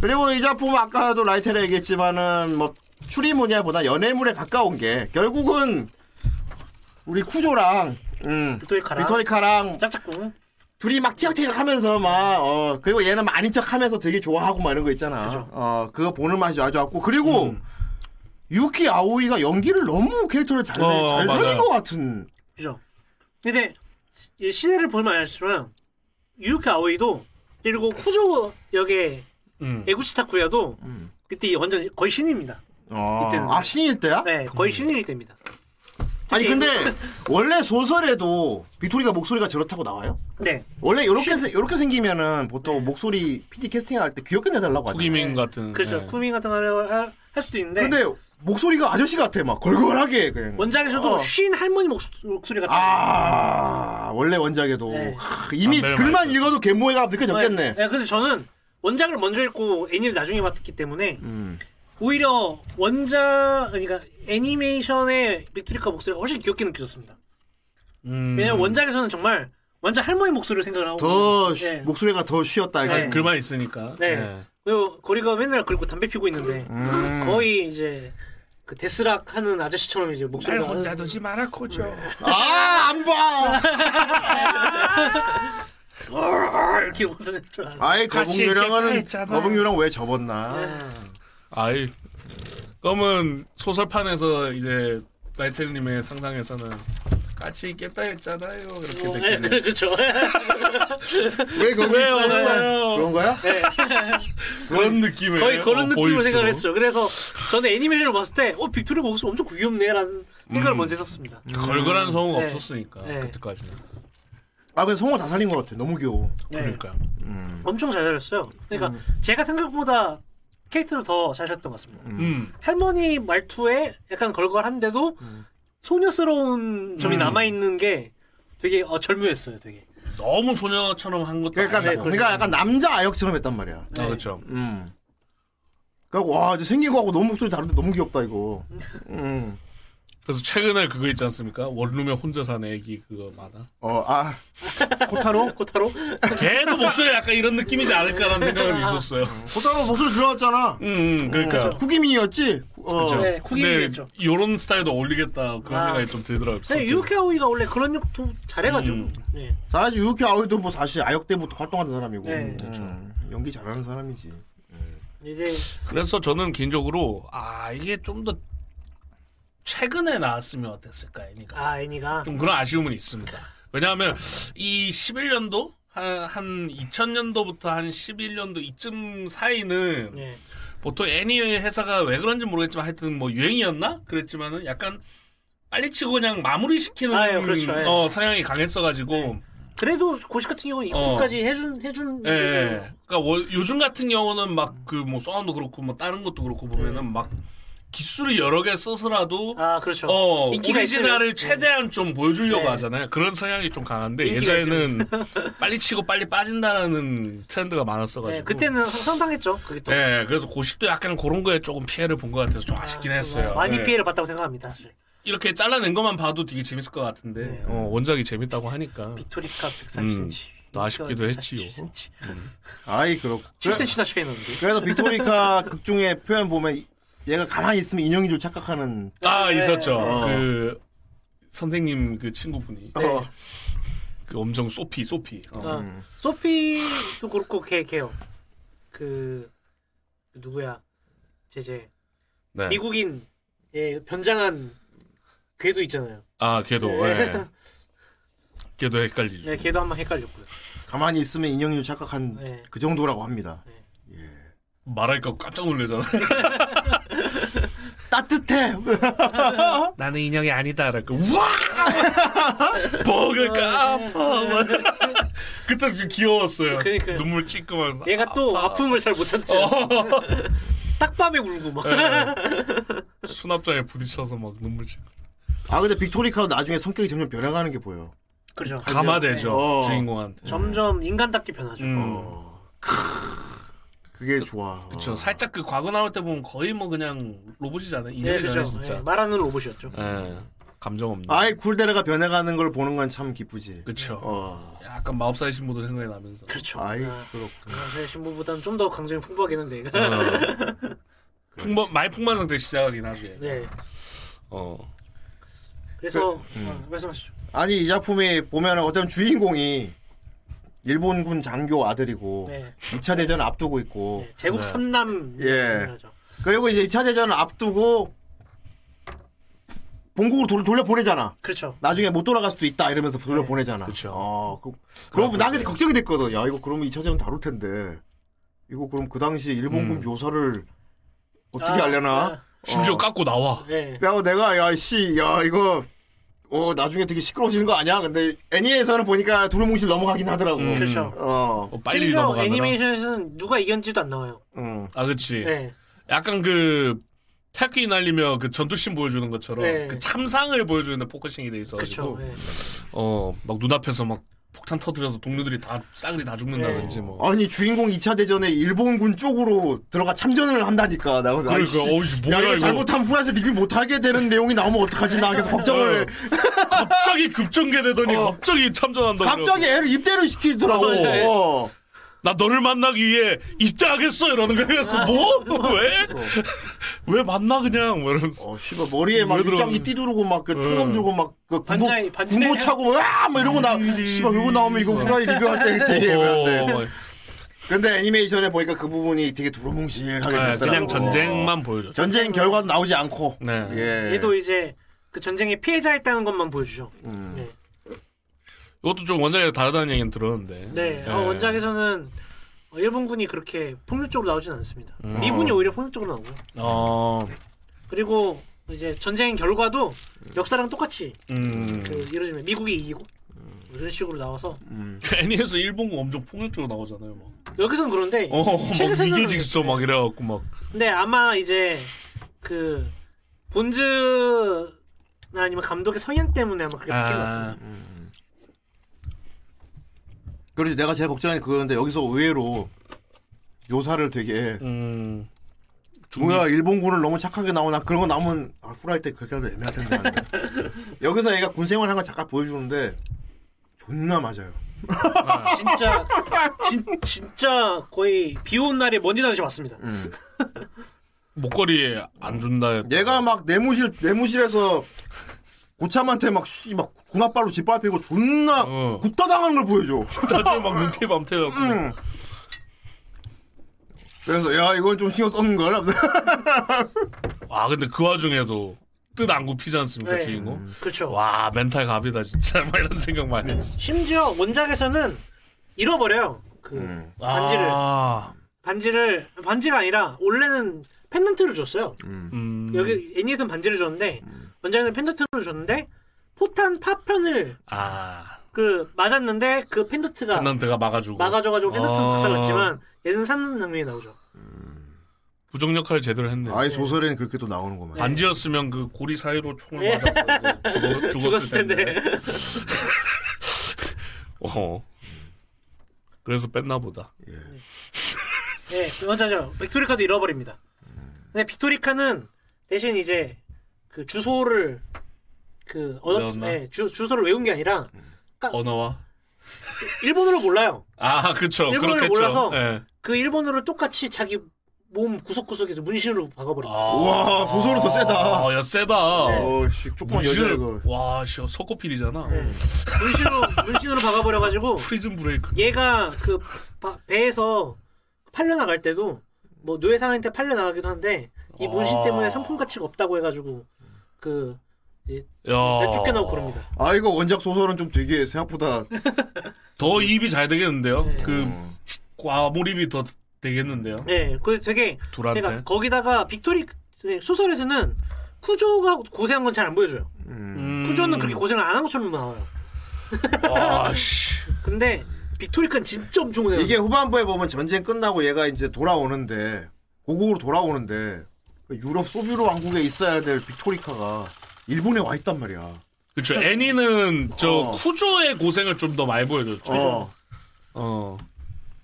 Speaker 4: 그리고 이 작품은 아까도 라이테라 얘기했지만은, 뭐, 추리문야보다 연애물에 가까운 게, 결국은, 우리 쿠조랑, 음,
Speaker 5: 빅토리카랑
Speaker 4: 빅토리카랑
Speaker 5: 짝짝꿍.
Speaker 4: 둘이 막 티격태격 하면서 막, 어, 그리고 얘는 막 아닌 척 하면서 되게 좋아하고 막 이런 거 있잖아.
Speaker 5: 그죠.
Speaker 4: 어, 그거 보는 맛이 아주 좋고. 그리고,
Speaker 3: 음.
Speaker 4: 유키 아오이가 연기를 너무 캐릭터를 잘,
Speaker 3: 어,
Speaker 4: 잘 살린
Speaker 3: 맞아요.
Speaker 4: 것 같은.
Speaker 5: 그죠. 근데 이 시대를 보면 알겠지만 유키 아오이도 그리고 쿠조 역의
Speaker 3: 음.
Speaker 5: 에구치 타쿠야도
Speaker 4: 음.
Speaker 5: 그때 완전 거의 신입니다.
Speaker 4: 어,
Speaker 5: 이때는.
Speaker 4: 아, 신일 때야?
Speaker 5: 네, 거의 신일 때입니다.
Speaker 4: 아니, 근데, 원래 소설에도 빅토리가 목소리가 저렇다고 나와요?
Speaker 5: 네,
Speaker 4: 원래 요렇게, 세- 요렇게 생기면은 보통 목소리 PD 캐스팅 할 때 귀엽게 내달라고 하잖아.
Speaker 3: 쿠기밍 같은.
Speaker 5: 그렇죠.
Speaker 3: 예.
Speaker 5: 쿠밍 같은 거를 할- 할 수도 있는데
Speaker 4: 네. 근데 목소리가 아저씨 같아 막 걸걸하게 그냥
Speaker 5: 원작에서도
Speaker 4: 어.
Speaker 5: 쉰 할머니 목소- 목소리 같은
Speaker 4: 아 원래 원작에도
Speaker 5: 네.
Speaker 4: 하, 이미
Speaker 3: 담배를
Speaker 4: 글만
Speaker 3: 많이
Speaker 4: 읽어도 갯모해가 느껴졌겠네
Speaker 5: 네, 근데 저는 원작을 먼저 읽고 애니를 나중에 봤기 때문에
Speaker 4: 음.
Speaker 5: 오히려 원작 그러니까 애니메이션의 빅토리카 목소리가 훨씬 귀엽게 느껴졌습니다.
Speaker 3: 음.
Speaker 5: 왜냐면 원작에서는 정말 완전 할머니 목소리를 생각을 하고
Speaker 4: 더 쉬-
Speaker 5: 네.
Speaker 4: 목소리가 더 쉬었다 이게
Speaker 5: 네.
Speaker 4: 음.
Speaker 3: 글만 있으니까.
Speaker 5: 네.
Speaker 3: 예.
Speaker 5: 그리고 거리가 맨날 그리고 담배 피고 있는데
Speaker 4: 음.
Speaker 5: 거의 이제 그 데스락 하는 아저씨처럼 이제 목소리가
Speaker 3: 두지 예. 마라 코죠.
Speaker 4: 아, 안 봐!
Speaker 5: 아, 이렇게 무슨 줄 알아.
Speaker 4: 아이, 아,
Speaker 3: 같이 이렇게
Speaker 4: 거북유령은,
Speaker 3: 했잖아.
Speaker 4: 거북유령 왜 접었나?
Speaker 5: 네.
Speaker 3: 아이. 그러면 소설판에서 이제 나이텔님의 상상에서는 같이 있겠다 했잖아요. 이렇게
Speaker 5: 네,
Speaker 3: 됐겠네.
Speaker 5: 그렇죠.
Speaker 4: 왜 거기
Speaker 5: 왜
Speaker 4: 있잖아?
Speaker 5: 없어요?
Speaker 4: 그런 거야?
Speaker 3: 그런 느낌의
Speaker 5: 거의 그런
Speaker 3: 어,
Speaker 5: 느낌으로
Speaker 3: 보이스로.
Speaker 5: 생각을 했어요. 그래서 저는 애니메이션을 봤을 때, 어, 빅토리 목소리 엄청 귀엽네라는 생각을
Speaker 3: 음.
Speaker 5: 먼저 했었습니다.
Speaker 3: 걸걸한 성우가
Speaker 5: 네.
Speaker 3: 없었으니까
Speaker 5: 네.
Speaker 3: 그때까지는.
Speaker 4: 아, 근데 성우 다 살린 것 같아. 너무 귀여워.
Speaker 5: 네.
Speaker 3: 그러니까.
Speaker 5: 엄청 잘 살렸어요. 그러니까 제가 생각보다 캐릭터를 더 잘 살렸던 것 같습니다.
Speaker 3: 음.
Speaker 5: 할머니 말투에 약간 걸걸한데도 소녀스러운 점이
Speaker 3: 음.
Speaker 5: 남아있는 게 되게 어, 절묘했어요, 되게.
Speaker 3: 너무 소녀처럼 한 것도
Speaker 4: 그러니까, 나-
Speaker 3: 아니고.
Speaker 4: 그러니까 약간 남자 아역처럼 했단 말이야.
Speaker 5: 네.
Speaker 3: 아, 그렇죠.
Speaker 4: 음. 그러니까, 와, 이제 생긴 거하고 너무 목소리 다른데 너무 귀엽다, 이거. 음.
Speaker 3: 그래서 최근에 그거 있지 않습니까? 원룸에 혼자 사는 애기 그거 만화.
Speaker 4: 어, 아. 코타로?
Speaker 5: 코타로?
Speaker 3: 걔도 목소리 약간 이런 느낌이지 않을까라는 생각은
Speaker 5: 아.
Speaker 3: 있었어요.
Speaker 4: 코타로 목소리 들어갔잖아.
Speaker 3: 음, 음, 그러니까.
Speaker 4: 후기민이었지? 어.
Speaker 3: 그렇죠.
Speaker 5: 네, 쿠기이겠죠.
Speaker 3: 근데 이런 스타일도 어울리겠다 그런
Speaker 5: 아.
Speaker 3: 생각이 좀 들더라고요.
Speaker 5: 네, 유키 아오이가 원래 그런 역도 잘해가지고.
Speaker 3: 음.
Speaker 5: 네.
Speaker 4: 사실 유키 아오이도 뭐 사실 아역 때부터 활동하는 사람이고.
Speaker 5: 네,
Speaker 4: 음,
Speaker 5: 그렇죠.
Speaker 4: 연기 잘하는 사람이지.
Speaker 5: 이제,
Speaker 3: 그래서 저는 개인적으로 아 이게 좀 더 최근에 나왔으면 어땠을까 애니가
Speaker 5: 아, 애니가.
Speaker 3: 좀 그런 아쉬움은 있습니다. 왜냐하면 이 11년도 한, 한 2000년도부터 한 11년도 이쯤 사이는
Speaker 5: 네.
Speaker 3: 보통 애니 회사가 왜 그런지 모르겠지만 하여튼 뭐 유행이었나 그랬지만은 약간 빨리 치고 그냥 마무리 시키는
Speaker 5: 아, 예, 그렇죠, 예.
Speaker 3: 어, 성향이 강했어가지고
Speaker 5: 그래도 고시 같은 경우는 입구까지 해준, 해준.
Speaker 3: 어. 예, 예. 그러니까 월- 요즘 같은 경우는 막 그 뭐 소환도 그렇고 뭐 다른 것도 그렇고 보면은 막 기술을 여러 개 써서라도
Speaker 5: 아, 그렇죠.
Speaker 3: 어,
Speaker 5: 인기가
Speaker 3: 오리지널을
Speaker 5: 있으면- 음.
Speaker 3: 최대한 좀 보여주려고
Speaker 5: 네.
Speaker 3: 하잖아요. 그런 성향이 좀 강한데
Speaker 5: 인기가
Speaker 3: 예전에는 빨리 치고 빨리 빠진다라는 트렌드가 많았어가지고.
Speaker 5: 네, 그때는 상당했죠. 그게 또.
Speaker 3: 예, 그래서 고식도 약간 그런 거에 조금 피해를 본 것 같아서 좀 아쉽긴 했어요.
Speaker 5: 많이
Speaker 3: 예.
Speaker 5: 피해를 봤다고 생각합니다. 사실.
Speaker 3: 이렇게 잘라낸 것만 봐도 되게 재밌을 것 같은데
Speaker 5: 네.
Speaker 3: 어, 원작이 재밌다고 하니까
Speaker 5: 빅토리카 130cm.
Speaker 3: 음, 또 아쉽기도 했지요. 네.
Speaker 5: 7cm.
Speaker 4: 아이, 그렇고. 그래-
Speaker 5: 7cm나 차이 나는데.
Speaker 4: 그래서 빅토리카 [LAUGHS] 극중의 표현 보면 얘가 가만히 있으면 인형인 줄 착각하는.
Speaker 3: 아
Speaker 5: 네.
Speaker 3: 있었죠
Speaker 4: 어.
Speaker 3: 그 선생님 그 친구분이
Speaker 5: 네.
Speaker 4: 어.
Speaker 3: 그 엄청 소피 소피 어.
Speaker 5: 어,
Speaker 4: 음,
Speaker 5: 소피도 그렇고 걔 걔요. 그 누구야? 제제
Speaker 3: 네.
Speaker 5: 미국인 예 변장한 걔도 있잖아요.
Speaker 3: 아 걔도 예. 걔도 헷갈리죠
Speaker 5: 네, 걔도 한번 헷갈렸고요.
Speaker 4: 가만히 있으면 인형인 줄 착각한
Speaker 5: 네.
Speaker 4: 그 정도라고 합니다.
Speaker 3: 말할까 깜짝 놀래잖아
Speaker 4: 따뜻해! [LAUGHS]
Speaker 3: 나는 인형이 아니다 그럴까 우와 [LAUGHS] 버그니까 아파 막. [LAUGHS] 그때 좀 귀여웠어요
Speaker 5: 어, 네. 그러니까요.
Speaker 3: 눈물 찔끔하면서
Speaker 5: 얘가 또 아픔을 잘 못 참지.
Speaker 3: 어.
Speaker 5: 딱밤에 울고 막.
Speaker 3: [LAUGHS] 네. 수납장에 부딪혀서 막 눈물 찔끔
Speaker 4: 아, 근데 빅토리카도 나중에 성격이 점점 변해가는 게 보여.
Speaker 5: [LAUGHS] 그죠. 네.
Speaker 3: 감화되죠
Speaker 4: 어.
Speaker 3: 주인공한테
Speaker 5: 점점 인간답게 변하죠.
Speaker 3: 음.
Speaker 4: 그게 좋아.
Speaker 3: 그쵸.
Speaker 4: 어.
Speaker 3: 살짝 그 과거 나올 때 보면 거의 뭐 그냥 로봇이잖아요.
Speaker 5: 예,
Speaker 3: 인형이잖아요,
Speaker 5: 그죠.
Speaker 3: 진짜.
Speaker 5: 예, 말하는 로봇이었죠.
Speaker 3: 예. 감정 없는.
Speaker 4: 아이, 쿨데레가 변해가는 걸 보는 건 참 기쁘지.
Speaker 3: 그쵸.
Speaker 4: 어.
Speaker 3: 약간 마법사의 신부도 생각이 나면서.
Speaker 5: 그렇죠.
Speaker 4: 아이,
Speaker 5: 아,
Speaker 4: 그렇군.
Speaker 5: 강사의 신부보다는 좀 더 강점이 풍부하긴 한데. 얘가.
Speaker 3: 어. 풍만, 많이 풍만 상태 시작하긴 하지.
Speaker 5: [LAUGHS] 네.
Speaker 3: 어. 음.
Speaker 5: 그래서 어, 말씀하시죠.
Speaker 4: 아니, 이 작품이 보면 어쩌면 주인공이 일본군 장교 아들이고
Speaker 5: 네.
Speaker 4: 2차 대전 앞두고 있고
Speaker 5: 네.
Speaker 3: 네.
Speaker 5: 제국 삼남
Speaker 4: 예. 그리고 이제 2차 대전을 앞두고 본국으로 돌, 돌려보내잖아.
Speaker 5: 그렇죠.
Speaker 4: 나중에 못 돌아갈 수도 있다 이러면서 돌려보내잖아.
Speaker 3: 네. 그쵸. 아, 그렇죠.
Speaker 4: 어, 그, 그러고 나 그때 걱정이 됐거든. 야 이거 그러면 2차 대전 다룰 텐데 이거 그럼 그 당시 일본군
Speaker 3: 음.
Speaker 4: 묘사를 어떻게
Speaker 5: 아,
Speaker 4: 하려나?
Speaker 5: 아,
Speaker 3: 심지어
Speaker 4: 어.
Speaker 3: 깎고 나와.
Speaker 5: 네.
Speaker 4: 그래서 내가 야씨야 이거 어 나중에 되게 시끄러워지는 거 아니야? 근데 애니에서는 보니까 두루뭉실 넘어가긴 하더라고.
Speaker 3: 음.
Speaker 5: 그렇죠.
Speaker 4: 어,
Speaker 3: 어, 빨리
Speaker 5: 심지어
Speaker 3: 넘어가느라.
Speaker 5: 애니메이션에서는 누가 이겼는지도 안 나와요.
Speaker 4: 음.
Speaker 3: 아, 그치.
Speaker 5: 네.
Speaker 3: 약간 그, 태극기 날리며 그 전투씬 보여주는 것처럼
Speaker 5: 네.
Speaker 3: 그 참상을 보여주는데 포커싱이 돼
Speaker 5: 그렇죠.
Speaker 3: 있어가지고.
Speaker 5: 네.
Speaker 3: 어, 막 눈앞에서 막 폭탄 터뜨려서 동료들이 다, 싸그리 다 죽는다든지 뭐.
Speaker 4: 네. 아니 주인공 2차 대전에 일본군 쪽으로 들어가 참전을 한다니까 나 그래서 아이씨,
Speaker 3: 그러니까, 어이,
Speaker 4: 야
Speaker 3: 뭐야,
Speaker 4: 이거
Speaker 3: 이거.
Speaker 4: 잘못하면 후라이에서 리뷰 못하게 되는 내용이 나오면 어떡하지 나 그래서 걱정을
Speaker 3: 어. 갑자기 급전개되더니
Speaker 4: 어.
Speaker 3: 갑자기 참전한다.
Speaker 4: 갑자기 애를 입대를 시키더라고
Speaker 3: 아,
Speaker 5: 네.
Speaker 4: 어.
Speaker 3: 나 너를 만나기 위해 입대하겠어 이러는 거야.
Speaker 4: 아.
Speaker 3: 그 뭐? 왜? 왜 만나 그냥? 뭐 이러면서.
Speaker 4: 어, 씨발, 머리에 막
Speaker 3: 왜 들어가는
Speaker 4: 입장이 띠두르고 막, 그, 총검
Speaker 3: 네.
Speaker 4: 들고 막, 그, 군복,
Speaker 5: 반장이- 반장이-
Speaker 4: 군복 차고, 으아! 막 이러고 나, 씨발, 이러고 나오면 이거 후라이 리뷰할 때 되게
Speaker 3: 어,
Speaker 4: 애매한데.
Speaker 3: 막.
Speaker 4: 근데 애니메이션에 보니까 그 부분이 되게 두루뭉실하게
Speaker 3: 네,
Speaker 4: 됐더라고.
Speaker 3: 그냥 전쟁만 보여줘.
Speaker 4: 전쟁 결과도 나오지 않고.
Speaker 3: 네.
Speaker 4: 예.
Speaker 5: 얘도 이제 그 전쟁의 피해자였다는 것만 보여주죠.
Speaker 4: 음.
Speaker 5: 네.
Speaker 3: 이것도 좀 원작이 다르다는 얘기는 들었는데.
Speaker 5: 네. 어,
Speaker 3: 예.
Speaker 5: 원작에서는 어, 일본군이 그렇게 폭력적으로 나오진 않습니다.
Speaker 3: 음.
Speaker 5: 미군이 오히려 폭력적으로 나오고요.
Speaker 3: 어,
Speaker 5: 그리고 이제 전쟁 결과도 역사랑 똑같이
Speaker 3: 음. [LAUGHS]
Speaker 5: 그 이루어지면 미국이 이기고 뭐 이런 식으로 나와서
Speaker 3: 그 애니에서 일본군 엄청 폭력적으로 나오잖아요. 막.
Speaker 5: 여기서는 그런데
Speaker 3: 어, 막
Speaker 5: 음. 책에서는 그렇죠.
Speaker 3: 위계질서 막 이래갖고 막.
Speaker 5: 근데 아마 이제 그 본즈 나 아니면 감독의 성향 때문에 아마 그렇게 바뀐 것 같습니다.
Speaker 4: 그래서 내가 제일 걱정이 그건데, 여기서 의외로, 묘사를 되게,
Speaker 3: 음.
Speaker 4: 뭐야, 일본군을 너무 착하게 나오나, 그런 거 나오면, 아, 후라이 때 그렇게 하도 애매할 텐데. 안 돼.
Speaker 3: [LAUGHS]
Speaker 4: 여기서 얘가 군 생활 한거 잠깐 보여주는데, 존나 맞아요.
Speaker 5: 진짜 진, 진짜 거의 비온 날에 먼지 나듯이 왔습니다.
Speaker 3: 음. 목걸이에 안 준다. 했다. [LAUGHS]
Speaker 4: 얘가 막 내무실 내무실에서 고참한테 막 씨, 막 군합발로 짓밟히고 존나
Speaker 3: 어.
Speaker 4: 굽다 당하는 걸 보여줘.
Speaker 3: 나중에 막 눈태 밤태갖고.
Speaker 4: 음. 그래서 야 이건 좀 신경 썼는 걸.
Speaker 3: 아 근데 그 와중에도 뜻 안 굽히지 않습니까
Speaker 5: 네.
Speaker 3: 주인공?
Speaker 5: 그렇죠.
Speaker 3: 와 멘탈 갑이다 진짜 [LAUGHS] 막 이런 생각 많이 했어.
Speaker 5: 심지어 원작에서는 잃어버려요. 그 반지를
Speaker 3: 음. 아,
Speaker 5: 반지를 반지가 아니라 원래는 펜던트를 줬어요.
Speaker 3: 음.
Speaker 5: 여기 애니에서는 반지를 줬는데 원작에서는 펜던트를 줬는데 포탄 파편을
Speaker 3: 아
Speaker 5: 그 맞았는데 그 펜던트가
Speaker 3: 펜던트가 막아주고
Speaker 5: 막아줘가지고 펜던트는
Speaker 3: 아.
Speaker 5: 박살났지만 얘는 사는 장면이 나오죠.
Speaker 3: 부정 역할을 제대로 했네. 요
Speaker 4: 아예 소설에는 그렇게 또 나오는 거만.
Speaker 5: 네.
Speaker 3: 반지였으면 그 고리 사이로 총을
Speaker 5: 예.
Speaker 3: 맞았어 죽었,
Speaker 5: [LAUGHS] 죽었을
Speaker 3: 죽었을 텐데.
Speaker 5: 텐데.
Speaker 3: 어. 그래서 뺐나 보다.
Speaker 5: [LAUGHS] 예, 맞아요. 빅토리카도 잃어버립니다. 근데 빅토리카는 대신 이제 그 주소를 그 얻었,
Speaker 3: 외웠나?
Speaker 5: 예, 주, 주소를 외운 게 아니라
Speaker 3: 언어와
Speaker 5: 일본어를 몰라요.
Speaker 3: 아 그쵸 그렇겠죠.
Speaker 5: 일본어를 몰라서.
Speaker 3: 예.
Speaker 5: 그 일본어를 똑같이 자기 몸 구석구석에서 문신으로 박아버립니다.
Speaker 4: 우와, 소설은 더 세다.
Speaker 3: 아, 야 세다.
Speaker 4: 어씨 조그만 여자
Speaker 3: 문신을-
Speaker 4: 이거.
Speaker 3: 와, 씨, 소코필이잖아.
Speaker 5: 예. 문신으로 문신으로 박아버려가지고
Speaker 3: 프리즘 브레이크.
Speaker 5: 얘가 그 바- 배에서 팔려 나갈 때도 뭐 노예 상한테 팔려 나가기도 한데 이 문신
Speaker 3: 아.
Speaker 5: 때문에 상품 가치가 없다고 해가지고 그
Speaker 3: 야.
Speaker 5: 쫓겨나고 그럽니다.
Speaker 4: 아 이거 원작 소설은 좀 되게 생각보다
Speaker 3: 더 입이 잘 되겠는데요.
Speaker 5: 네.
Speaker 3: 그 과몰입이 더 되겠는데요.
Speaker 5: 예, 그 되게
Speaker 3: 둘한테.
Speaker 5: 그러니까 거기다가 빅토리 그 소설에서는 쿠조가 고생한 건 잘 안 보여줘요.
Speaker 3: 음.
Speaker 5: 쿠조는 그렇게 고생을 안 한 것처럼 나와요.
Speaker 3: 아, 씨.
Speaker 5: [LAUGHS] 근데 빅토리칸 진짜 엄청 고생해요.
Speaker 4: 이게 후반부에 보면 전쟁 끝나고 얘가 이제 돌아오는데 고국으로 돌아오는데 그 유럽 소비로 왕국에 있어야 될 빅토리카가 일본에 와 있단 말이야.
Speaker 3: 그쵸. 애니는 저
Speaker 4: 어.
Speaker 3: 쿠조의 고생을 좀 더 많이 보여줬죠.
Speaker 4: 어.
Speaker 3: 어.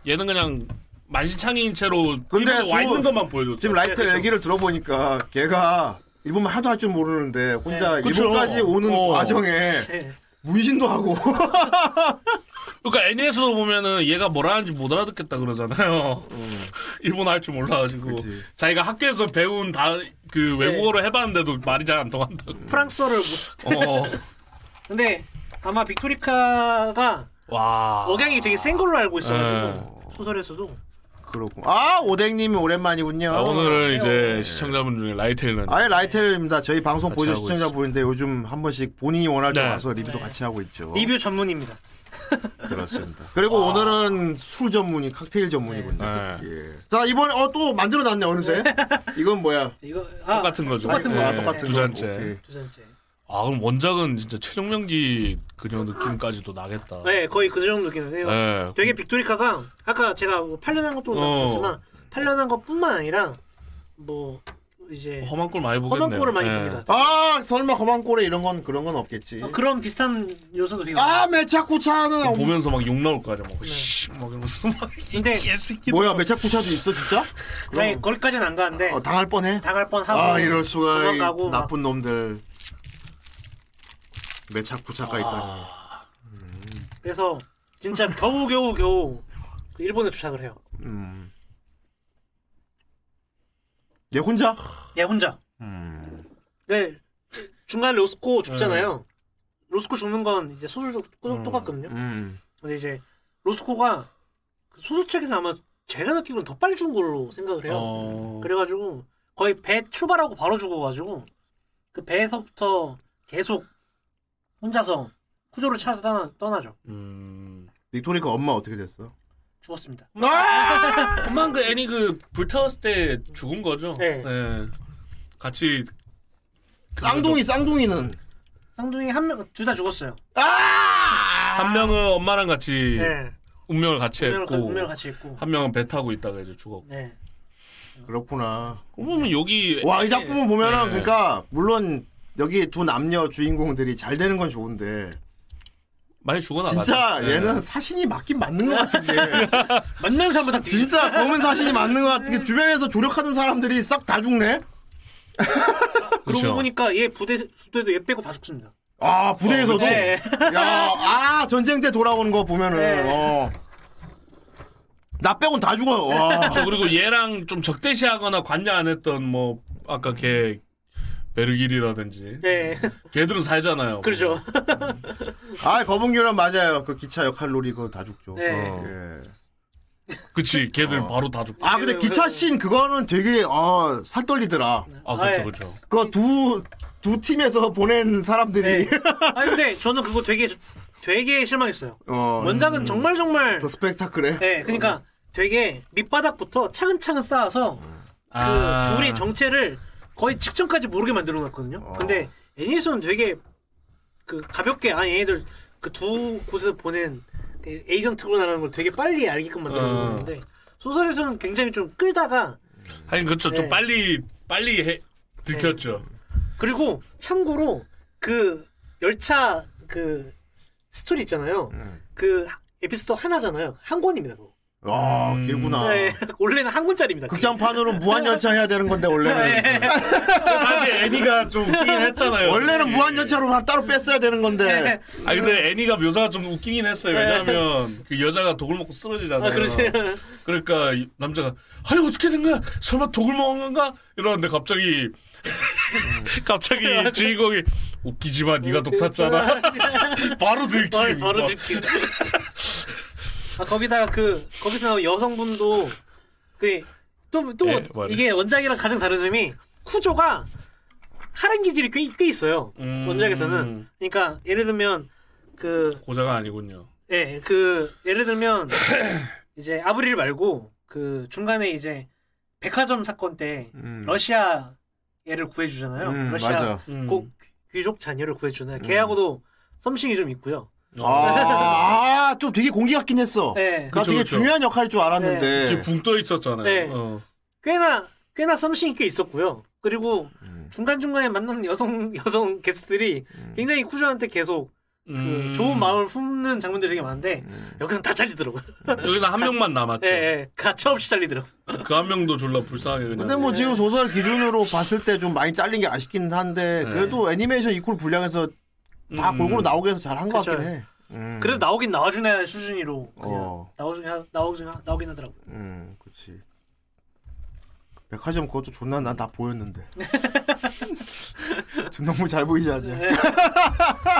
Speaker 3: 얘는 그냥 만신창이인 채로
Speaker 4: 근데
Speaker 3: 일본에
Speaker 4: 소-
Speaker 3: 와 있는 것만 보여줬죠.
Speaker 4: 지금 라이트
Speaker 5: 그쵸.
Speaker 4: 얘기를 들어보니까 걔가 일본말 하도 할 줄 모르는데 혼자
Speaker 3: 네. 그쵸.
Speaker 4: 일본까지 오는
Speaker 3: 어.
Speaker 4: 과정에
Speaker 5: 예.
Speaker 4: 문신도 하고 [LAUGHS]
Speaker 3: 그러니까 애니에서도 보면은 얘가 뭐라 하는지 못 알아듣겠다 그러잖아요. 일본어 할 줄 몰라가지고
Speaker 4: 그치.
Speaker 3: 자기가 학교에서 배운 다 그 외국어로 해봤는데도 말이 잘 안 통한다고.
Speaker 5: 프랑스어를 못.
Speaker 3: 어.
Speaker 5: 근데 아마 빅토리카가
Speaker 3: 와.
Speaker 5: 억양이 되게 센 걸로 알고 있어가지고
Speaker 3: 네.
Speaker 5: 소설에서도
Speaker 4: 그렇군. 아 오뎅님이 오랜만이군요.
Speaker 3: 아, 오늘은 이제 시청자분 중에 라이텔이라는
Speaker 4: 아예 라이텔입니다. 저희 방송
Speaker 3: 같이
Speaker 4: 보여주신
Speaker 3: 하고
Speaker 4: 시청자분인데 요즘 한 번씩 본인이 원할 때
Speaker 3: 네.
Speaker 4: 와서 리뷰도 같이 하고
Speaker 3: 어.
Speaker 4: 있죠.
Speaker 5: 리뷰 전문입니다.
Speaker 4: 그렇습니다. 그리고 오늘은 술 전문이 칵테일 전문이군요.
Speaker 3: 네.
Speaker 4: 예. 자 이번에 어 또 만들어놨네 어느새. 이건 뭐야?
Speaker 5: 이거 아,
Speaker 3: 똑같은 거죠.
Speaker 5: 똑같은
Speaker 3: 예,
Speaker 5: 거야,
Speaker 4: 거야. 똑같은
Speaker 3: 두
Speaker 4: 거.
Speaker 3: 잔째.
Speaker 4: 오케이.
Speaker 5: 두 번째.
Speaker 3: 아 그럼 원작은 진짜 최종명기 그냥 느낌까지도 나겠다.
Speaker 5: 네, 거의 그 정도 느낌이네요.
Speaker 3: 예.
Speaker 5: 되게 빅토리카가 아까 제가 뭐 팔려난 것도
Speaker 3: 어.
Speaker 5: 나왔지만 팔려난 것뿐만 아니라 뭐 이제
Speaker 3: 험한 꼴 많이 어, 보겠네요.
Speaker 5: 험한 꼴을 많이
Speaker 3: 예.
Speaker 5: 봅니다.
Speaker 4: 아 설마 거만 꼴에 이런 건 그런 건 없겠지.
Speaker 5: 어, 그런 비슷한 요소도 되게
Speaker 4: 아
Speaker 5: 많아요.
Speaker 4: 메차쿠차는 없-
Speaker 3: 그 보면서 막 욕 나올 거 아니야. 막 씨, 막 이러면서 막
Speaker 5: 근데
Speaker 3: 개새끼.
Speaker 4: 뭐야 메차쿠차도 있어 진짜?
Speaker 5: 아니, 거기까지는 안 가는데
Speaker 4: 어, 당할 뻔해.
Speaker 5: 당할 뻔하고
Speaker 4: 아 이럴 수가 이
Speaker 5: 도망가고 막.
Speaker 4: 나쁜 놈들. 메차쿠차가 있다니.
Speaker 5: 그래서 진짜 겨우 겨우 겨우 그 일본에 도착을 해요.
Speaker 4: 음. 얘 혼자?
Speaker 5: 얘 혼자. 네 중간에 로스코 죽잖아요.
Speaker 3: 음.
Speaker 5: 로스코 죽는 건 이제 소설도 똑- 똑같거든요.
Speaker 4: 음.
Speaker 5: 근데 이제 로스코가 그 소설책에서 아마 제가 느끼기로는 더 빨리 죽은 걸로 생각을 해요.
Speaker 3: 어.
Speaker 5: 그래가지고 거의 배 출발하고 바로 죽어가지고 그 배에서부터 계속 혼자서 구조를 찾아서 떠나, 떠나죠.
Speaker 3: 음.
Speaker 4: 빅토리카 엄마 어떻게 됐어?
Speaker 5: 죽었습니다.
Speaker 3: 엄마 [LAUGHS] 그 애니 그 불타왔을 때 죽은 거죠.
Speaker 5: 네.
Speaker 3: 예. 같이 그
Speaker 4: 쌍둥이 쌍둥이는 아!
Speaker 5: 쌍둥이 한 명, 둘 다 죽었어요.
Speaker 3: 한 명은 엄마랑 같이
Speaker 5: 네.
Speaker 3: 운명을 같이
Speaker 5: 운명을, 가-
Speaker 3: 했고
Speaker 5: 운명을 같이 있고.
Speaker 3: 예. 한 명은 배 타고 있다가 이제 죽었고.
Speaker 5: 네.
Speaker 4: 그렇구나.
Speaker 3: 보면 여기
Speaker 4: 와 이 작품은 보면은
Speaker 3: 네.
Speaker 4: 그러니까 물론 여기 두 남녀 주인공들이 잘 되는 건 좋은데
Speaker 3: 많이 예. 죽어나가.
Speaker 4: 진짜
Speaker 3: 네.
Speaker 4: 얘는 사신이 맞긴 맞는 것 같은 게
Speaker 5: 만난 사람보다 뒤
Speaker 4: 진짜 검은 사신이 맞는 것 같은 게 주변에서 조력하는 사람들이 싹 다 죽네.
Speaker 5: 그러고
Speaker 3: 그렇죠.
Speaker 5: 보니까 얘 부대, 부대도 얘 빼고 다 죽습니다.
Speaker 4: 아 부대에서도
Speaker 5: 네. [LAUGHS]
Speaker 4: 야아 전쟁 때 돌아오는 거 보면은
Speaker 5: 네.
Speaker 4: 어. 나 빼곤 다 죽어요. 와.
Speaker 3: 저 그리고 얘랑 좀 적대시하거나 관여 안 했던 뭐 아까 걔 베르길이라든지
Speaker 5: 네.
Speaker 3: 걔들은 살잖아요.
Speaker 5: 그렇죠.
Speaker 4: 아 거북유란 맞아요. 그 기차 역할 놀이 그거 다 죽죠.
Speaker 5: 네.
Speaker 3: 어.
Speaker 4: 예.
Speaker 3: 그치 걔들 바로 다 죽고.
Speaker 4: 아 근데 기차 씬 그거는 되게 어, 살 떨리더라.
Speaker 3: 아
Speaker 5: 아,
Speaker 3: 그렇죠
Speaker 5: 예.
Speaker 3: 그렇죠.
Speaker 4: 그거 두, 두 팀에서 보낸 사람들이
Speaker 5: 네. 아니, 근데 저는 그거 되게, 되게 실망했어요.
Speaker 4: [LAUGHS] 어,
Speaker 5: 원작은 정말 정말.
Speaker 4: 더 스펙타클해.
Speaker 5: 네, 그러니까 되게 밑바닥부터 차근차근 쌓아서 그
Speaker 3: 아.
Speaker 5: 둘의 정체를 거의 직전까지 모르게 만들어 놨거든요. 근데 애니에서는 되게 그 가볍게 아 얘네들 그 두 곳에서 보낸 그 에이전트로 나라는 걸 되게 빨리 알게끔
Speaker 3: 어.
Speaker 5: 만들어줬는데 소설에서는 굉장히 좀 끌다가
Speaker 3: 하긴 그렇죠.
Speaker 5: 네.
Speaker 3: 좀 빨리 빨리 해, 들켰죠.
Speaker 5: 그리고 참고로 그 열차 그 스토리 있잖아요. 그 에피소드 하나잖아요. 한 권입니다. 그거.
Speaker 4: 아
Speaker 3: 음.
Speaker 4: 길구나.
Speaker 5: 네, [LAUGHS] 원래는 한 권짜리입니다. 그게.
Speaker 4: 극장판으로 무한연차 해야 되는 건데 원래는
Speaker 5: 네.
Speaker 3: 사실 애니가 좀 웃기긴 했잖아요.
Speaker 4: 원래는 무한연차로 따로 뺐어야 되는
Speaker 5: 네.
Speaker 4: 건데
Speaker 3: 아 근데 애니가 묘사가 좀 웃기긴 했어요. 왜냐하면 그 여자가 독을 먹고 쓰러지잖아요.
Speaker 5: 아, 그렇지.
Speaker 3: 그러니까 이 남자가 아니 어떻게 된 거야? 설마 독을 먹은 건가? 이러는데 갑자기 [LAUGHS] 갑자기 주인공이 웃기지만 네가 독 탔잖아. 바로 들킴.
Speaker 5: 바로, 바로 느낌. 아, 거기다가 그, 거기서 나온 여성분도, 그, 또, 또,
Speaker 3: 예, 뭐를?
Speaker 5: 이게 원작이랑 가장 다른 점이, 쿠조가 할인 기질이 꽤, 꽤 있어요.
Speaker 3: 음.
Speaker 5: 원작에서는. 그러니까, 예를 들면, 그,
Speaker 3: 고자가 아니군요.
Speaker 5: 예, 그, 예를
Speaker 3: [COUGHS]
Speaker 5: 들면, 이제 아브릴 말고, 그, 중간에 이제, 백화점 사건 때,
Speaker 4: 음.
Speaker 5: 러시아 애를 구해주잖아요.
Speaker 4: 음,
Speaker 5: 러시아 [LAUGHS]
Speaker 4: 맞아.
Speaker 3: 음.
Speaker 5: 고- 귀족 자녀를 구해주잖아요. 걔하고도 썸씽이 좀 있고요.
Speaker 3: 어,
Speaker 4: 아, 아, 좀 되게 공기 같긴 했어.
Speaker 5: 예.
Speaker 4: 그
Speaker 3: 그쵸,
Speaker 4: 되게
Speaker 3: 그쵸.
Speaker 4: 중요한 역할일 줄 알았는데
Speaker 3: 이렇게 붕 떠 있었잖아요.
Speaker 5: 네.
Speaker 3: 어.
Speaker 5: 꽤나 꽤나 썸씽이 꽤 있었고요. 그리고
Speaker 4: 음.
Speaker 5: 중간 중간에 만난 여성 [LAUGHS] 여성 게스트들이 굉장히 쿠저한테 계속 그
Speaker 3: 음.
Speaker 5: 좋은 마음을 품는 장면들이 되게 많은데
Speaker 4: 음.
Speaker 5: 여기서는 다 잘리더라고요.
Speaker 3: 여기서 한 명만 남았죠.
Speaker 5: 예, 예, 가차없이 잘리더라고.
Speaker 3: 그 한 명도 졸라 불쌍하게 그냥.
Speaker 4: 근데 뭐 지금 소설 기준으로 봤을 때 좀 많이 잘린 게 아쉽긴 한데 그래도 애니메이션 이퀄 분량에서 다
Speaker 3: 음.
Speaker 4: 골고루 나오게 해서 잘 한 것
Speaker 5: 그쵸.
Speaker 4: 같긴 해. 음.
Speaker 5: 그래도 나오긴 나와주네 수준으로 그냥
Speaker 4: 어.
Speaker 5: 나오긴 하- 나오긴 하- 나오긴 하더라고. 요
Speaker 4: 음, 그렇지. 음, 백화점 그것도 존나 난 다 보였는데. [LAUGHS] 저 너무 잘 보이지 않냐.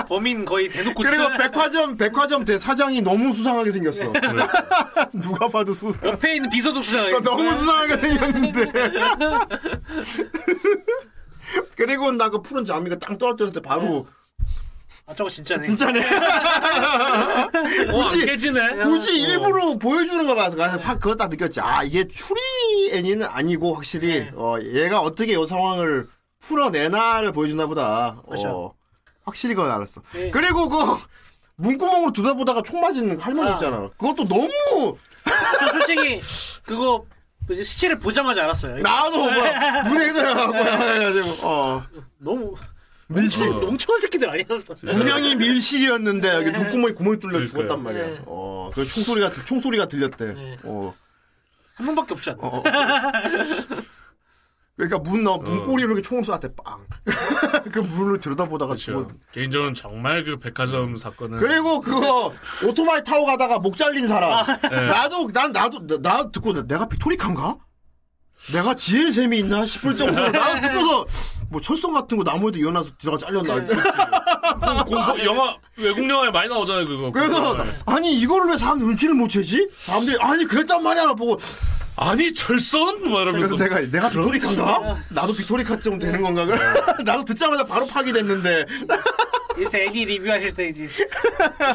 Speaker 5: 범인 거의 대놓고
Speaker 4: 그리고
Speaker 5: 찍어놔-
Speaker 4: 백화점 백화점 대 사장이 너무 수상하게 생겼어. [LAUGHS] 누가 봐도 수 그러니까
Speaker 5: 옆에 있는 비서도 수사가
Speaker 4: 아, 너무 수상하게 생겼는데. [LAUGHS] 그리고 나 그 푸른 장미가 땅 떨어졌을 때 바로
Speaker 5: 아 저거 진짜네
Speaker 4: 진짜네.
Speaker 3: 어, 안
Speaker 4: 굳이-
Speaker 3: 깨지네.
Speaker 5: 어.
Speaker 4: 굳이 일부러 보여주는 거 봐서 나 확 그거 다 느꼈지. 아 이게 추리 애니는 아니고 확실히
Speaker 5: 네.
Speaker 4: 어, 얘가 어떻게 이 상황을 풀어내나를 보여주나 보다.
Speaker 5: 그렇죠.
Speaker 4: 어, 확실히 그건 알았어.
Speaker 5: 네.
Speaker 4: 그리고 그 문구멍으로 들여다보다가 총 맞은 할머니
Speaker 5: 아.
Speaker 4: 있잖아. 그것도 너무
Speaker 5: 저 솔직히 그거 이제 시체를 보자마자 알았어요
Speaker 4: 나도 뭐야
Speaker 5: 네.
Speaker 4: 눈에 들어가고 해가지고 어 [LAUGHS]
Speaker 5: 너무
Speaker 4: 밀실
Speaker 3: 어.
Speaker 5: 농촌 새끼들 아니야
Speaker 4: 분명히 밀실이었는데 여기 눈구멍에 구멍이 뚫려 죽었단
Speaker 3: 네. 그러니까요.
Speaker 4: 말이야.
Speaker 5: 네.
Speaker 4: 어그 총소리가 총소리가 들렸대.
Speaker 5: 네.
Speaker 4: 어.
Speaker 5: 한 명밖에 없지 않나
Speaker 4: 어. 그러니까 문 어, 문고리로 이렇게 총을 쏘았대 빵. [LAUGHS] 그 문을 들여다보다가 죽었.
Speaker 3: 그렇죠. 개인적으로는 정말 그 백화점 사건은
Speaker 4: 그리고 그거 오토바이 타고 가다가 목 잘린 사람. [LAUGHS] 나도 난 나도 나, 나 듣고 나- 내가 피토리칸가? 내가 지혜 재미 있나 싶을 정도로 나 듣고서 뭐 철성 같은 거 나무에도 이어나서 들어가 잘렸나.
Speaker 3: 공포 영화 외국 영화에 많이 나오잖아요 그거.
Speaker 4: [LAUGHS] 아,
Speaker 3: 네.
Speaker 4: 그래서
Speaker 3: 그거.
Speaker 4: 아니 이거를 왜 사람 눈치를 못 채지? 사람들이 아니 그랬단 말이야 보고
Speaker 3: 아니 철선 막
Speaker 4: 그래서
Speaker 3: 이러면서
Speaker 4: 내가 내가 빅토리카인가? 나도 빅토리카 좀 되는 건가? 그래? [LAUGHS] 나도 듣자마자 바로 파기됐는데
Speaker 5: 이때 애니 리뷰하실 때 이제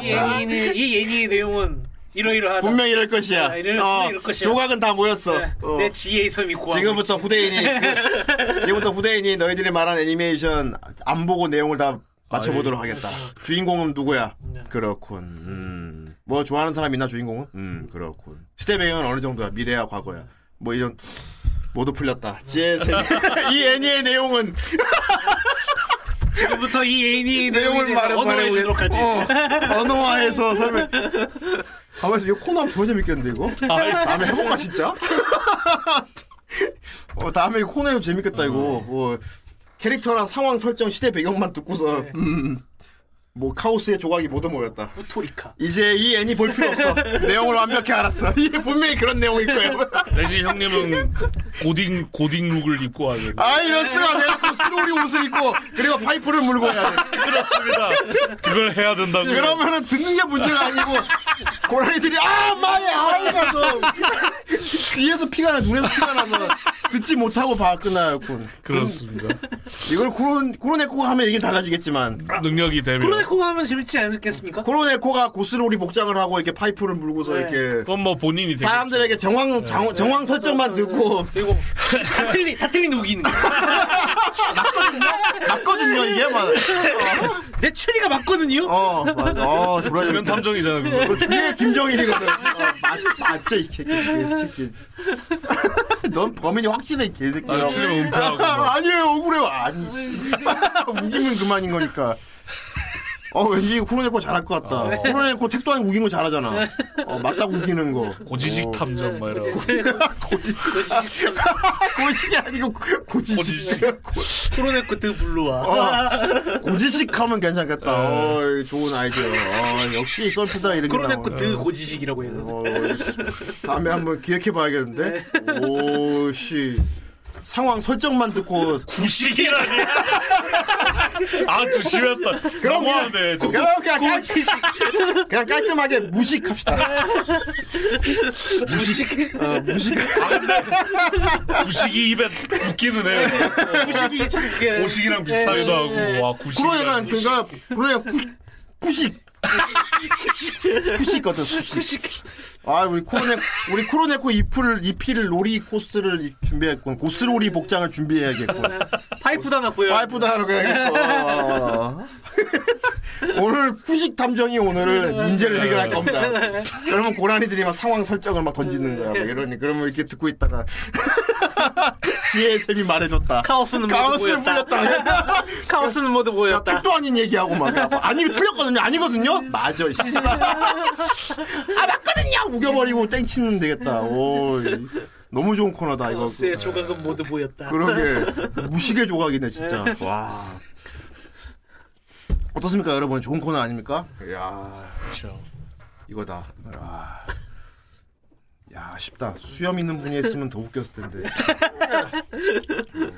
Speaker 5: 이 애니는 이 애니의 내용은 이러이러하다
Speaker 4: 분명 히 이럴 것이야.
Speaker 5: 아, 이럴-
Speaker 4: 어,
Speaker 5: 이럴 것이야.
Speaker 4: 조각은 다 모였어.
Speaker 5: 네,
Speaker 4: 어.
Speaker 5: 내 지혜의 섬이 고아
Speaker 4: 지금부터
Speaker 5: [LAUGHS]
Speaker 4: 후대인이 그- 지금부터 후대인이 너희들이 말한 애니메이션 안 보고 내용을 다 맞춰보도록 하겠다. 주인공은 누구야?
Speaker 5: 네.
Speaker 4: 그렇군. 음. 뭐 좋아하는 사람 있나 주인공은? 음 그렇군. 시대 배경은 어느 정도야? 미래야 과거야? 뭐 이런 모두 풀렸다. 지혜
Speaker 5: [LAUGHS]
Speaker 4: 세- 이 애니의 내용은
Speaker 5: 지금부터 이 애니의
Speaker 4: 내용을
Speaker 5: 내용을
Speaker 4: 말해-
Speaker 5: 언어에
Speaker 4: 말해보겠-
Speaker 5: 도록 하지
Speaker 4: 어,
Speaker 5: [LAUGHS]
Speaker 4: 언어화해서 설명. 가만 있어. 이 코너 하면 존나 재밌겠는데 이거?
Speaker 5: 아, 네.
Speaker 4: 아, 다음에 해볼까 진짜? [LAUGHS] 어, 다음에 이 코너에도 재밌겠다 이거.
Speaker 5: 음.
Speaker 4: 뭐 캐릭터랑 상황 설정, 시대 배경만 듣고서
Speaker 5: 네.
Speaker 4: 음, 뭐 카오스의 조각이 모두 모였다.
Speaker 5: 후토리카
Speaker 4: 이제 이 애니 볼 필요
Speaker 5: [LAUGHS]
Speaker 4: 없어. 내용을 완벽히 알았어. [LAUGHS] 이게 분명히 그런 내용일 거야.
Speaker 3: 대신 형님은 고딩 고딩 룩을 입고 와요.
Speaker 4: 아 이럴 수가 내가 또 스로리 옷을 입고 그리고 파이프를 물고 해야 돼.
Speaker 3: 그렇습니다. 그걸 해야 된다고.
Speaker 4: 그러면은 듣는 게 문제가 아니고 고라니들이 아 마이 아이가서 귀에서 피가 나 눈에서 피가 나서 듣지 못하고 봐 끝나였군.
Speaker 3: 그렇습니다.
Speaker 4: 이걸 구론 구론에코가 하면 이게 달라지겠지만
Speaker 3: 능력이 되면
Speaker 5: 프로네코가 하면 재밌지 않겠습니까?
Speaker 4: 구론에코가 고스로리 목장을 하고 이렇게 파이프를 물고서
Speaker 5: 네.
Speaker 4: 이렇게
Speaker 3: 그건 뭐 본인이 되겠죠.
Speaker 4: 사람들에게 정황 정, 정황 설정만 듣고
Speaker 5: 그리고 다 틀린 다 틀린 우기는 거야
Speaker 4: 맞거든요 이게 막
Speaker 5: 내 추리가 맞거든요
Speaker 4: 어, 맞, 어,
Speaker 3: 그런
Speaker 4: 졸라
Speaker 3: 탐정이잖아 그거.
Speaker 4: 그 그게 김정일이거든. 어, 맞, 맞죠 이 새끼, 이 새끼. 넌 범인이 확실해 이
Speaker 3: 아,
Speaker 4: 개새끼라고.
Speaker 3: 틀리면 은폐하고. 막.
Speaker 4: [LAUGHS] 아, 아니에요 억울해요 아니 [LAUGHS] 우기면 그만인 거니까 어 왠지 코로네코 잘할 것 같다 코로네코 택도 아니고 우긴 거 잘하잖아 어, 맞다고 우기는 거
Speaker 3: 고지식
Speaker 4: 어,
Speaker 3: 탐정 막 이러고.
Speaker 4: 고지 고지식이 아니고 고- 고지식
Speaker 3: 고지식.
Speaker 5: 프로네코 드 블루와
Speaker 4: 어, 고지식 하면 괜찮겠다 어, 이거 좋은 아이디어 어, 역시 썰프다 이런 게
Speaker 5: 프로네코
Speaker 4: 나오네
Speaker 5: 드 고지식이라고 해요
Speaker 4: 어, 다음에 한번 기획해봐야겠는데 오씨 상황 설정만 듣고
Speaker 3: 구식이라니. 아주 심했다.
Speaker 4: 그럼
Speaker 3: 너무하네. 좀.
Speaker 4: 그럼 그냥 깔, 그냥 깔끔하게 무식합시다.
Speaker 5: 무식
Speaker 4: 어, 무식.
Speaker 3: 아, 구식이 입에 붙기는 해.
Speaker 4: 어.
Speaker 5: 무식이 참 그게 네,
Speaker 3: 고식이랑 비슷하기도 하고. 와 구식.
Speaker 4: 그러니까 그러니까 그러니까 구식. 구식거든. 구식. 아 우리 코로네 우리 코로네코 잎을 잎이를 로리 코스를 준비했군. 고스로리 복장을 준비해야겠군.
Speaker 5: 파이프도 하나 구해요
Speaker 4: 와이프도 하러
Speaker 5: [LAUGHS]
Speaker 4: 가야겠고. 어. 오늘 구식 탐정이 오늘을 문제를
Speaker 5: 네.
Speaker 4: 해결할
Speaker 5: [LAUGHS]
Speaker 4: 겁니다. 그러면 고라니들이 막 상황 설정을 막 던지는 거야. 막 이러니 그러면 이렇게 듣고 있다가 [LAUGHS] 지혜의 셈이 말해줬다.
Speaker 5: 카오스는 뭐 모두
Speaker 4: 가우스를
Speaker 5: 보였다
Speaker 4: 불렸다.
Speaker 5: 카오스는 모두
Speaker 4: 야,
Speaker 5: 보였다
Speaker 4: 택도 아닌 얘기하고 막. 아니, 이거 틀렸거든요. 아니거든요? 맞아, 이
Speaker 5: [LAUGHS]
Speaker 4: 씨발. 아, 맞거든요! 우겨버리고 땡 치면 되겠다. 오, 이- 너무 좋은 코너다, 이거.
Speaker 5: 카오스의 조각은 모두 보였다
Speaker 4: 그러게. 무식의 조각이네, 진짜. 와. 어떻습니까, 여러분? 좋은 코너 아닙니까? 이야,
Speaker 3: 그렇죠.
Speaker 4: 이거다. 아. 야, 쉽다. 수염 있는 분이 했으면 더 웃겼을 텐데. 네.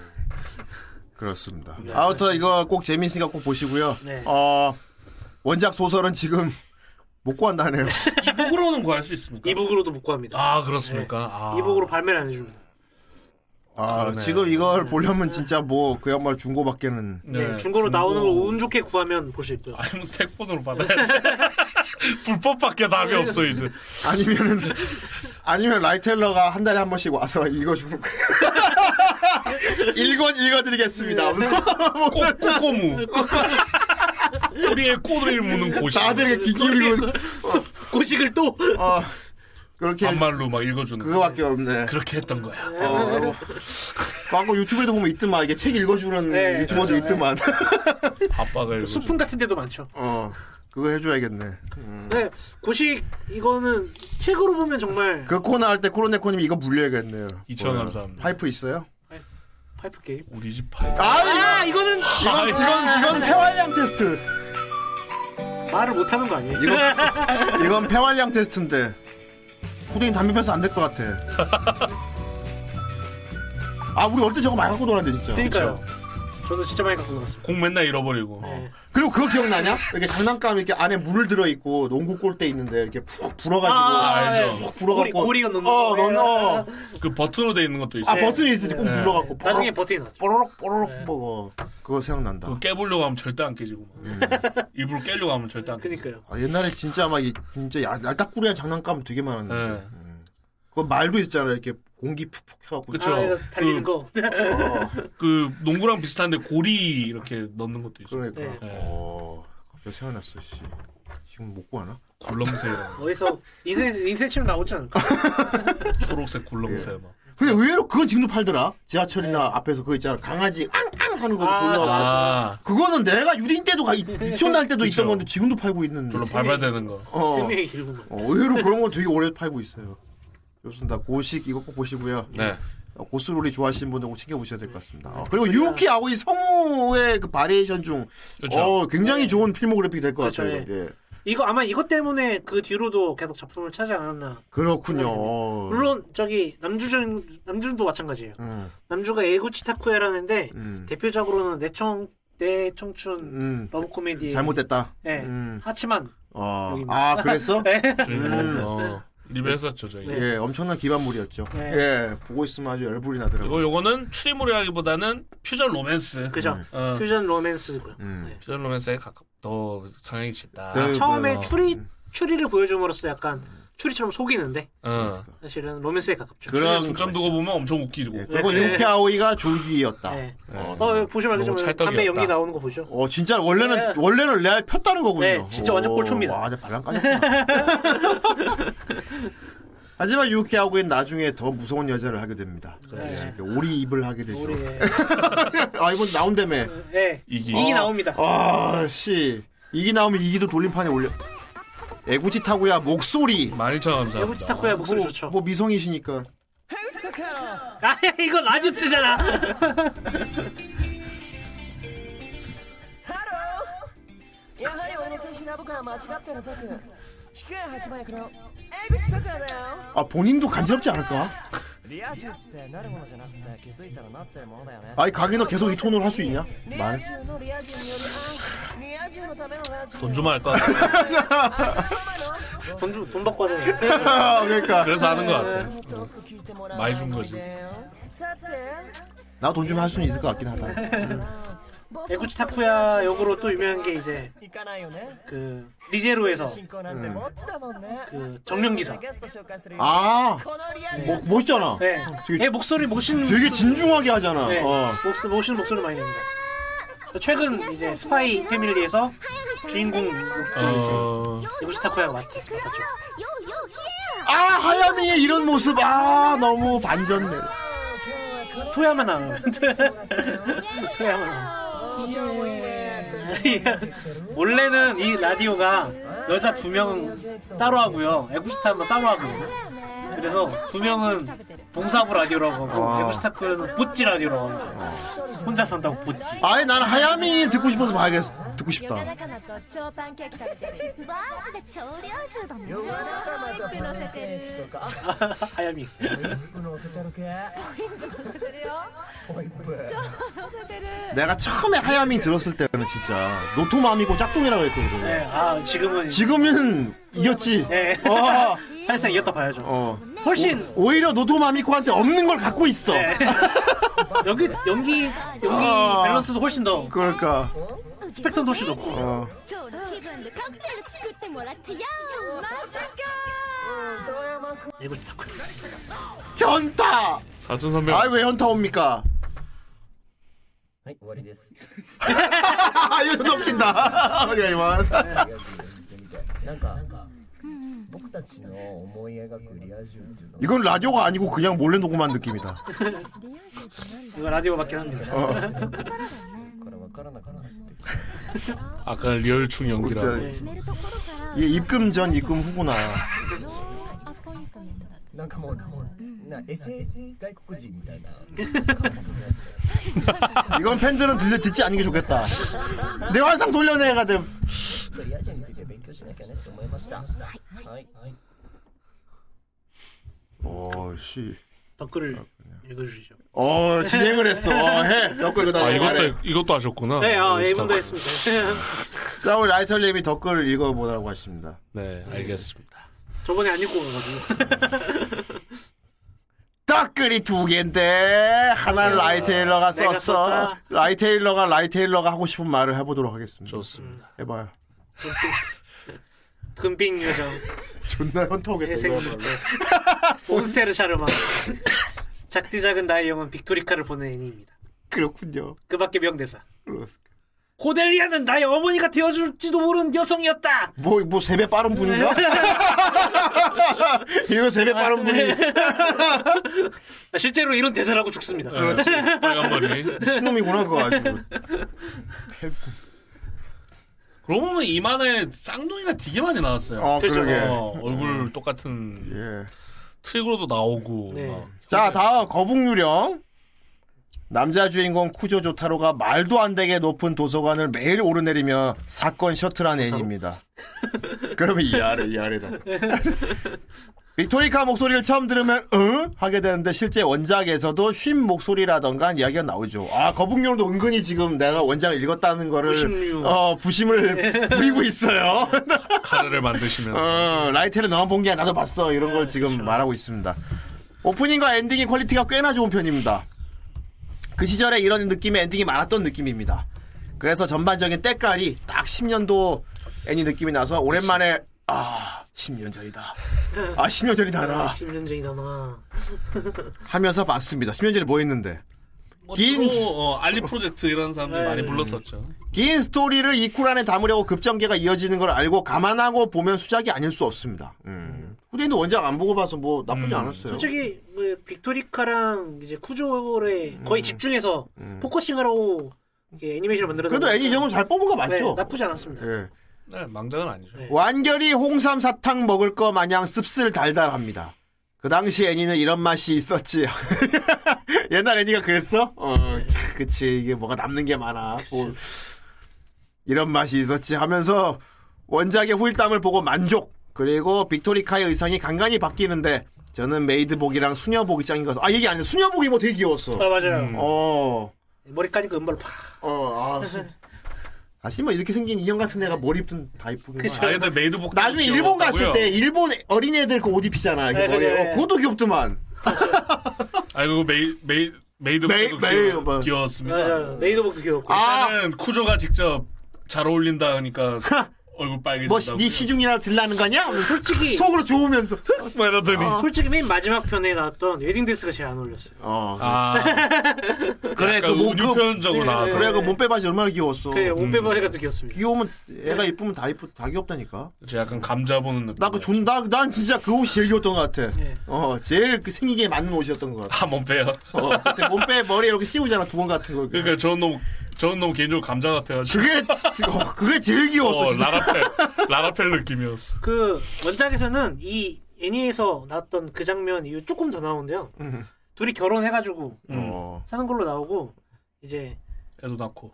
Speaker 4: 그렇습니다. 아무튼 이거 꼭 재밌으니까 꼭 보시고요.
Speaker 5: 네.
Speaker 4: 어, 원작 소설은 지금 못 구한다네요.
Speaker 3: 이북으로는 구할 수 있습니까?
Speaker 5: 이북으로도 못 구합니다.
Speaker 3: 아 그렇습니까? 아.
Speaker 5: 이북으로 발매를 안 해줍니다.
Speaker 4: 아, 지금 이걸 보려면 진짜 뭐 그야말로 중고밖에는
Speaker 5: 네, 중고로 나오는 걸 운 좋게 구하면 볼 수 있고요.
Speaker 3: 아니면 택본으로 받아야 돼. [LAUGHS] 불법밖에 답이 없어 이제.
Speaker 4: 아니면은 [LAUGHS] 아니면 라이텔러가 한 달에 한 번씩 와서 읽어주는 거예요. [LAUGHS] 일권 읽어드리겠습니다.
Speaker 5: 네.
Speaker 3: 꼬, 꼬꼬무. 꼬리에 꼬를 무는
Speaker 4: [LAUGHS]
Speaker 3: 고시.
Speaker 4: 다들 이렇게 귀 기울이고
Speaker 5: [LAUGHS] 고식을 또
Speaker 4: 어, 그렇게
Speaker 3: 반말로 막 읽어주는.
Speaker 4: 그거밖에 없네.
Speaker 3: 그렇게 했던 거야. 아,
Speaker 4: 어, 어. 광고 유튜브에도 보면 있더만 이게 책 읽어주는
Speaker 5: 네,
Speaker 4: 유튜버도
Speaker 5: 맞아요.
Speaker 4: 있더만. [LAUGHS]
Speaker 3: 아빠가 읽어.
Speaker 5: 수풍 같은 데도 많죠.
Speaker 4: 어, 그거 해줘야겠네.
Speaker 5: 네, 고식 이거는 책으로 보면 정말
Speaker 4: 그 코너 할 때 코로네코님 이거 물려야겠네요.
Speaker 3: 이천
Speaker 4: 뭐야,
Speaker 3: 감사합니다.
Speaker 4: 파이프 있어요?
Speaker 5: 파이프 게임.
Speaker 3: 우리 집 파이.
Speaker 4: 아,
Speaker 5: 아 이거는
Speaker 4: 이건 이건 이건 폐활량 테스트.
Speaker 5: 말을 못 하는 거 아니에요?
Speaker 4: 이거 이건 폐활량 테스트인데 후대인 담배 펴서 안 될 것 같아. 아 우리 어릴 때 저거 많이 갖고 놀았는데 진짜.
Speaker 5: 그러니까요. 저도 진짜 많이 갖고 놀았습니다.
Speaker 3: 공 맨날 잃어버리고.
Speaker 5: 네.
Speaker 4: 그리고 그거 기억나냐? 이렇게 장난감 이렇게 안에 물을 들어 있고 농구 골대 있는데 이렇게 푹 불어가지고
Speaker 5: 아,
Speaker 3: 알죠.
Speaker 4: 푹
Speaker 5: 고리
Speaker 4: 불어갖고
Speaker 5: 고리가 뭐 넣는
Speaker 4: 어,
Speaker 5: 거.
Speaker 4: 넣는 어.
Speaker 3: 그 버튼으로 돼 있는 것도 있어.
Speaker 4: 아 버튼이 있으니 꼭 눌러갖고
Speaker 5: [LAUGHS] 네. 나중에 네. 버튼이 나죠.
Speaker 4: 뽀로록 뽀로록 먹어. 그거 생각난다.
Speaker 3: 그거 깨보려고 하면 절대 안 깨지고. 막. 일부러 깨려고 하면 절대 안 깨지고.
Speaker 5: 그니까요.
Speaker 4: 아, 옛날에 진짜 막 이, 진짜 얄- 얄딱구리한 장난감 되게 많았는데.
Speaker 3: 네.
Speaker 4: 그거 말도 있잖아 이렇게 공기 푹푹 해갖고.
Speaker 3: 그쵸.
Speaker 5: 아, 이거
Speaker 4: 음.
Speaker 5: 달리는 거. [LAUGHS]
Speaker 3: 그 농구랑 비슷한데 고리 이렇게 넣는 것도 있어.
Speaker 4: 그러니까.
Speaker 5: 네.
Speaker 4: 어, 갑자기 생각났어, 씨. 지금 못 구하나?
Speaker 3: 굴렁쇠랑
Speaker 5: 어디서 인생 인생 치면 나오지 않을까?
Speaker 3: 초록색 굴렁쇠
Speaker 4: 예.
Speaker 3: 막.
Speaker 4: 근데 의외로 그건 지금도 팔더라. 지하철이나 앞에서 그거 있잖아. 강아지 앙앙 하는 거
Speaker 5: 네. 아,
Speaker 4: 돌려가고.
Speaker 3: 아,
Speaker 4: 그거는 내가 유린 때도
Speaker 5: [LAUGHS]
Speaker 4: 가, 유치원 다닐 때도
Speaker 3: 그쵸.
Speaker 4: 있던 건데 지금도 팔고 있는.
Speaker 3: 저로 밟아야 되는 거.
Speaker 4: 어.
Speaker 5: 생명이 길구만.
Speaker 4: 어, 의외로 그런 건 되게 오래 팔고 있어요. 좋습니다. 고식 이거 꼭 보시고요.
Speaker 3: 네.
Speaker 4: 어, 고스로리 좋아하시는 분들 꼭 챙겨보셔야 될 것 같습니다. 어, 그리고 유키 아오이 성우의 그 바리에이션 중
Speaker 3: 그렇죠.
Speaker 4: 어, 굉장히 좋은 필모그래픽이 될 것 같아요.
Speaker 5: 네. 그렇죠,
Speaker 4: 이건. 예.
Speaker 5: 이거 아마 이것 때문에 그 뒤로도 계속 작품을 차지 않았나.
Speaker 4: 그렇군요. 어.
Speaker 5: 물론 저기 남주전 남주도 마찬가지예요.
Speaker 4: 음,
Speaker 5: 남주가 에구치 타쿠야라는데
Speaker 4: 음,
Speaker 5: 대표적으로 내청내 청춘
Speaker 4: 음.
Speaker 5: 러브 코미디
Speaker 4: 잘못됐다.
Speaker 5: 네.
Speaker 4: 음.
Speaker 5: 하치만
Speaker 4: 어.
Speaker 5: 여기입니다.
Speaker 4: 아, 그랬어? 음.
Speaker 3: 주인공. 어. 리뷰했었죠 저희.
Speaker 5: [LAUGHS] 네.
Speaker 4: 예, 엄청난 기반물이었죠.
Speaker 5: 네.
Speaker 4: 예, 보고 있으면 아주 열불이 나더라고요.
Speaker 3: 그리고 요거는 추리물이라기보다는 퓨전 로맨스.
Speaker 5: 그죠
Speaker 3: 어,
Speaker 5: 퓨전 로맨스고요.
Speaker 4: 음.
Speaker 5: 네.
Speaker 3: 퓨전 로맨스에 가깝 더 성향이 짙다.
Speaker 4: 네.
Speaker 5: 처음에
Speaker 3: 어.
Speaker 5: 추리 추리를 보여줌으로써 약간 추리처럼 속이는데
Speaker 3: 어.
Speaker 5: 사실은 로맨스에 가깝죠.
Speaker 4: 추리는
Speaker 3: 그런 중점 두고 보면 엄청 웃기고.
Speaker 4: 예, 그리고
Speaker 5: 네.
Speaker 4: 유키 아오이가 졸기였다.
Speaker 5: 네.
Speaker 4: 어.
Speaker 5: 어 여기 보시면
Speaker 3: 너무
Speaker 5: 알겠지만
Speaker 3: 찰떡이었다.
Speaker 5: 담배 연기 나오는 거 보죠.
Speaker 4: 어, 진짜 원래는
Speaker 5: 네.
Speaker 4: 원래는 레알 폈다는 거군요.
Speaker 5: 네, 진짜 완전
Speaker 4: 오,
Speaker 5: 꼴초입니다.
Speaker 4: 와, 이제 발랑 까졌구나.
Speaker 5: [LAUGHS]
Speaker 4: 하지만 유키하고엔 나중에 더 무서운 여자를 하게 됩니다.
Speaker 5: 네.
Speaker 4: 예, 이렇게 오리 입을 하게 되죠.
Speaker 5: 우리 예.
Speaker 4: [LAUGHS] 아 이번 나온다며.
Speaker 5: 예.
Speaker 3: 이기.
Speaker 5: 이기
Speaker 3: 어.
Speaker 5: 나옵니다.
Speaker 4: 아 씨, 이기 나오면 이기도 돌림판에 올려. 애구치 타고야 목소리.
Speaker 3: 12,000원 감사합니다.
Speaker 5: 에구치 타쿠야
Speaker 3: 어.
Speaker 5: 목소리
Speaker 4: 뭐,
Speaker 5: 좋죠. [LAUGHS]
Speaker 4: 뭐 미성이시니까.
Speaker 5: 아 이거 라디오잖아.
Speaker 8: やはり俺の選手ナボカは間違ってるぞく低い8番役の江口さくらだよ
Speaker 4: 아 본인도 간지럽지 않을까?
Speaker 8: リア充ってなるものじゃなくて気づいたらなってるものだよね
Speaker 4: 아이 가게너 계속 이 톤으로 할 수 있냐?
Speaker 8: リア充のリア充による愛リア充のためのラジオ
Speaker 3: 돈 주면 할것 같아.
Speaker 5: 돈 돈 받고 하잖아요.
Speaker 3: [LAUGHS]
Speaker 4: 아 그러니까.
Speaker 3: 그래서 하는 것
Speaker 5: 네.
Speaker 8: と
Speaker 3: 같아.
Speaker 8: よく聞いてもら
Speaker 3: 많이준 거지.
Speaker 8: だよさて
Speaker 4: 나 돈 주면 할 수는 있을 것 같긴 하다.
Speaker 5: 에구치 타쿠야 역으로 또 유명한 게 이제
Speaker 8: 行かないよね
Speaker 5: 그 리제로에서
Speaker 8: 進行なんてもっちだもんね
Speaker 5: 그 정명기사.
Speaker 8: ゲスト紹介するよ
Speaker 4: 아
Speaker 8: このリア充
Speaker 4: 뭐, 멋있잖아.
Speaker 5: 네. 예, 목소리 모신
Speaker 4: 되게 진중하게 하잖아.
Speaker 5: 네.
Speaker 4: 어.
Speaker 5: 목소, 모신 목소리 많이 납니다. 최근 이제 스파이 패밀리에서 주인공
Speaker 4: 네.
Speaker 3: 어.
Speaker 5: 에구시타쿠야가 왔죠. 왔죠.
Speaker 4: 아 하야미의 이런 모습 아 너무 반전네.
Speaker 5: 토야마 나오는데 [LAUGHS] 토야마 나오는 [LAUGHS] いや 원래는 이 라디오가 여자 두 명 따로 하고요 에구시타만 따로 하고요 그래서 두 명은 봉사부 라디오라고 하고
Speaker 4: 아.
Speaker 5: 에구시타쿠는 보찌 라디오라고 합니다 혼자 산다고 보찌
Speaker 4: 아예 난 하야미 듣고 싶어서 봐야겠어. 듣고 듣고
Speaker 7: 夜
Speaker 4: 싶다.
Speaker 7: 中のと超パンケーキ食べてる
Speaker 2: マジで超量中だもん
Speaker 8: 夜中またパンケーキとか
Speaker 5: [LAUGHS] 하야미.
Speaker 8: ポインプ乗せちゃるけ
Speaker 7: するよ
Speaker 8: ポインプ
Speaker 7: 乗せてる
Speaker 4: 내가 처음에 하야민 들었을 때는 진짜 노토맘이고 짝꿍이라고 그랬거든.
Speaker 5: 네, 아 지금은
Speaker 4: 지금은 이겼지.
Speaker 5: 네. [LAUGHS]
Speaker 4: 어,
Speaker 5: 사실상 이겼다 봐야죠.
Speaker 4: 어.
Speaker 5: 훨씬
Speaker 4: 오히려 노토마미코한테 없는 걸 갖고 있어.
Speaker 5: 네. 여기 연기 연기
Speaker 4: 아.
Speaker 5: 밸런스도 훨씬 더
Speaker 4: 그럴까.
Speaker 5: 스펙트럼 도시 높고
Speaker 2: 今日の気分でカクテル作ってもらってやマジか
Speaker 8: 遠山君
Speaker 5: 이거 좋다고.
Speaker 4: 현타.
Speaker 3: 4,300.
Speaker 4: 아 왜 현타 옵니까?
Speaker 8: はい終わりです
Speaker 4: 아 이거 좀 웃긴다. 우리가 이만.
Speaker 8: なんか僕たちの思い描くリア充っていうの
Speaker 4: 이건 라디오가 아니고 그냥 몰래 녹음한 느낌이다.
Speaker 5: 이거 라디오 맞긴 합니다.
Speaker 4: 어.
Speaker 8: から分からなくなってきて
Speaker 3: 아까 리얼충 연기라고.
Speaker 4: 진짜
Speaker 7: 決めるところから
Speaker 4: 이게 입금 전 입금 후구나.
Speaker 7: のアポイントメントだっ
Speaker 8: なんかもうなエセ外国人みたいな
Speaker 4: 이건 팬들은 들려 듣지 않는 게 좋겠다. 내 환상 돌려내가 됨.
Speaker 8: リア充について勉強しなきゃねって思いましたはいはい
Speaker 4: 오씨.
Speaker 5: 댓글을 읽어주시죠.
Speaker 4: 어 진행을 했어. 어, 해. 덕글 그다음
Speaker 3: 아,
Speaker 4: 에 말해.
Speaker 3: 이것도, 이것도 아셨구나.
Speaker 5: 네,
Speaker 4: 어,
Speaker 5: 아,
Speaker 3: 네,
Speaker 5: A분도 했습니다. [LAUGHS]
Speaker 4: 자 우리 라이터님이 덕글을 읽어보라고 하십니다.
Speaker 3: 네, 알겠습니다.
Speaker 5: 저번에 안 읽고 가가지고. [LAUGHS]
Speaker 4: 댓글이 두 개인데 하나를 라이테일러가
Speaker 5: 내가
Speaker 4: 썼어.
Speaker 5: 썼다.
Speaker 4: 라이테일러가 라이테일러가 하고 싶은 말을 해보도록 하겠습니다.
Speaker 3: 좋습니다.
Speaker 4: 해봐요.
Speaker 5: 금빙 요정
Speaker 4: 존나 현타 오겠다.
Speaker 5: 내
Speaker 4: 이거.
Speaker 5: 생일 [LAUGHS] 몬스테르 샤르마 작디 작은 나의 영혼 빅토리카를 보낸 애니입니다.
Speaker 4: 그렇군요.
Speaker 5: 그밖에 명대사
Speaker 4: 그렇습니다.
Speaker 5: 코델리아는 나의 어머니가 되어줄지도 모르는 여성이었다.
Speaker 4: 뭐, 뭐, 세배 빠른
Speaker 5: [LAUGHS]
Speaker 4: 분인가? 이거 세배 빠른
Speaker 5: 아,
Speaker 4: 분이
Speaker 5: 네. [LAUGHS] 실제로 이런 대사라고 죽습니다.
Speaker 4: 네.
Speaker 3: 그렇지. 빨간 머리.
Speaker 4: 신놈이구나, 그거 아주.
Speaker 3: 그러고 보면 이만에 쌍둥이가 되게 많이 나왔어요.
Speaker 4: 어,
Speaker 5: 그죠.
Speaker 4: 그러게. 음.
Speaker 3: 어, 얼굴 똑같은
Speaker 4: 예.
Speaker 3: 트릭으로도 나오고.
Speaker 5: 네.
Speaker 3: 막.
Speaker 4: 자, 다음, 거북유령. 남자 주인공 쿠조 조타로가 말도 안 되게 높은 도서관을 매일 오르내리며 사건 셔틀한 애니입니다. [LAUGHS] 그러면 이 아래, 이 아래다. [LAUGHS] 빅토리카 목소리를 처음 들으면, 응? 하게 되는데, 실제 원작에서도 쉰 목소리라던가 이야기가 나오죠. 아, 거북용도 은근히 지금 내가 원작을 읽었다는 거를,
Speaker 5: 부심류.
Speaker 4: 어, [LAUGHS] 부심을 부리고 있어요.
Speaker 3: 카레를 만드시면서.
Speaker 4: 어, 라이트를 너만 본 게 나도 봤어. 이런 걸 지금
Speaker 5: 그렇죠.
Speaker 4: 말하고 있습니다. 오프닝과 엔딩의 퀄리티가 꽤나 좋은 편입니다. 그 시절에 이런 느낌의 엔딩이 많았던 느낌입니다. 그래서 전반적인 때깔이 딱 10년도 애니 느낌이 나서 오랜만에 아 10년 전이다. 아 10년 전이다라
Speaker 5: 10년 전이다 나.
Speaker 4: 하면서 봤습니다. 10년 전에 뭐 했는데
Speaker 3: 뭐
Speaker 4: 긴-
Speaker 3: 주로, 어, 알리 프로젝트 이런 사람들
Speaker 5: 네.
Speaker 3: 많이 불렀었죠.
Speaker 4: 긴 스토리를 이쿨 안에 담으려고 급전개가 이어지는 걸 알고 감안하고 보면 수작이 아닐 수 없습니다. 음. 후대인도 원작 안 보고 봐서 뭐 나쁘지
Speaker 3: 음.
Speaker 4: 않았어요.
Speaker 5: 솔직히 그 빅토리카랑 이제 쿠조를
Speaker 4: 음.
Speaker 5: 거의 집중해서 포커싱하라고 이게 애니메이션을 만들어서
Speaker 4: 그래도 애니 정도 잘 뽑은 거
Speaker 5: 네,
Speaker 4: 맞죠?
Speaker 5: 나쁘지 않았습니다.
Speaker 4: 예.
Speaker 3: 네, 망작은 아니죠.
Speaker 5: 네.
Speaker 4: 완결이 홍삼 사탕 먹을 거 마냥 씁쓸 달달합니다. 그 당시 애니는 이런 맛이 있었지. [LAUGHS] 옛날 애니가 그랬어? 어, 참, 그치. 이게 뭐가 남는 게 많아. 뭐, 이런 맛이 있었지 하면서 원작의 후일담을 보고 만족. 그리고 빅토리카의 의상이 간간히 바뀌는데 저는 메이드복이랑 수녀복 입장인 것. 아 얘기 아니야. 수녀복이 뭐 되게 귀여웠어.
Speaker 5: 아 맞아요.
Speaker 4: 어,
Speaker 5: 머리 까니까 은발로 팍.
Speaker 4: 어, 아. 수- 다시 뭐 이렇게 생긴 인형 같은 애가 머리 입든 다 이쁘긴
Speaker 5: 그쵸.
Speaker 4: 하지.
Speaker 3: 아, 근데 메이드복.
Speaker 4: 나중에 일본 갔을 때 일본 어린애들 그 옷 입히잖아. 이렇게
Speaker 5: 네,
Speaker 4: 머리에.
Speaker 5: 그래.
Speaker 4: 어, 그것도 귀엽더만.
Speaker 3: 아이고, 메이, 메이, 메이드복도
Speaker 4: 메이- 메이- 뭐.
Speaker 3: 귀여, 귀여웠습니다.
Speaker 5: 맞아요. 레이더복도 귀엽고.
Speaker 4: 아,
Speaker 3: 일단은 쿠조가 직접 잘 어울린다 하니까 얼굴 빨개진다.
Speaker 4: 뭐 네 시중이나 들라는 거냐?
Speaker 5: 솔직히
Speaker 4: 속으로 좋으면서.
Speaker 3: 뭐 이러더니.
Speaker 5: 솔직히 맨 마지막 편에 나왔던 웨딩드레스가 제일 안 어울렸어요.
Speaker 4: 어.
Speaker 3: 아,
Speaker 4: 그래 그
Speaker 3: 약간
Speaker 4: 뭐, 그,
Speaker 3: 우유표현적으로 나와서.
Speaker 4: 그래 그 몸빼밭이 얼마나 귀여웠어.
Speaker 5: 그래 옷빼버리가 또
Speaker 4: 음.
Speaker 5: 귀엽습니다.
Speaker 4: 귀여우면 애가 이쁘면 다 이쁘 다 귀엽다니까.
Speaker 3: 그치, 약간 감자 보는 느낌.
Speaker 4: 나
Speaker 5: 네.
Speaker 4: 그 존 나 난 진짜 그 옷이 제일 귀엽던 것 같아.
Speaker 5: 예.
Speaker 4: 어 제일 그 생기기에 맞는 옷이었던 것 같아.
Speaker 3: 아, 몸 빼요.
Speaker 4: 어, 그때 몸빼 머리 이렇게 씌우잖아 두건 같은 걸.
Speaker 3: 그러니까 저는 너무, 저는 너무 개인적으로 감자 같아가지고.
Speaker 4: 그게 어, 그게 제일 귀여웠어.
Speaker 3: 어,
Speaker 4: 진짜.
Speaker 3: 라라펠. 라라펠 느낌이었어.
Speaker 5: 그 원작에서는 이 애니에서 나왔던 그 장면 이후 조금 더 나오는데요.
Speaker 4: 음.
Speaker 5: 둘이 결혼해가지고
Speaker 3: 음.
Speaker 4: 어.
Speaker 5: 사는 걸로 나오고 이제
Speaker 3: 애도 낳고.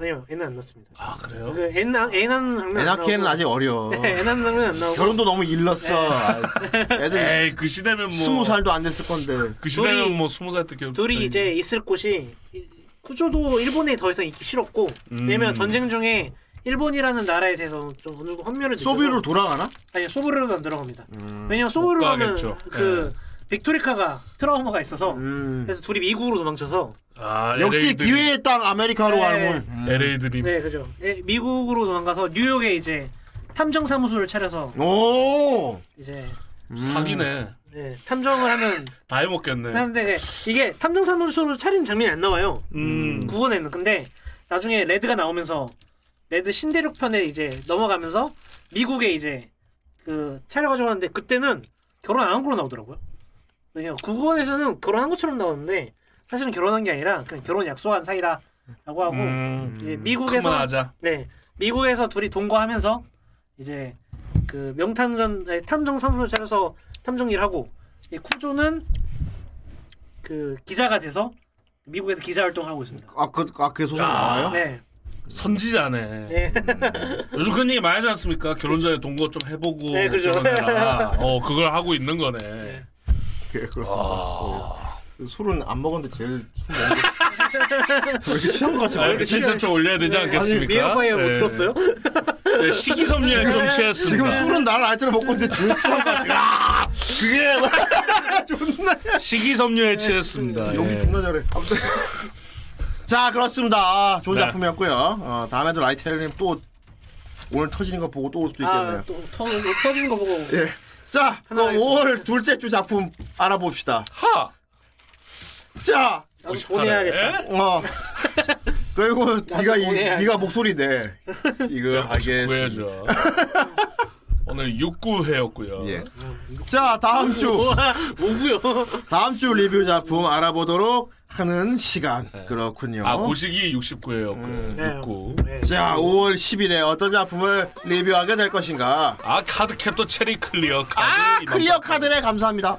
Speaker 5: 아니요, 애는 안 낳습니다.
Speaker 3: 아 그래요?
Speaker 5: 그 애, 낳, 애 낳는 장면 안
Speaker 4: 에나키에는
Speaker 5: 나오고-
Speaker 4: 아직 어려.
Speaker 5: [LAUGHS] 네, 애 낳는 장면 안 나오고.
Speaker 4: 결혼도 너무 일렀어. 애들
Speaker 3: 에이 그 시대면 뭐
Speaker 4: 스무 살도 안 됐을 건데.
Speaker 3: 그 시대면
Speaker 5: 둘이-
Speaker 3: 뭐 스무 살때 결혼
Speaker 5: 둘이 이제 있을 곳이 이- 쿠조도 일본에 더 이상 있기 싫었고
Speaker 3: 음.
Speaker 5: 왜냐면 전쟁 중에 일본이라는 나라에 대해서 좀 어느 정도 헌멸을 느껴서-
Speaker 4: 소비로 돌아가나?
Speaker 5: 아니 소브르로 안 들어갑니다.
Speaker 4: 음.
Speaker 5: 왜냐면 소브르로
Speaker 3: 못
Speaker 5: 가면
Speaker 3: 가겠죠. 예.
Speaker 5: 그 빅토리카가 트라우마가 있어서
Speaker 4: 음.
Speaker 5: 그래서 둘이 미국으로 도망쳐서
Speaker 3: 아,
Speaker 4: 역시
Speaker 3: LA 들이-
Speaker 4: 기회의 땅 아메리카로
Speaker 5: 네.
Speaker 4: 가는군. 음.
Speaker 3: LA 드림
Speaker 5: 네 그죠 예, 미국으로 도망가서 뉴욕에 이제 탐정 사무소를 차려서
Speaker 4: 오.
Speaker 5: 이제
Speaker 3: 사기네
Speaker 5: 예, 탐정을 하는
Speaker 3: 다 해먹겠네
Speaker 5: 하는데 이게 탐정 사무소를 차린 장면이 안 나와요.
Speaker 3: 음
Speaker 5: 구원에는 근데 나중에 레드가 나오면서 레드 신대륙 편에 이제 넘어가면서 미국에 이제 그 차려가지고 하는데 그때는 결혼 안 한 걸로 나오더라고요. 왜냐 구원에서는 결혼한 것처럼 나오는데 사실은 결혼한 게 아니라 그냥 결혼 약속한 사이다라고 하고
Speaker 3: 음.
Speaker 5: 이제 미국에서
Speaker 3: 그만하자
Speaker 5: 네 미국에서 둘이 동거하면서 이제 그 명탐전 아니, 탐정 사무소 차려서 탐정 일하고 이 쿠조는 그 기자가 돼서 미국에서 기자 활동을 하고 있습니다.
Speaker 4: 아, 그, 아, 그게 소설 나와요?
Speaker 5: 네.
Speaker 3: 선지자네 [LAUGHS]
Speaker 5: 네.
Speaker 3: 요즘 그런 얘기 많이 하지 않습니까? 결혼 전에 동거 좀 해보고
Speaker 5: 네, 그죠. [LAUGHS]
Speaker 3: 결혼해라. 어 그걸 하고 있는 거네
Speaker 4: 예, 그렇습니다.
Speaker 3: 아.
Speaker 4: 예. 술은 안 먹었는데
Speaker 5: [LAUGHS]
Speaker 4: 제일 술 먹는 거. 왜 이렇게 취한 것 같지?
Speaker 3: 아,
Speaker 4: 말
Speaker 3: 이렇게 텐션 올려야 되지 않겠습니까?
Speaker 5: 네. 미어파이어 못
Speaker 3: 네.
Speaker 5: 들었어요?
Speaker 3: 네, 식이섬유에 좀 취했습니다
Speaker 4: 지금 술은 나를 알 때는 먹고 있는데 제일 취한 것 같아. 야! 그게. 존나.
Speaker 3: 식이섬유에 취했습니다
Speaker 4: 여기
Speaker 3: 예.
Speaker 4: 존나 잘해. 아무튼. 자, 그렇습니다. 아, 좋은
Speaker 3: 네.
Speaker 4: 작품이었고요. 어, 다음에도 라이테일님 또 오늘 터지는 거 보고 또 올 수도 있겠네요.
Speaker 5: 아, 또 터, 터지는 거 보고.
Speaker 4: 예. 자, 그럼
Speaker 5: 하겠습니다.
Speaker 4: 5월 둘째 주 작품 알아봅시다.
Speaker 3: 하!
Speaker 4: 자,
Speaker 5: 나도
Speaker 3: 58회.
Speaker 5: 보내야겠다. [LAUGHS]
Speaker 4: 어. 그리고 네가 이,
Speaker 5: 보내야지.
Speaker 4: 네가 목소리 내. 이거 알겠습니다.
Speaker 3: 구해줘. 오늘 6구회였고요.
Speaker 4: 예. 자, 다음 주
Speaker 5: 오구요.
Speaker 4: 다음 주 리뷰 작품 알아보도록 하는 시간. 그렇군요.
Speaker 3: 아, 고식이 69회였고요.
Speaker 5: 네.
Speaker 3: 6구.
Speaker 5: 네.
Speaker 4: 자, 5월 10일에 어떤 작품을 리뷰하게 될 것인가?
Speaker 3: 아, 카드캡도 체리 클리어 카드.
Speaker 4: 아,
Speaker 3: 이만-
Speaker 4: 클리어 카드네 감사합니다.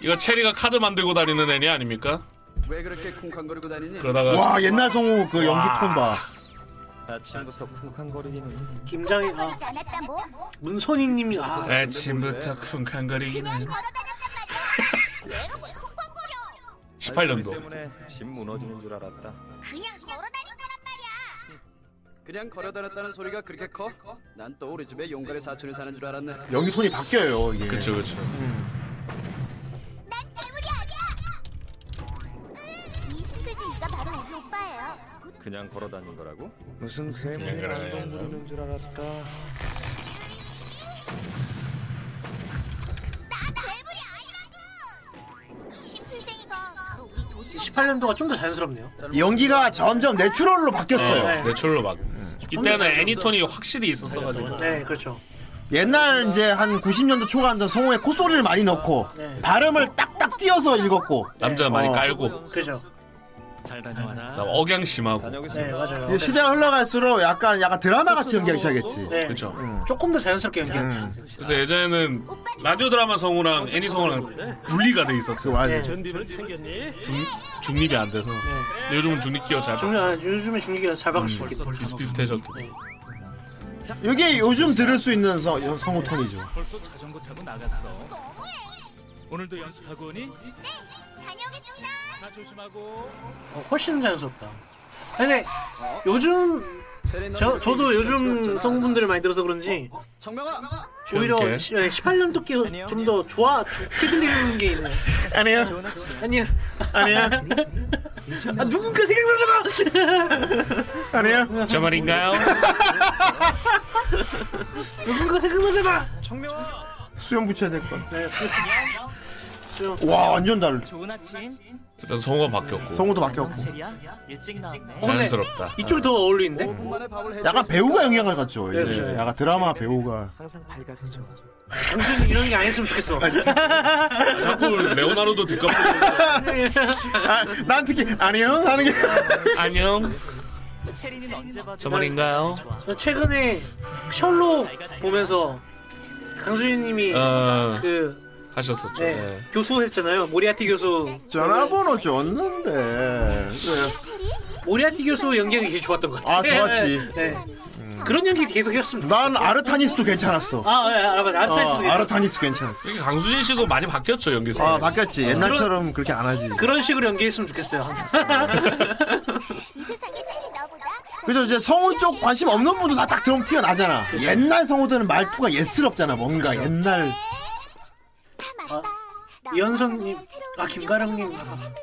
Speaker 3: 이거 체리가 카드 만들고 다니는 애니 아닙니까?
Speaker 9: 왜 그렇게 쿵쾅거리고 다니니?
Speaker 3: 그러다가
Speaker 4: 와, 옛날 성우 그 연기 톤 봐.
Speaker 9: 아침부터 쿵쾅거리기는
Speaker 5: 김장이, 아,
Speaker 7: 않았다 뭐?
Speaker 5: 문선희님이, 아,
Speaker 3: 아침부터 쿵쾅거리기는. 18년도.
Speaker 9: 때문에 집 무너지는 줄 알았다.
Speaker 7: 그냥 걸어 다닐 거란 말이야.
Speaker 9: 그냥 걸어다녔다는 소리가 그렇게 커? 난 또 우리 집에 용가리 사촌이 사는 줄 알았네.
Speaker 4: 연기 톤이 바뀌어요, 이게.
Speaker 3: 그쵸, 그쵸.
Speaker 7: 난 괴물이 아니야. 이 신세진이가 바로 우리 오빠예요.
Speaker 9: 그냥 걸어다닌 거라고?
Speaker 10: 무슨
Speaker 3: 그냥
Speaker 10: 괴물이
Speaker 3: 그러네.
Speaker 10: 난동 부리는 줄 알았다.
Speaker 7: 난 괴물이 아니라고. 이 심술쟁이가 바로 우리 도지
Speaker 5: 18년도가 좀 더 자연스럽네요.
Speaker 4: 연기가 점점 내추럴로 바뀌었어요.
Speaker 5: 네.
Speaker 3: 내출로 막. 이때는 애니톤이 확실히 있었어가지고.
Speaker 5: 네, 그렇죠.
Speaker 4: 옛날 이제 한 90년대 초반던 성우의 콧소리를 많이 넣고
Speaker 5: 네.
Speaker 4: 발음을 딱딱 띄어서 읽었고
Speaker 3: 남자 많이
Speaker 4: 어.
Speaker 3: 깔고.
Speaker 5: 그죠.
Speaker 10: 잘 다녀와라.
Speaker 3: 그다음 억양 심하고.
Speaker 5: 네,
Speaker 9: 다녀오겠습니다.
Speaker 5: 맞아요.
Speaker 3: 예.
Speaker 4: 이제 시대가 흘러갈수록 약간 약간 드라마 같이 연기하기 시작했지.
Speaker 5: 네.
Speaker 3: 그쵸.
Speaker 5: 조금 더 자연스럽게 연기했죠.
Speaker 3: 그래서 예전에는 라디오 드라마 성우랑 애니 성우랑 분리가 돼 있었어요.
Speaker 4: 그
Speaker 5: 네.
Speaker 3: 중, 중립이 안 돼서. 근데 요즘은 중립 기어 잘
Speaker 5: 중요, 아, 요즘에 중기가 잘 박을 수 있겠고.
Speaker 3: 비슷비슷해졌고.
Speaker 4: 이게 요즘 들을 수 있는 성, 성우 톤이죠.
Speaker 10: 벌써 자전거 타고 나갔어. 오늘도 연습하고 오니?
Speaker 7: 다녀오겠습니다.
Speaker 10: 다 조심하고.
Speaker 5: 어, 훨씬 자연스럽다. 근데 요즘, 저, 저도 요즘 성분들을 많이 들어서 그런지
Speaker 9: 정명아!
Speaker 5: 오히려
Speaker 3: 귀엽게.
Speaker 5: 18년도 끼 좀더 좋아, 좋게 들리는 게 있네요.
Speaker 4: 아니요,
Speaker 5: 아니요.
Speaker 4: 아니요,
Speaker 5: 아, 누군가 생각나잖아!
Speaker 4: 아니요.
Speaker 3: 저 말인가요?
Speaker 5: 누군가 생각나잖아!
Speaker 4: 수염 붙여야 될 것.
Speaker 5: 네, 수영.
Speaker 4: 와, 완전 다르죠.
Speaker 10: 좋은 아침.
Speaker 3: 일단 성우가 바뀌었고.
Speaker 4: 성우도 바뀌었고.
Speaker 5: 네,
Speaker 10: 체리야. 일찍 나왔네.
Speaker 3: 자연스럽다.
Speaker 5: 이쪽이 더 어울리는데?
Speaker 9: 오랜만에 밥을 해.
Speaker 4: 약간 배우가 연기한 것 같죠. 이게.
Speaker 5: 네, 네.
Speaker 4: 약간 드라마 배우가.
Speaker 5: 당신 이런 게 안 했으면 좋겠어.
Speaker 3: 네. 자꾸 레오나르도 [LAUGHS] 디카프리오.
Speaker 4: 아, 난 특히 아니요
Speaker 5: [LAUGHS]
Speaker 4: 하는 게.
Speaker 3: 안녕.
Speaker 10: 체리는 언제 봐
Speaker 3: 저 말인가요?
Speaker 5: 저 최근에 셜록 보면서 강수진님이
Speaker 3: 어,
Speaker 5: 그
Speaker 3: 하셨었죠.
Speaker 5: 네,
Speaker 3: 네.
Speaker 5: 교수 했잖아요. 모리아티 교수.
Speaker 4: 전화번호 줬는데. 네.
Speaker 5: 모리아티 교수 연기가 되게 좋았던 것 같아요.
Speaker 4: 아, 좋았지. 음.
Speaker 5: 네. 그런 연기 계속 했으면 좋겠어요.
Speaker 4: 난 아르타니스도 괜찮았어.
Speaker 5: 아, 예, 아, 맞아. 아르타니스.
Speaker 4: 어, 아르타니스 괜찮아.
Speaker 3: 이게 강수진 씨도 많이 바뀌었죠 연기서.
Speaker 4: 아, 바뀌었지. 옛날처럼 그렇게 안 하지.
Speaker 5: 그런 식으로 연기했으면 좋겠어요. [LAUGHS] 항상.
Speaker 7: 이 세상에 차라리 나보다
Speaker 4: 그죠 이제 성우 쪽 관심 없는 분도 다 딱 들어오면 티가 나잖아. 옛날 성우들은 말투가 그렇죠. 예스럽잖아. 뭔가 옛날
Speaker 7: 아,
Speaker 5: 아, 이현선님, 아 김가령님, 아,
Speaker 7: 했는데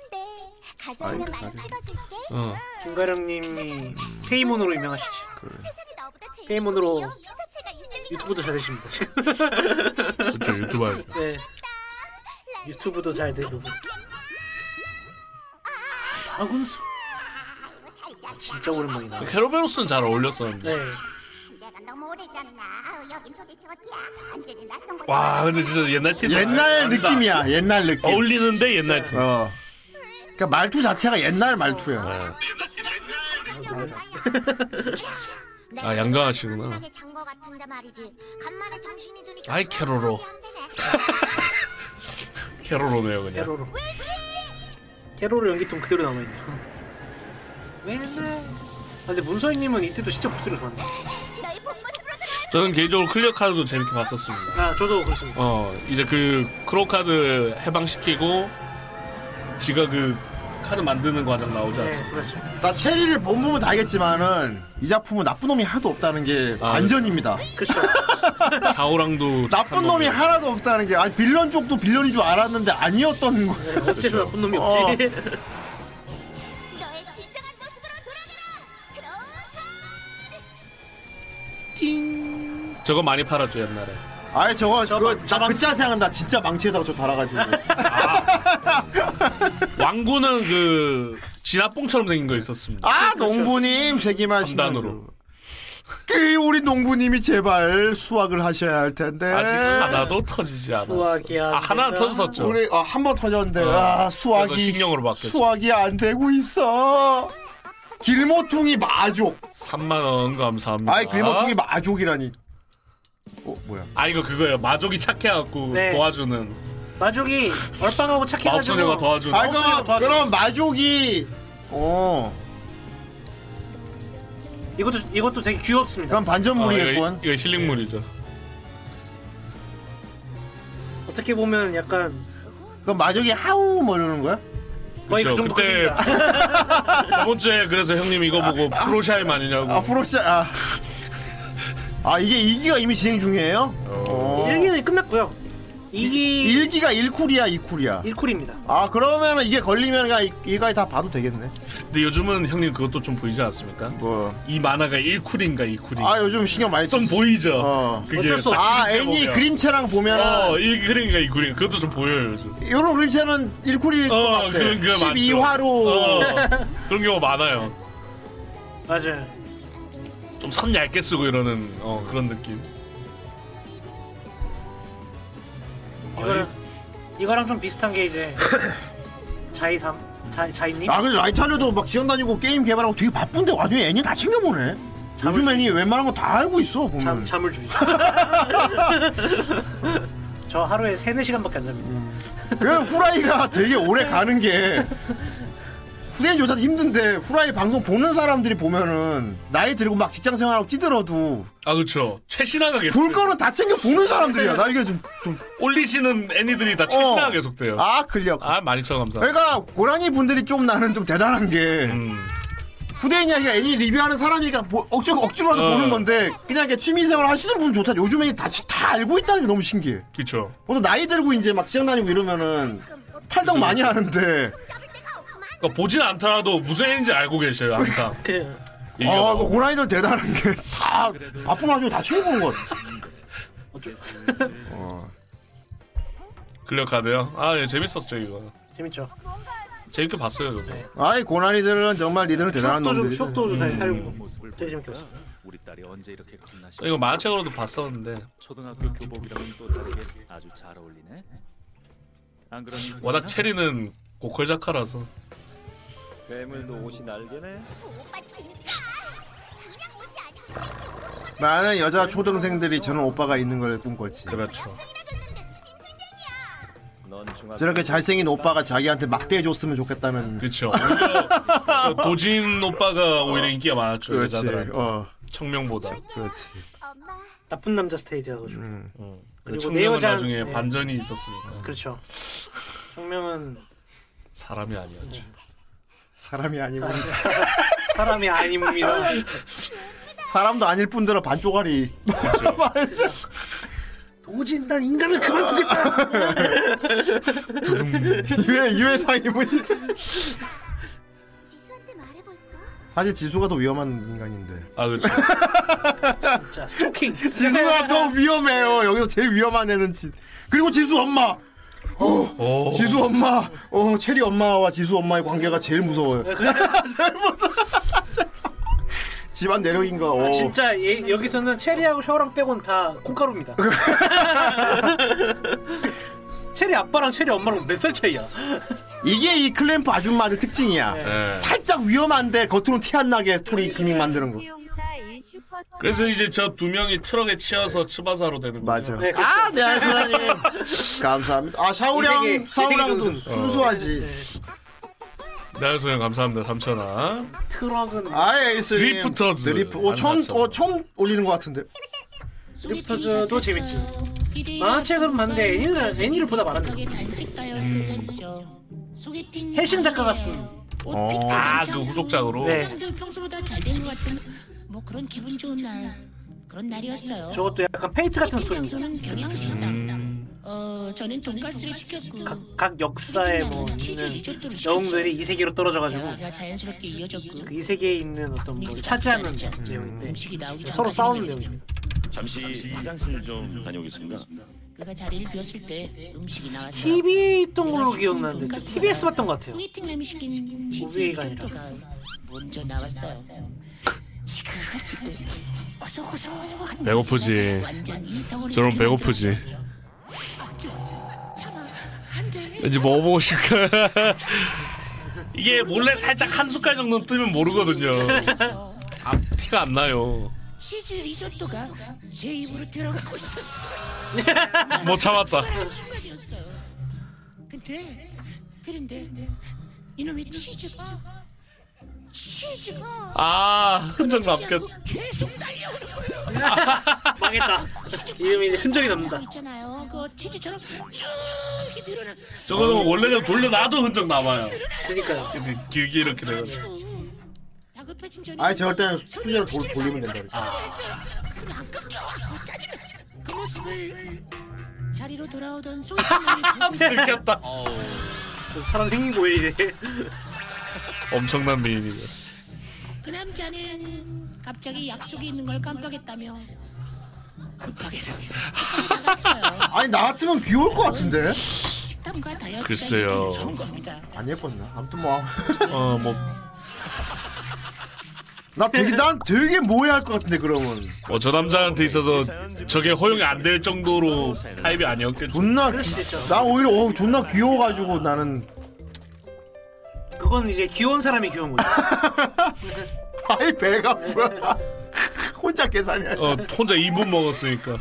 Speaker 7: 가져오면 많이 찍어줄게.
Speaker 5: 김가령님이 페이몬으로 유명하시지.
Speaker 7: 세상에 나보다 제일
Speaker 5: 페이몬으로
Speaker 7: 귀여운 유사체가 있을 리가
Speaker 5: 유튜브도 잘 되십니다. [LAUGHS]
Speaker 3: 그렇죠 유튜버.
Speaker 5: 네. 유튜브도 잘 되고. 박은수. 아, 진짜 오랜만이다.
Speaker 3: 캐롤베로스는 잘 어울렸었는데.
Speaker 5: 네.
Speaker 7: 내가 너무 오래전이나 아우 여긴 도대체 어디야? 완전히 낯선 곳.
Speaker 3: 와 근데 진짜 옛날 팀.
Speaker 4: 옛날
Speaker 3: 안다.
Speaker 4: 느낌이야. 옛날 느낌.
Speaker 3: 어울리는데 옛날 팀.
Speaker 4: 어. 그러니까 말투 자체가 옛날 말투야.
Speaker 3: 아 음. 양장하시구나.
Speaker 7: 세상에 잔거 같은데 말이지. 간만에 정신이 드니까.
Speaker 3: 아이, 캐로로.
Speaker 7: 안 되네.
Speaker 3: 캐롤로네요 그냥.
Speaker 5: 캐로로. 캐로로 연기통 그대로 남아있네요. [LAUGHS] 맨날. 아, 근데 문서희님은 이때도 진짜 목소리가 좋았네.
Speaker 7: 너의 본 모습으로 돌아와.
Speaker 3: 저는 개인적으로 클리어 카드도 재밌게 봤었습니다.
Speaker 5: 아, 저도 그렇습니다.
Speaker 3: 어 이제 그 크로 카드 해방시키고 지가 그 카드 만드는 과정 나오지 않습니까?
Speaker 5: 네, 그렇습니다.
Speaker 4: 나 체리를 본 부분 다 알겠지만은 이 작품은 나쁜 놈이 하나도 없다는 게
Speaker 3: 아,
Speaker 4: 반전입니다.
Speaker 5: 그렇죠.
Speaker 3: 자오랑도
Speaker 4: [LAUGHS] 나쁜 놈이 하나도 없다는 게 아니 빌런 쪽도 빌런인 줄 알았는데 아니었던 거.
Speaker 5: 어째서 나쁜 놈이 없지?
Speaker 7: 너의 진정한 모습으로 돌아가라. 그렇다.
Speaker 3: 저거 많이 팔았죠 옛날에.
Speaker 4: 아예 저거 그거
Speaker 5: 저방-
Speaker 4: 나
Speaker 5: 저방-
Speaker 4: 그짜 생각나 진짜 망치에다가 저 달아가지고
Speaker 3: 왕구는 그 진압봉처럼 생긴 거 있었습니다.
Speaker 4: 아 농부님 세기만
Speaker 3: 단으로.
Speaker 4: 그 우리 농부님이 제발 수확을 하셔야 할 텐데
Speaker 3: 아직 하나도 터지지 않았어.
Speaker 5: 수학이야,
Speaker 3: 아, 하나
Speaker 5: 내가.
Speaker 3: 터졌죠.
Speaker 4: 우리 아, 한 번 터졌는데
Speaker 3: 어.
Speaker 4: 아 수확이
Speaker 3: 그래서 식량으로 바뀌었죠.
Speaker 4: 수확이 안 되고 있어 길모퉁이 마족
Speaker 3: 3만 원 감사합니다.
Speaker 4: 아이 뭐 길모퉁이 마족이라니 어 뭐야
Speaker 3: 아 이거 그거예요. 마족이 착해갖고
Speaker 5: 네.
Speaker 3: 도와주는
Speaker 5: 마족이 얼빵하고 착해가지고.
Speaker 3: 마법소녀가 도와주는. 뭐
Speaker 4: 아
Speaker 5: 없어요,
Speaker 4: 그러니까
Speaker 5: 도와줘.
Speaker 4: 그럼 마족이 어
Speaker 5: 이것도, 이것도 되게 귀엽습니다.
Speaker 4: 그럼 반전물이겠군
Speaker 3: 아, 이거, 이거 힐링물이죠.
Speaker 5: 어떻게 보면 약간
Speaker 4: 그럼 마족이 하우 뭐 이러는 거야?
Speaker 5: 거의 그
Speaker 3: 그쵸,
Speaker 5: 정도
Speaker 3: 그때
Speaker 5: 급입니다.
Speaker 3: 저번 주에 그래서 형님 이거 보고 프로샤임 아니냐고.
Speaker 4: 아 프로샤 아. 아 이게 일기가 이미 진행 중이에요?
Speaker 3: 음.
Speaker 4: 어.
Speaker 5: [LAUGHS] 일기는 끝났고요. 이기
Speaker 4: 일기가 일쿨이야 이쿨이야.
Speaker 5: 일쿨입니다.
Speaker 4: 아 그러면은 이게 걸리면 이- 이거 다 봐도 되겠네.
Speaker 3: 근데 요즘은 형님 그것도 좀 보이지 않습니까?
Speaker 4: 뭐.
Speaker 3: 이 만화가 1쿨인가 2쿨인가.
Speaker 4: 아 요즘 신경 많이 써.
Speaker 3: 좀 보이죠.
Speaker 4: 어.
Speaker 3: 그게
Speaker 5: 어쩔 수
Speaker 3: 딱
Speaker 5: 없-
Speaker 4: 아
Speaker 3: 그림체
Speaker 4: 애니
Speaker 3: 보면.
Speaker 4: 그림체랑
Speaker 3: 어,
Speaker 4: 보면은
Speaker 3: 이 그림인가 이 그림 그것도 좀 보여요 요즘.
Speaker 4: 요런 그림체는 일쿨일 것
Speaker 3: 어,
Speaker 4: 같아.
Speaker 3: 그런 거 많죠.
Speaker 4: 12화로
Speaker 3: 어, 그런 경우 많아요.
Speaker 5: 맞아요.
Speaker 3: 좀 선 얇게 쓰고 이러는 어, 그런 느낌.
Speaker 5: 이거랑 이거랑 좀 비슷한 게 이제 자이삼 자 자이님
Speaker 4: 아 근데 라이타녀도 막 지원 다니고 게임 개발하고 되게 바쁜데 와중에 애니 다 챙겨보네. 요즘 애니 웬만한 거 다 알고 있어 보면.
Speaker 5: 잠 잠을 줄이죠. [LAUGHS] 저 하루에 3, 4 시간밖에 안 잡니다.
Speaker 4: 그냥 후라이가 [LAUGHS] 되게 오래 가는 게 후대인 조사도 힘든데 후라이 방송 보는 사람들이 보면은 나이 들고 막 직장 생활하고 찌들어도
Speaker 3: 아 그렇죠. 최신화가 계속.
Speaker 4: 볼 거는 다 챙겨 보는 사람들이야. 나 이게 좀, 좀,
Speaker 3: 올리시는 애니들이 다 최신화가
Speaker 4: 어.
Speaker 3: 계속돼요. 아,
Speaker 4: 아, 클리어.
Speaker 3: 많이 쳐 감사.
Speaker 4: 그러니까 고라니 분들이 좀 나는 좀 대단한 게
Speaker 3: 음.
Speaker 4: 후대인 이야기가 애니 리뷰하는 사람이니까 뭐 억지로, 억지로라도
Speaker 3: 어.
Speaker 4: 보는 건데 그냥 이렇게 취미생활 하시는 분조차 요즘에 다, 치- 다 알고 있다는 게 너무 신기해.
Speaker 3: 그렇죠.
Speaker 4: 보통 나이 들고 이제 막 직장 다니고 이러면은 탈덕
Speaker 3: 음.
Speaker 4: 많이 하는데
Speaker 3: 그러니까 보진 않더라도 무슨 애인지 알고 계셔요 항상.
Speaker 5: 그
Speaker 3: 이게
Speaker 4: 아, 그
Speaker 3: 어,
Speaker 4: 고라니들 대단한 게 다 바쁜 와중에 다 챙겨보는 것 같아.
Speaker 5: 어쩔
Speaker 3: 클리어 카드요. 아 예, 재밌었죠 이거.
Speaker 5: 재밌죠.
Speaker 3: 재밌게 봤어요 저도.
Speaker 4: 아이, 고라니들은 정말 니들은 대단한
Speaker 5: 추억도 좀
Speaker 4: 놈들이.
Speaker 5: 추억도 좀 다시 살고
Speaker 10: 모습을
Speaker 5: 되게 재밌게
Speaker 10: 보니까
Speaker 5: 봤어요.
Speaker 10: 우리 딸이 언제 이렇게 컸나 싶어.
Speaker 3: 이거 만화책으로도 봤었는데
Speaker 10: 초등학교 교복이랑은 또 다르게 아주 잘 어울리네. 안 그러니
Speaker 3: 워낙 체리는 고컬 작가라서.
Speaker 10: 괴물도 옷이 날개네.
Speaker 7: 오빠 진짜 그냥 무시 아니고 진짜
Speaker 4: 나는 여자 초등생들이 저런 오빠가 있는 걸 꿈꿨지.
Speaker 3: 그렇죠.
Speaker 7: 생각했는데 심수쟁이야.
Speaker 10: 넌 중학교
Speaker 4: 저렇게 잘생긴 오빠가 자기한테 막대해줬으면 좋겠다는.
Speaker 10: [LAUGHS]
Speaker 3: 그렇죠. 오히려 도진 오빠가 오히려 인기가 많았죠
Speaker 4: 그렇지.
Speaker 3: 여자들한테
Speaker 4: 어,
Speaker 3: 청명보다
Speaker 4: 그렇지.
Speaker 7: 엄마.
Speaker 5: 나쁜 남자 스테이지라고 죠
Speaker 3: 근데
Speaker 5: 그리고
Speaker 3: 청명은
Speaker 5: 내 여자-
Speaker 3: 나중에
Speaker 10: 네.
Speaker 5: 예.
Speaker 3: 반전이 있었으니까
Speaker 5: 그렇죠. 정명은
Speaker 3: 사람이 아니었지
Speaker 10: 네.
Speaker 4: 사람이 아니고
Speaker 5: 사람이 아닙니다.
Speaker 4: 사람도 아닐 뿐더러 반쪽알이. 그렇죠. [LAUGHS]
Speaker 5: 도진 난 인간을 그만두겠다.
Speaker 4: 이외 이외상이 보니까.
Speaker 7: 지수한테 말해볼까?
Speaker 4: 사실 지수가 더 위험한 인간인데.
Speaker 3: 아 그렇죠
Speaker 10: 네.
Speaker 5: 자 스토킹.
Speaker 4: 지수가 더 위험해요. 여기서 제일 위험한 애는 지. 그리고 지수 엄마. 어, 지수 엄마. 어, 체리 엄마와 지수 엄마의 관계가 제일 무서워요. [LAUGHS] 제일 무서워. 집안 내력인가. 어.
Speaker 5: 진짜 얘- 여기서는 체리하고 샤오랑 빼곤 다 [LAUGHS] 콩가루입니다. 체리 아빠랑 체리 엄마랑 몇 살 차이야?
Speaker 4: 이게 이 클램프 아줌마들 특징이야.
Speaker 3: 예.
Speaker 4: 살짝 위험한데 겉으로 티 안 나게 스토리 기믹 만드는 거.
Speaker 3: 그래서 이제 저 두 명이 트럭에
Speaker 10: 네.
Speaker 3: 치여서 츠바사로 되는
Speaker 4: 맞아.
Speaker 3: 거죠
Speaker 5: 네, 그렇죠.
Speaker 4: 아, 네, 알겠습니다. 예. [LAUGHS] 감사합니다. 아,
Speaker 5: 이
Speaker 4: 샤오량,
Speaker 5: 세계, 이
Speaker 4: 사오량도
Speaker 5: 세계 존슨.
Speaker 4: 순수하지.
Speaker 3: 나연 네, 소영 감사합니다 3천원
Speaker 5: 트럭은
Speaker 4: 아예 에이스.
Speaker 3: 드리프터즈.
Speaker 4: 드리프. 어, 처음, 어, 처음 올리는 것 같은데.
Speaker 5: 리프터즈도 재밌지. 만화책은 봤는데 애니를, 애니를 보다 말았네.
Speaker 3: 음.
Speaker 5: 헬싱 작가가 쓴.
Speaker 3: 어, 아그 후속작으로
Speaker 5: 네.
Speaker 11: 평소보다 잘 된 것 같은 뭐 그런 기분 좋은 날 그런 날이었어요.
Speaker 5: 저것도 약간 페인트 같은 소리입니다.
Speaker 11: 어 저는 돈가스를 시켰고
Speaker 5: 각, 각 역사에 뭐 있는 영웅들이 이 세계로 떨어져가지고
Speaker 11: 대화가 자연스럽게 이어졌고
Speaker 5: 그 이 세계에 있는 어떤 뭐 차지하는 내용인데
Speaker 11: 음식이 나오기
Speaker 5: 서로
Speaker 11: 전까지
Speaker 5: 싸우는 내용입니다.
Speaker 12: 잠시 화장실 좀 다녀오겠습니다.
Speaker 11: 그가 자리를 비웠을 때 음식이 나왔어요.
Speaker 5: TV에 있던 걸로 기억나는데 TBS 봤던 것 같아요.
Speaker 11: 소개팅남이 시킨 치즈
Speaker 5: 무비가 아니라.
Speaker 11: 리조또가 먼저 나왔어요. 지금 어서고서한
Speaker 3: 배고프지.
Speaker 11: 완전 이성으로
Speaker 3: 저런 배고프지.
Speaker 11: 참아 안돼
Speaker 3: 왠지 먹어보고 싶까 [LAUGHS] 이게 몰래 살짝 한 숟갈 정도 뜨면 모르거든요 티가 안 나요
Speaker 11: 치즈 리조또가 제 입으로 들어가고 있었어.
Speaker 3: 못 참았다
Speaker 11: 한 순간이었어요. 근데 그런데 이놈의 치즈가 치즈가
Speaker 3: 아 흔적 남겠
Speaker 11: 계속 달려오는 거예요.
Speaker 5: 망했다. 이름이 이제 흔적이 남는다.
Speaker 11: 있잖아요. 그 치즈처럼 쭉 이렇게 늘어나.
Speaker 3: 저거는 원래는 돌려놔도 흔적 남아요
Speaker 5: 그러니까요.
Speaker 3: 이렇게 길게 이렇게 되거든요
Speaker 11: 그 다급해진 전이.
Speaker 4: 아예 저럴 때는 수제로 돌, 돌리면 된다.
Speaker 11: 그럼 안 깎여. 어, 짜증나. 그 모습을 자리로 돌아오던 소심함이 보고 있었어요.
Speaker 3: 들켰다
Speaker 5: 그 사람 생긴 거 왜 이래?
Speaker 3: 엄청난 미인이죠
Speaker 11: 그 남자는 갑자기 약속이 있는 걸 깜빡했다며 급하게 나갔어요.
Speaker 4: 아니, 나 같으면 귀여울 것 같은데?
Speaker 11: 식탐과 다이어트
Speaker 3: 글쎄요.
Speaker 11: 좋은 겁니다.
Speaker 4: 안 예뻤나? 아무튼 뭐.
Speaker 3: 어뭐
Speaker 4: 나 되게, 난 되게 모해할 것 같은데, 그러면.
Speaker 3: 어, 저 남자한테 있어서 저게 허용이 안 될 정도로 타입이 아니었겠죠.
Speaker 4: 존나,
Speaker 5: 그럴
Speaker 4: 귀-
Speaker 5: 수도 있죠.
Speaker 4: 난 오히려, 어우, 존나 귀여워가지고 나는.
Speaker 5: 그건 이제 귀여운 사람이 귀여운 [LAUGHS] 거죠.
Speaker 4: [LAUGHS] 아이, 배가 불어. [LAUGHS] 혼자 계산이 아니야.
Speaker 3: 어, 혼자 2분 먹었으니까.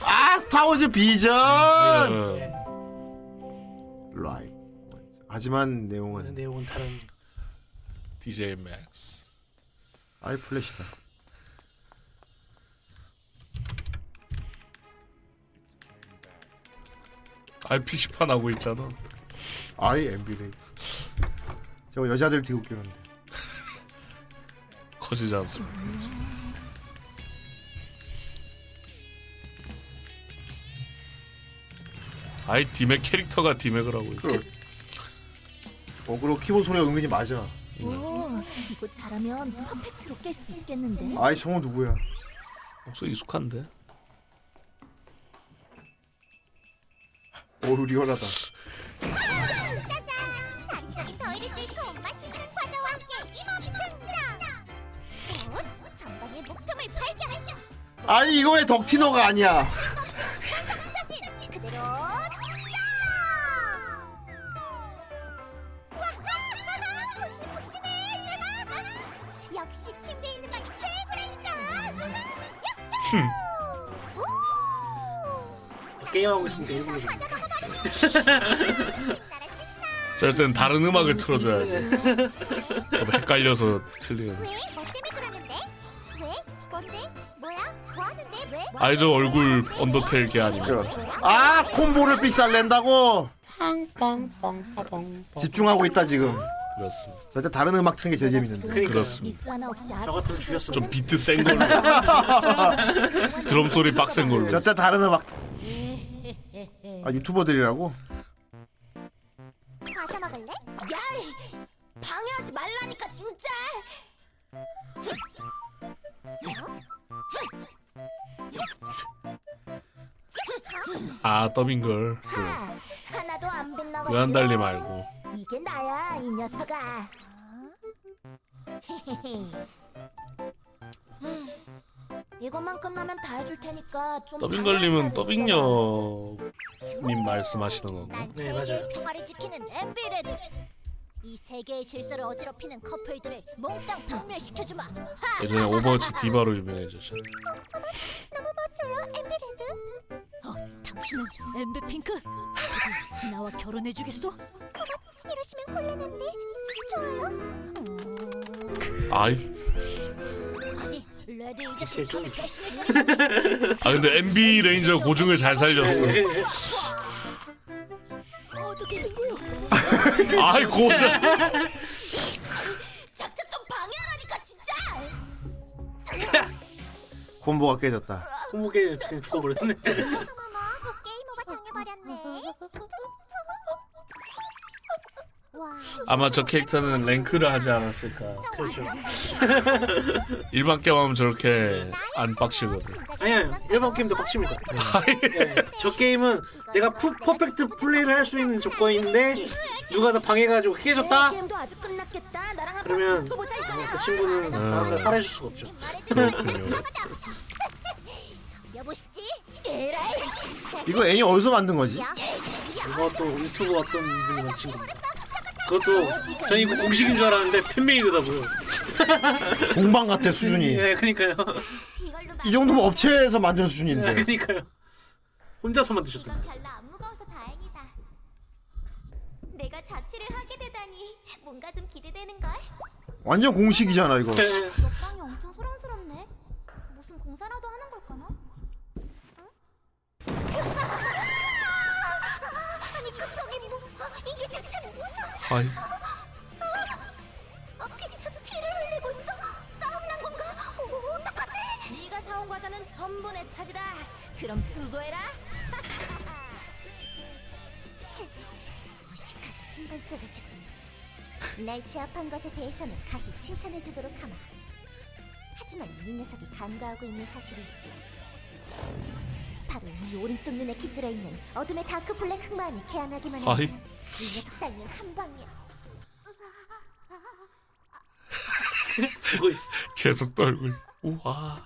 Speaker 4: 아, 스타워즈 비전!
Speaker 3: 어,
Speaker 4: 라이. 하지만 내용은
Speaker 5: 내용은 다른.
Speaker 3: DJ Max.
Speaker 4: 아이 플래시다.
Speaker 3: 아, PC판 하고 있잖아.
Speaker 4: 아이 엠비레이. 저 여자들 되게 웃기는데.
Speaker 3: 커지지 않습니다. 아이, 디맥 캐릭터가 디맥을 하고 있어.
Speaker 4: 어, 그리고 키보드 소리가 은근히 맞아.
Speaker 7: 오, 이거 잘하면 퍼펙트로 깰 수 있겠는데?
Speaker 4: 아이 성우 누구야?
Speaker 3: 목소리 익숙한데?
Speaker 4: 어우 리얼하다.
Speaker 7: 짜잔! 장적인 더위를 뚫고 엄마 힘든 과자와 함께 이몸이 튼튼함! 곧 전방의 목표물 발견!
Speaker 4: 아니 이거 왜 덕티노가 아니야?
Speaker 7: 선사진! 그대로 짱! 와하! 푹신푹신해! 역시 침대에 있는 방이 최고라니까! 야호! 오!
Speaker 5: 게임하고 있으니까 일부러.
Speaker 7: 신나라 신나!
Speaker 3: 저럴 땐 다른 음악을 틀어줘야지. 그럼 헷갈려서 틀리는.
Speaker 7: 뭐 때문에 그러는데? 왜? 뭔데? 뭐야? 뭐 하는데? 왜?
Speaker 3: 아이저 얼굴 언더테일 게 아니고.
Speaker 4: 아 콤보를 삑살 낸다고
Speaker 5: 빵빵빵빵.
Speaker 4: 집중하고 있다 지금.
Speaker 3: 그렇습니다.
Speaker 4: 절대 다른 음악 튼 게 제일 재밌는데.
Speaker 3: 그렇습니다.
Speaker 5: 저 같은 죽였어. [LAUGHS]
Speaker 3: 좀 비트 센 걸로. 드럼 소리 빡센 걸로.
Speaker 4: 절대 다른
Speaker 5: [LAUGHS]
Speaker 4: 음악. 아 유튜버들이라고?
Speaker 7: 과자 먹을래? 야! 방해하지 말라니까 진짜!
Speaker 3: 아 더빙 걸.
Speaker 7: 하, 하나도 안 빗나갔지?
Speaker 3: 왜안 달리 말고.
Speaker 7: 이게 나야, 이 녀석아. [LAUGHS] 음, 이것만 끝나면 다 해줄 테니까 좀
Speaker 3: 더빙 걸님은 더빙녀님 말씀하시는 건가?
Speaker 7: 네 맞아요. 평화를 지키는 엠비레드. 이 세계의 질서를 어지럽히는 커플들을 몽땅 박멸시켜주마. 하!
Speaker 3: 예전에 오버워치 디바로 유명해졌죠.
Speaker 7: 너무 멋져요, 엠비레드.
Speaker 13: 어, 당신은 엠베 핑크? 나와 결혼해주겠어?
Speaker 7: 이러시면 곤란한데. 좋아요.
Speaker 3: 아이.
Speaker 7: 아니, 레드 이제
Speaker 3: 제일
Speaker 7: 슈퍼맨
Speaker 3: 좀-
Speaker 4: [LAUGHS]
Speaker 7: 배신해주는
Speaker 3: 아 근데 MB 레인저 고증을 잘 살렸어.
Speaker 7: 어떻게 된 거요?
Speaker 3: 아이 고증.
Speaker 7: 작작 좀 방해하라니까 진짜.
Speaker 4: 콤보가 깨졌다.
Speaker 5: 꼬무게 그냥 [LAUGHS] 죽어버렸네.
Speaker 3: 아마 저 캐릭터는 랭크를 하지 않았을까.
Speaker 5: 그렇죠.
Speaker 3: 일반 게임 하면 저렇게 안 빡시거든.
Speaker 5: 아니야 일반 게임도 [LAUGHS] 빡칩니다. 예, 저 게임은 내가 푸, 퍼펙트 플레이를 할 수 있는 조건인데 누가 다 방해가지고 깨졌다.
Speaker 7: 게임도 아주 끝났겠다. 나랑 한번
Speaker 5: 그러면
Speaker 7: 붙어보자 이거야.
Speaker 5: 그 친구는 다음날 살아줄 수가 없죠.
Speaker 4: 음.
Speaker 7: [LAUGHS] 여보시지? 에라이.
Speaker 4: 이거 애니 어디서 만든 거지?
Speaker 5: 이것도 유튜브 어떤 분이 만친구니다 그것도 전 이거 공식인 줄 알았는데 팬메이드라고요.
Speaker 4: 공방 같아 수준이.
Speaker 5: 예, 그니까요.
Speaker 4: 이 정도면 업체에서 만든 수준인데.
Speaker 5: 예, 그니까요. 혼자서 만드셨던.
Speaker 7: 별로 안 무거워서 다행이다. 내가 자취를 하게 되다니 뭔가 좀 기대되는 걸.
Speaker 4: 완전 공식이잖아 이거.
Speaker 5: 네,
Speaker 7: 옆방이 엄청 소란스럽네. 무슨 공사라도 하는 걸까나? 응? [LAUGHS] 아니 그 저기 뭐 이게 대체 무슨?
Speaker 3: 아이.
Speaker 7: 아, 피, 피를 흘리고 있어. 싸움 난 건가? 어, 어떡하지? 네가 사온 과자는 전부 내 차지다. 그럼 수고해라. 치, 무식한 힘만 써가지고. 날 제압한 것에 대해서는 가히 칭찬해주도록 하마. 하지만 이 녀석이 간과하고 있는 사실이 있지. 바로 이 오른쪽 눈에 깃들어 있는 어둠의 다크 블랙 흑마음이 개안하기만 해도
Speaker 3: 아이.
Speaker 7: 이 녀석 따위는 한 방이야.
Speaker 3: 계속 떨고 있어. 우와.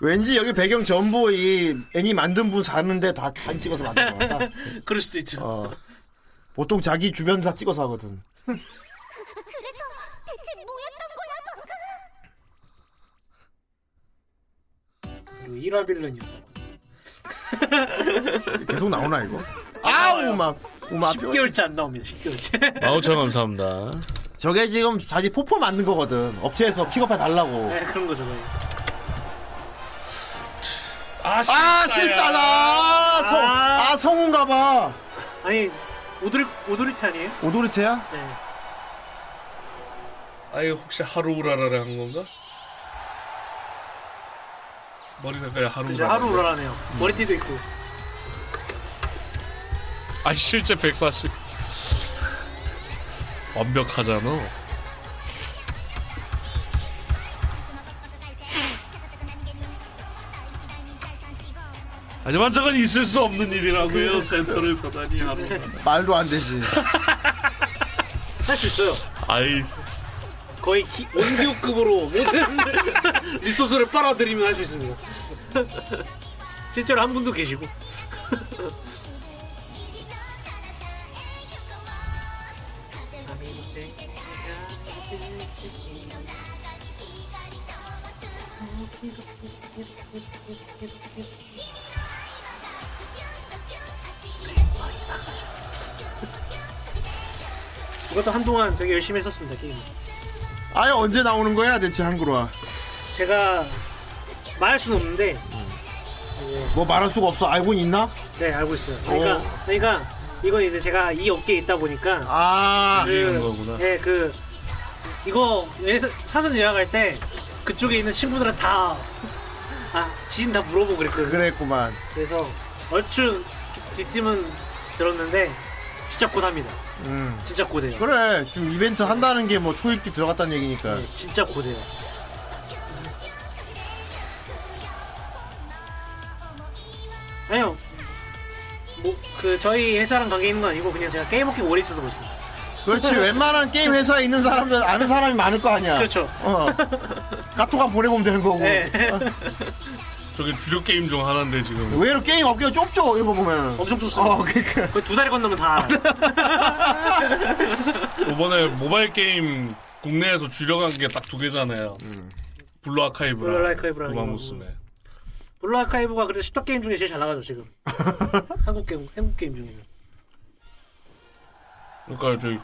Speaker 4: 왠지 여기 배경 전부 이 애니 만든 분 사는데 다 사진 찍어서 만든 거 [LAUGHS] 같다.
Speaker 5: 그럴 수도 있죠.
Speaker 4: 어. 보통 자기 주변 사 찍어서 하거든.
Speaker 7: 그래서 대체 뭐였던 거야 방금?
Speaker 5: 그 일화빌런이요.
Speaker 4: 계속 나오나 이거? [LAUGHS] 아우 막 우마
Speaker 5: 10개월째 안 나옵니다. 10개월째.
Speaker 3: 마우천 감사합니다.
Speaker 4: 저게 지금 자기 포포 만든 거거든. 업체에서 픽업해 달라고.
Speaker 5: 네, 그런 거죠.
Speaker 3: 아,
Speaker 4: 아 실사다. 성, 아 성운가봐.
Speaker 5: 아니 오도리 오도리트 아니에요?
Speaker 4: 오도리체야?
Speaker 5: 네.
Speaker 3: 아예 혹시 하루우라라를 한 건가? 머리 색깔이
Speaker 5: 이제
Speaker 3: 하루우라.
Speaker 5: 하루 우라라네요. 음. 머리띠도 있고.
Speaker 3: 아 실제 140. 완벽하잖아. 하지만 저건 있을 수 없는 일이라고요. 센터를 서다니 하루.
Speaker 4: 말도 안 되지.
Speaker 5: 할 수 있어요.
Speaker 3: 아이
Speaker 5: 거의 기, 원기호급으로 모든 [LAUGHS] 리소스를 빨아들이면 할 수 있습니다. [LAUGHS] 실제로 한 분도 계시고. [LAUGHS] 그것도 한동안 되게 열심히 했었습니다 게임.
Speaker 4: 아예 언제 나오는 거야 대체 한글화
Speaker 5: 제가 말할 수는 없는데
Speaker 4: 뭐 말할 수가 없어 알고 있나?
Speaker 5: 네 알고 있어요. 그러니까 그러니까 이건 이제 제가 이 업계에 있다 보니까
Speaker 4: 아
Speaker 3: 들리는 거구나.
Speaker 5: 네, 그 이거 예사- 사전 예약할 때 그쪽에 있는 친구들은 다 아, 지인 다 물어보고 그랬거든요.
Speaker 4: 그랬구만.
Speaker 5: 그래서 얼추 뒷팀은 들었는데 진짜 고답니다.
Speaker 4: 음.
Speaker 5: 진짜 고대요.
Speaker 4: 그래 지금 이벤트 한다는 게 뭐 초입기 들어갔다는 얘기니까
Speaker 5: 진짜 고대요. 아니요. 뭐 그 저희 회사랑 관계 있는 건 아니고 그냥 제가 게임 업계 오래 있어서 그렇습니다.
Speaker 4: [LAUGHS] 그렇지 웬만한 게임 회사에 있는 사람들 아는 사람이 많을 거 아니야
Speaker 5: 그렇죠. 네.
Speaker 4: 어. 카톡 한 보내보면 되는 거고
Speaker 3: 저게 주력 게임 중 하나인데 지금
Speaker 4: 의외로 게임 업계가 좁죠 이거 보면
Speaker 5: [LAUGHS] 엄청 좁습니다
Speaker 4: 어, 그러니까.
Speaker 5: 그두 달에 건너면 다 알아요.
Speaker 3: 이번에 모바일 게임 국내에서 주력한 게 딱 두 개잖아요. 블루 아카이브랑
Speaker 5: 음. 블루 아카이브랑
Speaker 3: 우마무스메.
Speaker 5: 블루 아카이브가 그래도 10 top 게임 중에 제일 잘
Speaker 4: [LAUGHS]
Speaker 5: 나가죠 지금 한국 게임 한국 게임 중에는
Speaker 3: 그러니까 저기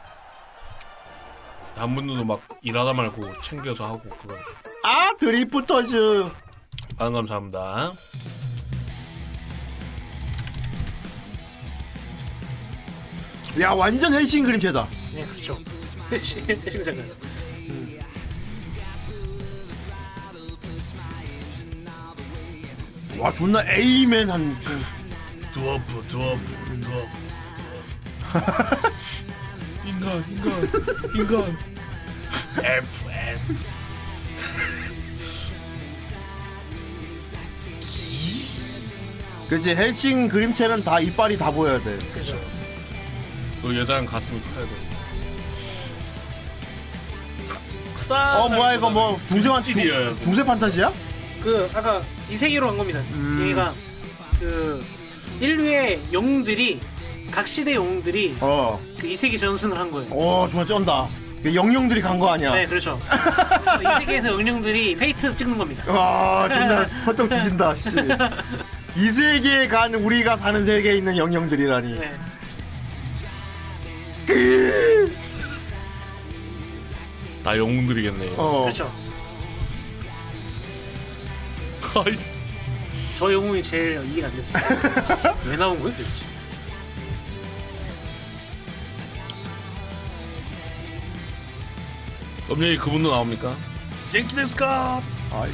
Speaker 3: 한 분들도 막 일하다 말고 챙겨서 하고 그런.
Speaker 4: 아 드리프터즈
Speaker 3: 아 감사합니다.
Speaker 4: 야 완전 헬싱 그림체다
Speaker 5: 네 그렇죠 [LAUGHS] 대신 잠깐
Speaker 4: 와 존나 에이맨 한 그-
Speaker 3: 드워프 드워프 드워프 인간 인간 인간 F F
Speaker 4: 그치 헬싱 그림체는 다 이빨이 다 보여야 돼
Speaker 5: 그렇죠
Speaker 3: 그 여자는 가슴이 커야 돼.
Speaker 4: 어 뭐야 이거 뭐 중세만
Speaker 3: 찌질이에요.
Speaker 4: 중세 판타지야?
Speaker 5: 그 아까 이세기로 한 겁니다
Speaker 4: 음.
Speaker 5: 얘가 그 인류의 영웅들이 각 시대 영웅들이
Speaker 4: 어.
Speaker 5: 그 이세기 전승을 한 거예요
Speaker 4: 어 정말 쩐다 이게 영영들이 간 거 아니야
Speaker 5: 네
Speaker 3: [LAUGHS]
Speaker 5: 그렇죠 그래서 이세기에서 영웅들이 페이트 찍는 겁니다
Speaker 4: 와 아, 존나 설정 죽인다 씨. 이 세계에 간 우리가 사는 세계에 있는 영영들이라니
Speaker 5: 네.
Speaker 4: 그...
Speaker 3: 다 영웅들이겠네요. [LAUGHS]
Speaker 4: 어.
Speaker 5: 그렇죠 저 영웅이 제일 이해가
Speaker 3: [LAUGHS]
Speaker 5: 안 됐어요 왜 나온 거예요 도대체
Speaker 3: 엄연히 그분도 나옵니까? 젠키 데스카
Speaker 4: 아이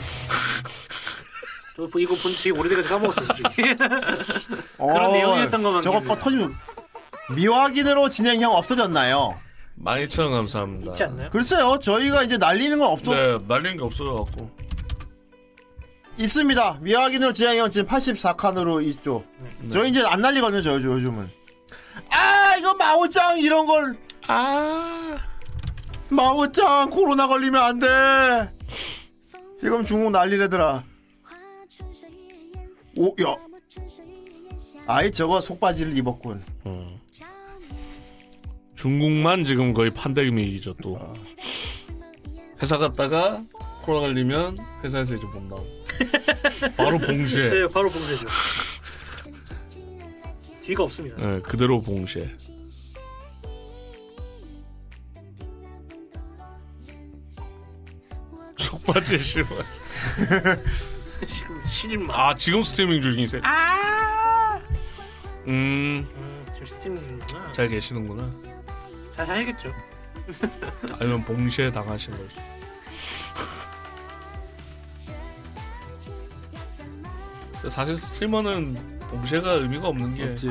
Speaker 5: 저 이거 본 지 오래돼서
Speaker 3: [LAUGHS]
Speaker 5: 까먹었어요 솔직히. [LAUGHS] 그런 내용이었던 것만
Speaker 4: 어, 저거
Speaker 5: 기억해요.
Speaker 4: 봐 터지면 미확인으로 진행형 없어졌나요?
Speaker 3: 12,000원 감사합니다.
Speaker 5: 있지 않나요?
Speaker 4: 글쎄요 저희가 이제 날리는 건 없어
Speaker 3: 네, 말린 게 없어져갖고.
Speaker 4: 있습니다 미확인으로 진행형 지금 84칸으로 있죠
Speaker 3: 네.
Speaker 4: 저희 이제 안 날리거든요 저 요즘- 요즘은 아 이거 마오짱 이런 걸아 마오짱 코로나 걸리면 안돼 지금 중국 난리래더라 오야 아이 저거 속바지를 입었군
Speaker 3: 음. 중국만 지금 거의 판데믹이죠, 또. 회사 갔다가 코로나 걸리면 회사에서 이제 못 나오고. 바로 봉쇄.
Speaker 5: 네, 바로 봉쇄죠. 뒤가 없습니다.
Speaker 3: 네, 그대로 봉쇄. 속바지에 실어.
Speaker 5: 지금 실만.
Speaker 3: 아, 지금 스트리밍 중이세요?
Speaker 5: 아.
Speaker 3: 음,
Speaker 5: 음, 지금 스팀 중이구나.
Speaker 3: 잘 계시는구나.
Speaker 5: 잘 살겠죠.
Speaker 3: 아니면 봉쇄 당하신 거죠. 근데 사실 스트리머는 봉쇄가 의미가 없는 게
Speaker 4: 없지.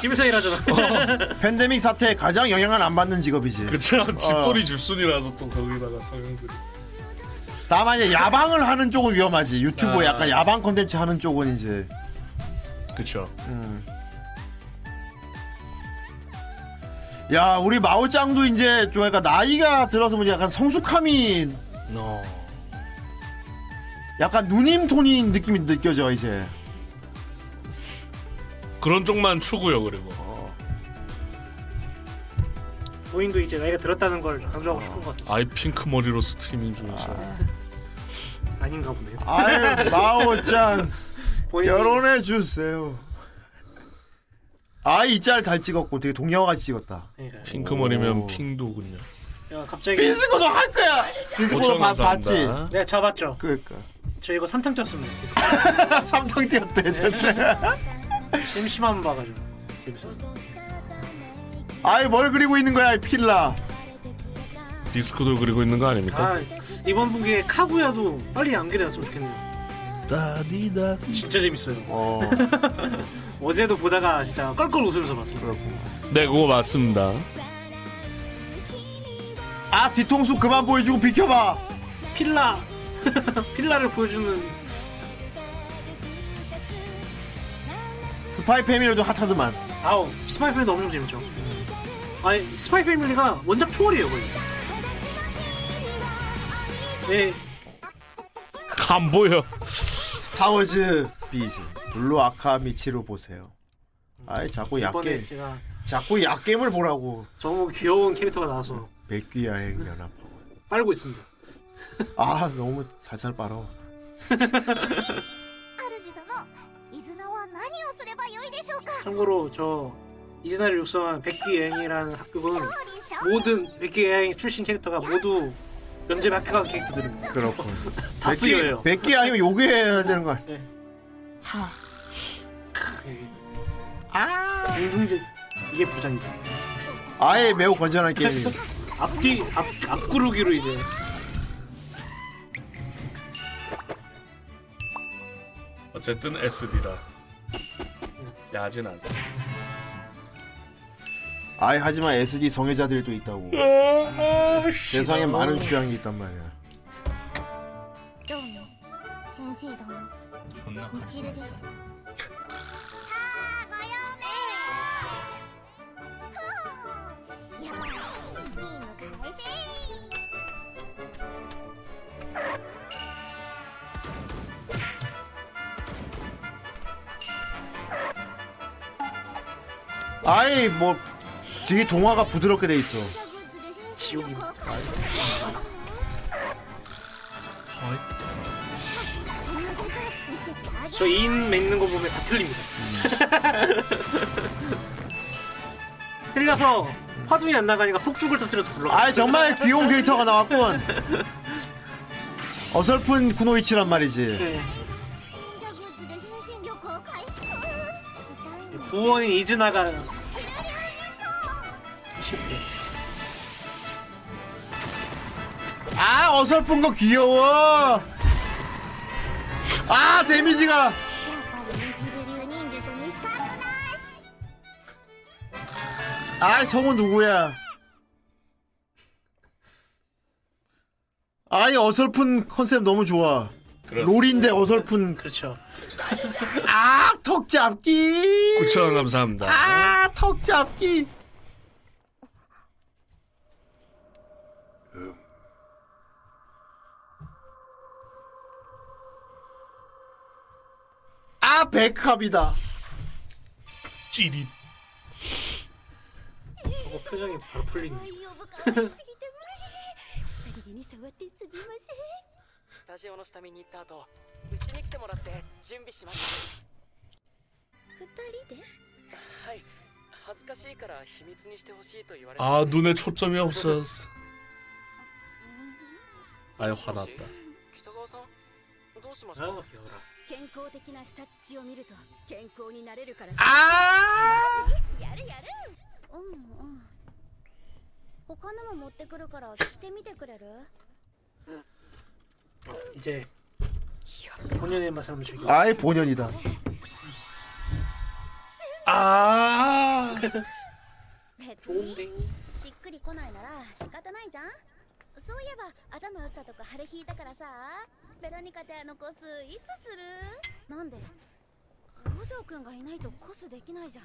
Speaker 5: 집에서
Speaker 3: 어.
Speaker 5: 일하잖아.
Speaker 4: 팬데믹 사태에 가장 영향을 안 받는 직업이지
Speaker 3: 그처럼
Speaker 4: 어.
Speaker 3: 집돌이 집순이라서 또 거기다가 성형들이
Speaker 4: 다만 이제 야방을 하는 쪽은 위험하지 유튜브
Speaker 3: 아.
Speaker 4: 약간 야방 컨텐츠 하는 쪽은 이제
Speaker 3: 그쵸
Speaker 4: 음. 야 우리 마오짱도 이제 좀 약간 나이가 들어서 뭐 약간 성숙함이
Speaker 3: 어.
Speaker 4: 약간 누님 톤인 느낌이 느껴져 이제
Speaker 3: 그런 쪽만 추구요 그리고
Speaker 5: 본인도 이제 나이가 들었다는 걸
Speaker 3: 어.
Speaker 5: 강조하고 싶은 것 같아요.
Speaker 3: 아이 핑크 머리로 스트리밍 중이시라
Speaker 5: 아닌가 보네요.
Speaker 4: 아유 마오짱
Speaker 5: 본인이
Speaker 4: 결혼해 주세요 아이 짤 잘 찍었고 되게 동양화같이 찍었다.
Speaker 3: 핑크머리면 핑도군요.
Speaker 5: 그러니까. 야, 갑자기
Speaker 4: 비스코도 할 거야. 비스코도 봐- 봤지.
Speaker 5: 네, 저 봤죠.
Speaker 4: 그러니까. [LAUGHS]
Speaker 5: 저 이거 삼탕 쪘습니다.
Speaker 4: 삼탕 뛰었대,
Speaker 5: 심심함 봐가지고 재밌었어.
Speaker 4: 아이 뭘 그리고 있는 거야 이 필라.
Speaker 3: 디스크도 그리고 있는 거 아닙니까?
Speaker 5: 아 이번 분기에 카구야도 빨리 연결해놨으면 좋겠네요.
Speaker 3: 따디다.
Speaker 5: 진짜 재밌어요. [LAUGHS] 어제도 보다가 진짜 껄껄 웃으면서 봤습니다.
Speaker 3: 네, 그거 맞습니다.
Speaker 4: 아 뒤통수 그만 보여주고 비켜봐.
Speaker 5: 필라 [LAUGHS] 필라를 보여주는
Speaker 4: 스파이 패밀리도 핫하더만.
Speaker 5: 아우 스파이 패밀리 엄청 재밌죠. 아니 스파이 패밀리가 원작 초월이에요 거의. 네,
Speaker 3: 안 보여.
Speaker 4: 스타워즈 비즈 블루 아카 미치로 보세요. 아이 자꾸
Speaker 5: 이번에
Speaker 4: 약게
Speaker 5: 제가
Speaker 4: 자꾸 약겜을 보라고.
Speaker 5: 너무 귀여운 캐릭터가 나와서
Speaker 4: 백귀야행 연합.
Speaker 5: 빨고 있습니다.
Speaker 4: 아 너무 살살 빨아.
Speaker 7: 主殿イズナは何をすればよいでしょうか
Speaker 5: 참고로 저 이즈나를 육성한 백기여행이라는 학교는 모든 백기여행 출신 캐릭터가 모두 면제 박혀간 캐릭터들입니다.
Speaker 4: 그렇군.
Speaker 5: [LAUGHS] 다 아, 쓰여요. 네.
Speaker 4: 백기 아니면 요괴해야 되는 거 아니야?
Speaker 5: 아 공중제 이게 부장이지.
Speaker 4: 아예 매우 건전한 게임이.
Speaker 5: 앞뒤 앞 앞구르기로 이제
Speaker 3: 어쨌든 SB라. 야진 않습니다.
Speaker 4: 아예 하지만 SD 성애자들도 있다고.
Speaker 5: 아,
Speaker 4: 세상에 많은 취향이 있단 말이야.
Speaker 7: どうも先生どうもみちるですさあご用命をふうやばい任返
Speaker 4: 아이뭐 되게 동화가 부드럽게 돼 있어.
Speaker 5: 지옥입니다. 저 인 맺는 거 보면 다 틀립니다. [LAUGHS] 틀려서 화두이 안 나가니까 폭죽을 터뜨려서 불러.
Speaker 4: 아이 정말 귀여운 캐릭터가
Speaker 5: [LAUGHS]
Speaker 4: 나왔군. 어설픈 구노이치란 말이지.
Speaker 5: 네.
Speaker 7: せで先進旅行回復
Speaker 5: 부원인 이즈나가
Speaker 7: チルリ
Speaker 5: 쉽게
Speaker 4: 아 어설픈 거 귀여워. 아 데미지가
Speaker 7: ュウニンジュと西川くなし
Speaker 4: 아 성우 누구야? 아이 어설픈 컨셉 너무 좋아.
Speaker 3: 그렇습니다.
Speaker 4: 롤인데 어설픈.
Speaker 5: 그렇죠.
Speaker 4: 아 턱잡기.
Speaker 3: 9,000원 감사합니다.
Speaker 4: 아 턱잡기. 아 백합이다.
Speaker 3: 찌릿.
Speaker 5: 어, 표정이 바로 풀리네.
Speaker 11: 久々に触ってすみませんスタジオの下見に行った後うちに来てもらって準備します
Speaker 7: 二人で
Speaker 11: はい恥ずかしいから秘密にしてほしいと言われて
Speaker 3: 아 눈에 초점이 없었어. 아유 화났다.
Speaker 11: 北川さんどうしました
Speaker 5: 아,
Speaker 13: 健康的な下土を見ると健康になれるから
Speaker 4: あ
Speaker 7: やるやるうんうん他のも持ってくるから着てみてくれる
Speaker 5: 이제 본연의 맛을 한번 즐겨.
Speaker 4: 아이 본연이다. 아.
Speaker 7: 別
Speaker 5: に
Speaker 7: しっくりこないなら仕方ないじゃんそういえば頭打ったとこ晴れ引いたからさベロニカてあのコスいつするなんで五条くんがいないとコスできないじゃん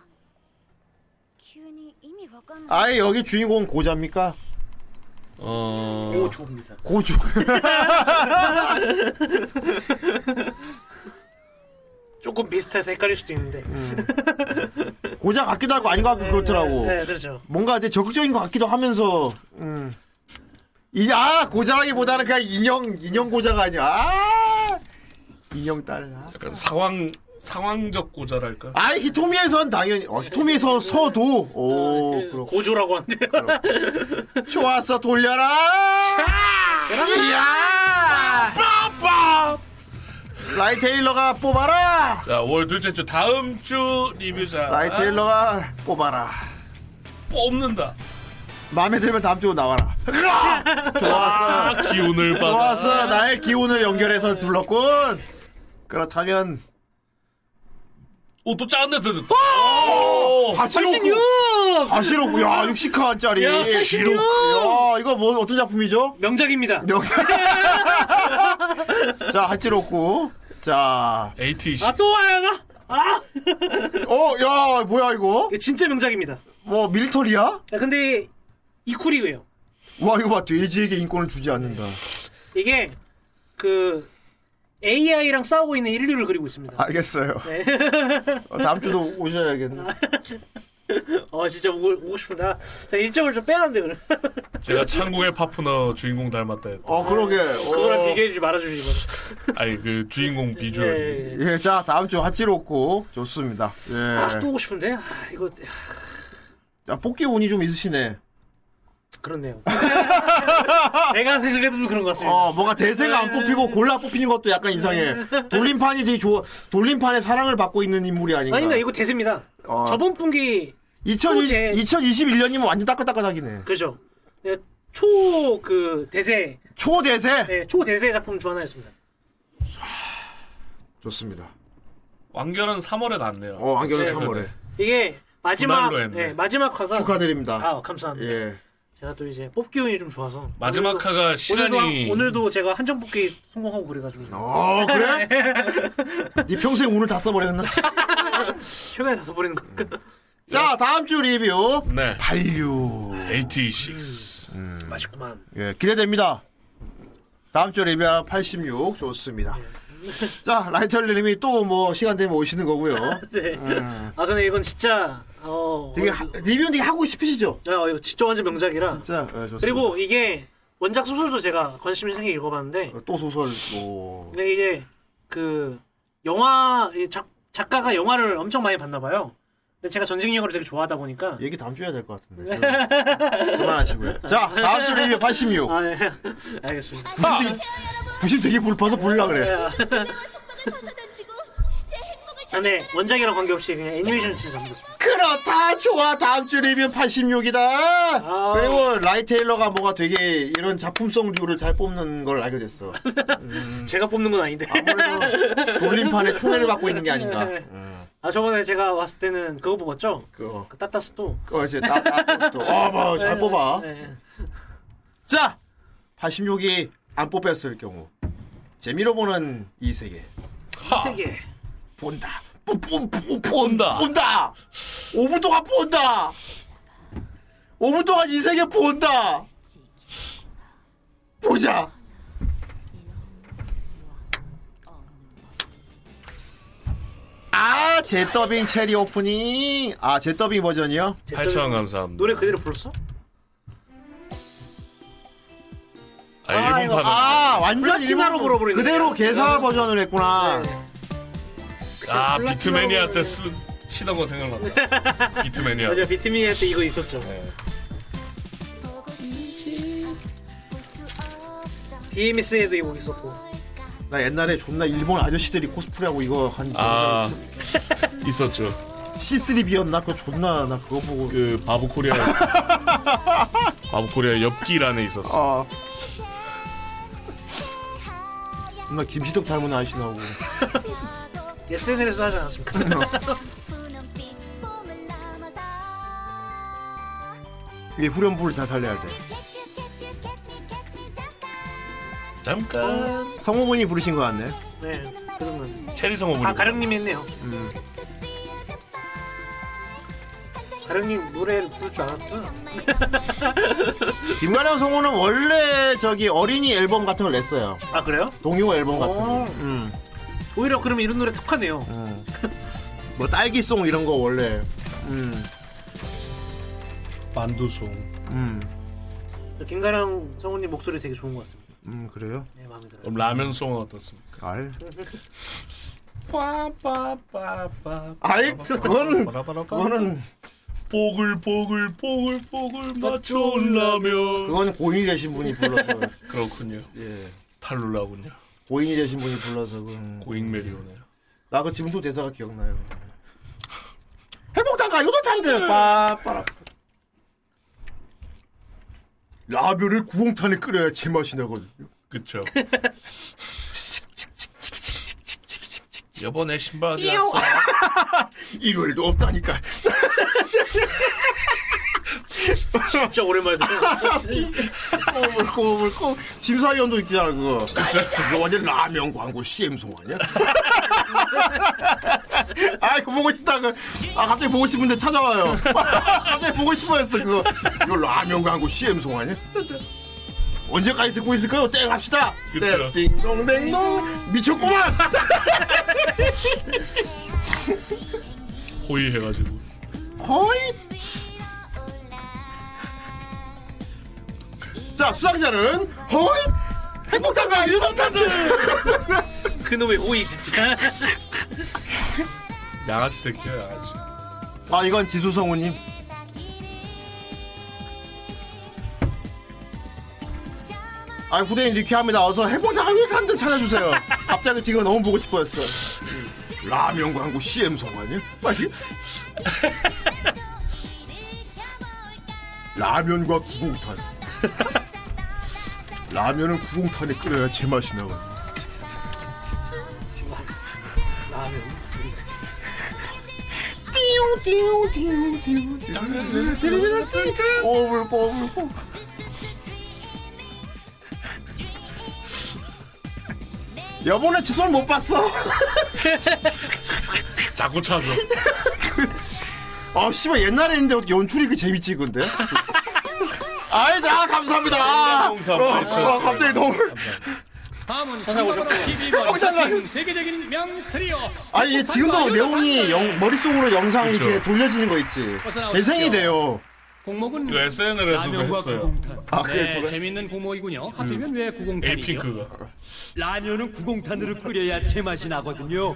Speaker 7: 急に意味わかんない
Speaker 4: 아이 여기 주인공 고자입니까?
Speaker 3: 어.
Speaker 5: 고조입니다.
Speaker 4: 고조.
Speaker 5: [LAUGHS] 조금 비슷해서 헷갈릴 수도 있는데.
Speaker 4: 고자 같기도 하고 아닌 것 같고 그렇더라고.
Speaker 5: 네, 그렇죠.
Speaker 4: 뭔가 되게 적극적인 것 같기도 하면서. 음. 이, 아 고자라기보다는 그냥 인형 인형 고자가 아니야. 아 인형 딸. 아.
Speaker 3: 약간 상황 상황적 고자랄까?
Speaker 4: 아 히토미에선 당연히 어, 히토미에서 서도 오 그렇
Speaker 5: 고조라고 한대요. [LAUGHS]
Speaker 4: 좋았어 돌려라. 이야.
Speaker 3: 빠빠.
Speaker 4: 라이 테일러가 뽑아라.
Speaker 3: 자, 5월 둘째 주 다음 주 리뷰자.
Speaker 4: 라이 테일러가 뽑아라.
Speaker 3: 뽑는다.
Speaker 4: 마음에 들면 다음 주로 나와라. 좋았어.
Speaker 3: 기운을 받아.
Speaker 4: 좋았어. 나의 기운을 연결해서 둘렀군. 그렇다면
Speaker 3: 오, 또 작은 데서 또.
Speaker 4: 오!
Speaker 3: 오!
Speaker 4: 아, 86! 86! 야, 60화짜리.
Speaker 3: 야, 86!
Speaker 4: 야, 이거 뭐, 어떤 작품이죠?
Speaker 5: 명작입니다.
Speaker 4: 명작. [LAUGHS] 자, 하치로쿠. 자.
Speaker 3: ATC.
Speaker 5: 아 또 와야 하나? 아
Speaker 4: 어, 야, 뭐야, 이거?
Speaker 5: 진짜 명작입니다.
Speaker 4: 뭐, 밀터리야? 야,
Speaker 5: 근데 이쿠리예요.
Speaker 4: 와, 이거 봐. 돼지에게 인권을 주지 않는다.
Speaker 5: 이게 그 AI랑 싸우고 있는 인류를 그리고
Speaker 4: 아.
Speaker 5: 있습니다.
Speaker 4: 알겠어요.
Speaker 5: 네.
Speaker 4: 어, 다음 주도 오셔야겠네.
Speaker 5: 어 진짜 오고, 오고 싶다. 자 일정을 좀 빼놨는데 그럼. [LAUGHS] 네.
Speaker 3: 제가 창궁의 파푸너 주인공 닮았다 했
Speaker 4: 어, 그러게.
Speaker 5: 그거랑
Speaker 4: 어.
Speaker 5: 비교해주지 말아주지 이거.
Speaker 3: 아니, 그 주인공 비주얼이.
Speaker 5: 예.
Speaker 4: 예, 자, 다음 주 하치로쿠. 좋습니다. 예.
Speaker 5: 아, 또 오고 싶은데 아, 이거 아,
Speaker 4: 야, 뽑기 운이 좀 있으시네.
Speaker 5: 그렇네요. 내가 생각해도 좀 그런 것 같습니다.
Speaker 4: 어, 뭔가 대세가 안
Speaker 5: 네.
Speaker 4: 뽑히고 골라 뽑히는 것도 약간 이상해. 돌림판이 되게 좋아. 돌림판에 사랑을 받고 있는 인물이 아닌가.
Speaker 5: 아닙니다. 이거 대세입니다.
Speaker 4: 그러니까. 어.
Speaker 5: 저번 분기
Speaker 4: 2020,
Speaker 5: 초대.
Speaker 4: 2021년이면 완전 따끈따끈하기네.
Speaker 5: 그죠? 예, 초 그 대세
Speaker 4: 초대세?
Speaker 5: 네, 초대세 작품 중 하나였습니다.
Speaker 4: 좋습니다.
Speaker 3: 완결은 3월에 났네요.
Speaker 4: 어, 완결은 3월에.
Speaker 5: 이게 마지막
Speaker 3: 분할로 했네.
Speaker 5: 네, 마지막 화가
Speaker 4: 축하드립니다.
Speaker 5: 아 감사합니다.
Speaker 4: 예.
Speaker 5: 제가 또 이제 뽑기 운이 좀 좋아서
Speaker 3: 마지막
Speaker 5: 오늘도-
Speaker 3: 화가 시간이-
Speaker 5: 오늘도, 오늘도 제가 한정 뽑기 성공하고 그래가지고
Speaker 4: 어,
Speaker 5: [LAUGHS]
Speaker 4: 그래? 네 평생 운을 다 써버렸나?
Speaker 5: 예. 최근에 다써 버리는 거.
Speaker 4: 음.
Speaker 5: [LAUGHS]
Speaker 4: 자, 다음 주 리뷰.
Speaker 3: 네.
Speaker 4: 86.
Speaker 5: 아, 음.
Speaker 3: 86.
Speaker 5: 맛있구만.
Speaker 4: 예, 기대됩니다. 다음 주 리뷰야 86. 좋습니다. 자, 라이터님이 또 뭐 시간 되면 오시는 거고요.
Speaker 5: 네. 아 근데 이건 진짜 어
Speaker 4: 되게 하- 리뷰는 되게 하고 싶으시죠?
Speaker 5: 야, 어, 이거 진짜 완전 명작이라.
Speaker 4: 진짜 예, 좋습니다.
Speaker 5: 그리고 이게 원작 소설도 제가 관심 생겨 읽어봤는데
Speaker 4: 또 소설 뭐
Speaker 5: 근데 이제 그 영화 이 작, 작가가 영화를 엄청 많이 봤나 봐요. 근데 제가 전쟁 영화를 되게 좋아하다 보니까
Speaker 4: 얘기 다음 주에 해야 될 것 같은데.
Speaker 5: 네.
Speaker 4: 좀 그만하시고요. 자, 다음 주 리뷰 86.
Speaker 5: 아, 예. [LAUGHS] 알겠습니다.
Speaker 4: 부심 되게 불파서 부르려 그래.
Speaker 5: 네. 근데 원작이랑 관계없이 그냥 애니메이션 진짜 잠들.
Speaker 4: 그렇다 좋아 다음 주 리뷰 86이다
Speaker 5: 아.
Speaker 4: 그리고 라이 테일러가 뭐가 되게 이런 작품성 류를 잘 뽑는 걸 알게 됐어
Speaker 5: 제가 뽑는 건 아닌데.
Speaker 4: 돌림판에 총애를 받고 있는 게 아닌가 음,
Speaker 5: 네. 아 저번에 제가 왔을 때는 그거 뽑았죠?
Speaker 4: 그거.
Speaker 5: 그 따따스토.
Speaker 4: 어 이제 나또아뭐잘
Speaker 5: 네,
Speaker 4: 뽑아
Speaker 5: 네.
Speaker 4: 자 86이 안 뽑혔을 경우 재미로 보는 이 세계
Speaker 5: 세계
Speaker 4: 본다 본- 본- 본- 본다 본다 5분 동안 본다 5분 동안 이 세계 본다 보자 아, 제 더빙 체리 오프닝. 아, 제 더빙 버전이요?
Speaker 3: 8,000원 감사합니다.
Speaker 5: 노래 그대로 불렀어?
Speaker 3: 아, 일본판은.
Speaker 4: 아, 완전
Speaker 5: 플라티나로
Speaker 4: 일본-
Speaker 5: 불어버리네.
Speaker 4: 그대로 개사 버전을 했구나.
Speaker 3: 아, 비트매니아 때 쓰, 치던 거 생각난다.
Speaker 5: [LAUGHS]
Speaker 3: 비트매니아.
Speaker 5: 맞아 비트미니아 때 이거 있었죠. BMS에도 이거 있었고.
Speaker 4: 나 옛날에 존나 일본 아저씨들이 코스프레하고 이거 한
Speaker 3: 아, 있었죠.
Speaker 4: C3B였나? 그거 존나 나 그거 보고
Speaker 3: 그 바보
Speaker 5: [LAUGHS]
Speaker 3: 코리아. 바보 코리아 옆길 안에 있었어.
Speaker 4: 어. 나 김시덕 닮은 아저씨 나오고.
Speaker 5: SNL에서 하지 않았습니까?
Speaker 4: 이게 후렴부를 잘 살려야 돼.
Speaker 3: 잠깐.
Speaker 4: 성우분이 부르신 것 같네.
Speaker 5: 네, 그런 건.
Speaker 3: 체리 성우
Speaker 5: 아
Speaker 3: 부르고.
Speaker 5: 가령님이 했네요.
Speaker 4: 음.
Speaker 5: 가령님 노래를 부를 줄 알았죠?
Speaker 4: 김가령 성우는 원래 저기 어린이 앨범 같은 걸 냈어요.
Speaker 5: 아 그래요?
Speaker 4: 동요 앨범 같은
Speaker 5: 어.
Speaker 4: 거. 음.
Speaker 5: 오히려 그러면 이런 노래 특화네요.
Speaker 4: 음. 뭐 딸기송 이런 거 원래. 음.
Speaker 3: 만두송.
Speaker 4: 음.
Speaker 5: 김가령 성우님 목소리 되게 좋은 것 같습니다.
Speaker 4: 음, 그래요?
Speaker 5: 네 마음에 들어요.
Speaker 3: 그럼 라면송은 어떻습니까?
Speaker 4: 알.
Speaker 3: 빠빠빠빠.
Speaker 4: 아이, 그건- 그거는-
Speaker 3: 보글 보글 보글 보글 맞춰올라면.
Speaker 4: 그건 고인이 되신 분이 불러서
Speaker 3: [LAUGHS] 그렇군요.
Speaker 4: 예.
Speaker 3: 탈룰라군요.
Speaker 4: 고인이 되신 분이 불러서
Speaker 3: 고잉 메리오네요.
Speaker 4: 나그 지금도 대사가 기억나요. 해복장가 요도탄데 빠빠라. 라면을 구홍탄에 끓여야 제맛이 나거든요.
Speaker 3: 그쵸. 여번에 신발 어디
Speaker 4: 띠용.
Speaker 3: 갔어?
Speaker 4: 일요일도 없다니까.
Speaker 5: 진짜 오랜만에
Speaker 4: 꼬물꼬물꼬 심사위원도 있잖아 그거. 그거 완전 라면 광고 CM 송 아니야? 아 그거 보고 싶다 그. 아 갑자기 보고 싶은데 찾아와요. 갑자기 보고 싶어했어 그거. 이거 라면 광고 CM 송 아니야? 언제까지 듣고 있을까요? 땡 합시다.
Speaker 1: 그쵸.
Speaker 4: 땡, 띵동댕동 미쳤구만.
Speaker 3: 호의해가지고.
Speaker 4: 거의. 자 수상자는 허이 행복탄과 유독탄들.
Speaker 5: 어, 그놈의 오이 진짜.
Speaker 3: 양아치 새끼야 양아치.
Speaker 4: 아 이건 지수성우님. 아 후대인 이렇게 합니다. 어서 해보자 한들 찾아주세요. 갑자기 지금 너무 보고 싶어졌어. 라면 광고 CM 송 아니야? 맛이? 라면과 구공탄. 라면은 구공탄에 끓여야 제맛이 나와.
Speaker 5: 라면.
Speaker 4: 꼬물꼬물꼬. [LAUGHS] 여보는 칫솔 못 봤어.
Speaker 3: 자꾸 찾아.
Speaker 4: 아 씨발 옛날에 했는데 어떻게 연출이 그 재밌지 근데? [LAUGHS] 아이 다 감사합니다. 아, 어, 어, 갑자기 너무
Speaker 14: 다음은
Speaker 4: 찾아오셨고.
Speaker 14: 12번
Speaker 4: 찾아가-
Speaker 14: 지금 세계적인 명트리오
Speaker 4: 아니 이게
Speaker 14: 어,
Speaker 4: 지금도 내용이 영- 머릿속으로 영상
Speaker 3: 그쵸.
Speaker 4: 이렇게 돌려지는 거 있지.
Speaker 14: 벗어나
Speaker 4: 재생이
Speaker 14: 오십시오.
Speaker 4: 돼요.
Speaker 14: 공목은
Speaker 3: 이거 SNL에서 도
Speaker 14: 라면과
Speaker 3: 했어요.
Speaker 14: 구공탄.
Speaker 4: 아,
Speaker 14: 네,
Speaker 4: 그래, 그래?
Speaker 14: 재밌는 공목이군요. 하필이면 왜
Speaker 6: 음.
Speaker 14: 구공탄이죠?
Speaker 3: 에이핑크가.
Speaker 15: 라면은 구공탄으로 끓여야 제맛이 나거든요.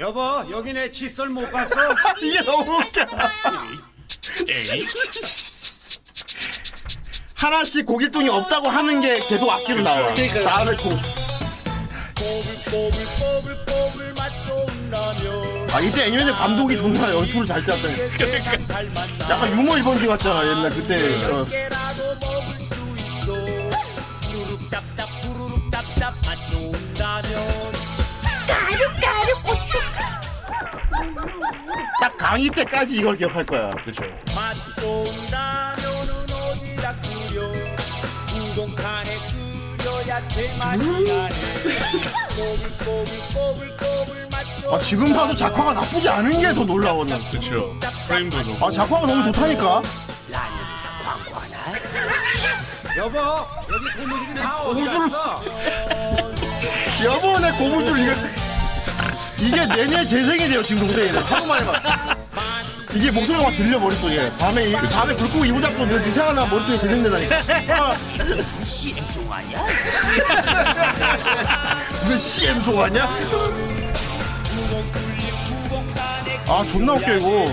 Speaker 16: 여보 여기 내 칫솔 못 봤어?
Speaker 4: 이게 너무 웃겨. 하나씩 고길동이 없다고 하는 게 계속 악기로 나와.
Speaker 1: 그러니까요.
Speaker 4: 다음에 고. 아 이때 애니메이션 감독이 존나 연출을 잘 짰더니
Speaker 3: 그러니까.
Speaker 4: 약간 유머 일본지 같잖아 옛날
Speaker 5: 네,
Speaker 4: 그때 어. 딱 강의 때까지 이걸 기억할 거야.
Speaker 3: 그렇죠.
Speaker 4: 아 지금 봐도 작화가 나쁘지 않은 게 더 놀라웠네.
Speaker 3: 그렇죠. 프레임도 좋고.
Speaker 4: 아 작화가 너무 좋다니까.
Speaker 16: 여보 여기 고무줄이 다 어디
Speaker 4: 고무줄.
Speaker 16: 갔어?
Speaker 4: 여보 내 고무줄 이거 이게 내내 재생이 돼요 지금 동대에는 하루 만에 막 이게 목소리가 막 들려 머릿속에 밤에 이- 밤에 불 끄고 이불 닫고 늘 이상한 나 머릿속에 재생된다니까 아,
Speaker 1: 무슨 CM 송 아니야?
Speaker 4: 무슨 CM 송 아니야? 아 존나 웃겨 이거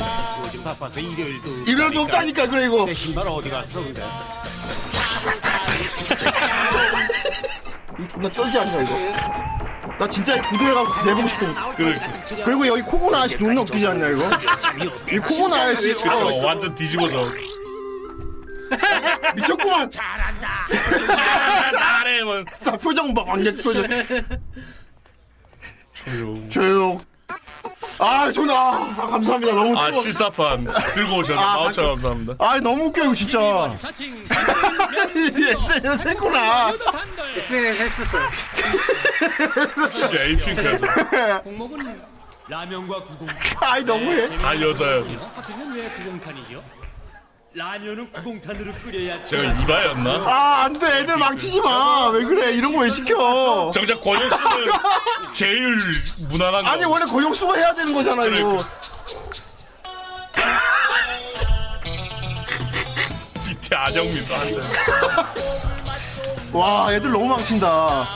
Speaker 15: 요즘 바빠서 일요일도
Speaker 4: 일요일도 없다니까 네. 그래 이거
Speaker 15: 내 신발 어디 갔어 근데?
Speaker 4: 이거 존나 쩔지 않냐 이거 나 진짜 이 구두에 가서 내보고 싶어 그래. 그리고 여기 코고나 아, 네. 아저씨 네. 존나 웃기지 않냐 이거 이 코고나 아저씨
Speaker 3: 그렇죠. 완전 뒤집어져.
Speaker 4: 미쳤구만
Speaker 3: 잘해 뭐.
Speaker 4: 자 표정 봐 완전 표정
Speaker 3: 조용.
Speaker 4: 조용 아 존나 아 감사합니다 너무
Speaker 3: 아
Speaker 4: 추워
Speaker 3: 실사판 들고 오셨네.
Speaker 4: 아,
Speaker 3: 마우처 감사합니다.
Speaker 4: 아 너무 웃겨 이거 진짜
Speaker 14: 자칭
Speaker 4: [LAUGHS] SNS 했구나
Speaker 5: SNS 했었어요.
Speaker 3: 진짜 에이핑크야.
Speaker 14: 공목은
Speaker 15: 라면과 구공
Speaker 4: 아이 너무해.
Speaker 3: 다 여자야.
Speaker 14: 하필이면 왜 구공탄이죠?
Speaker 15: 라면은 구공탄으로 끓여야
Speaker 3: 제가 이바였나?
Speaker 4: 아 안돼 애들 망치지 마왜 그래 이런 거 왜 시켜
Speaker 3: 정작 권혁수는 제일 무난한 거.
Speaker 4: 아니 원래 고용수가 해야 되는 거잖아 이거
Speaker 3: 밑에 아정민도 앉아.
Speaker 4: 와 애들 너무 망친다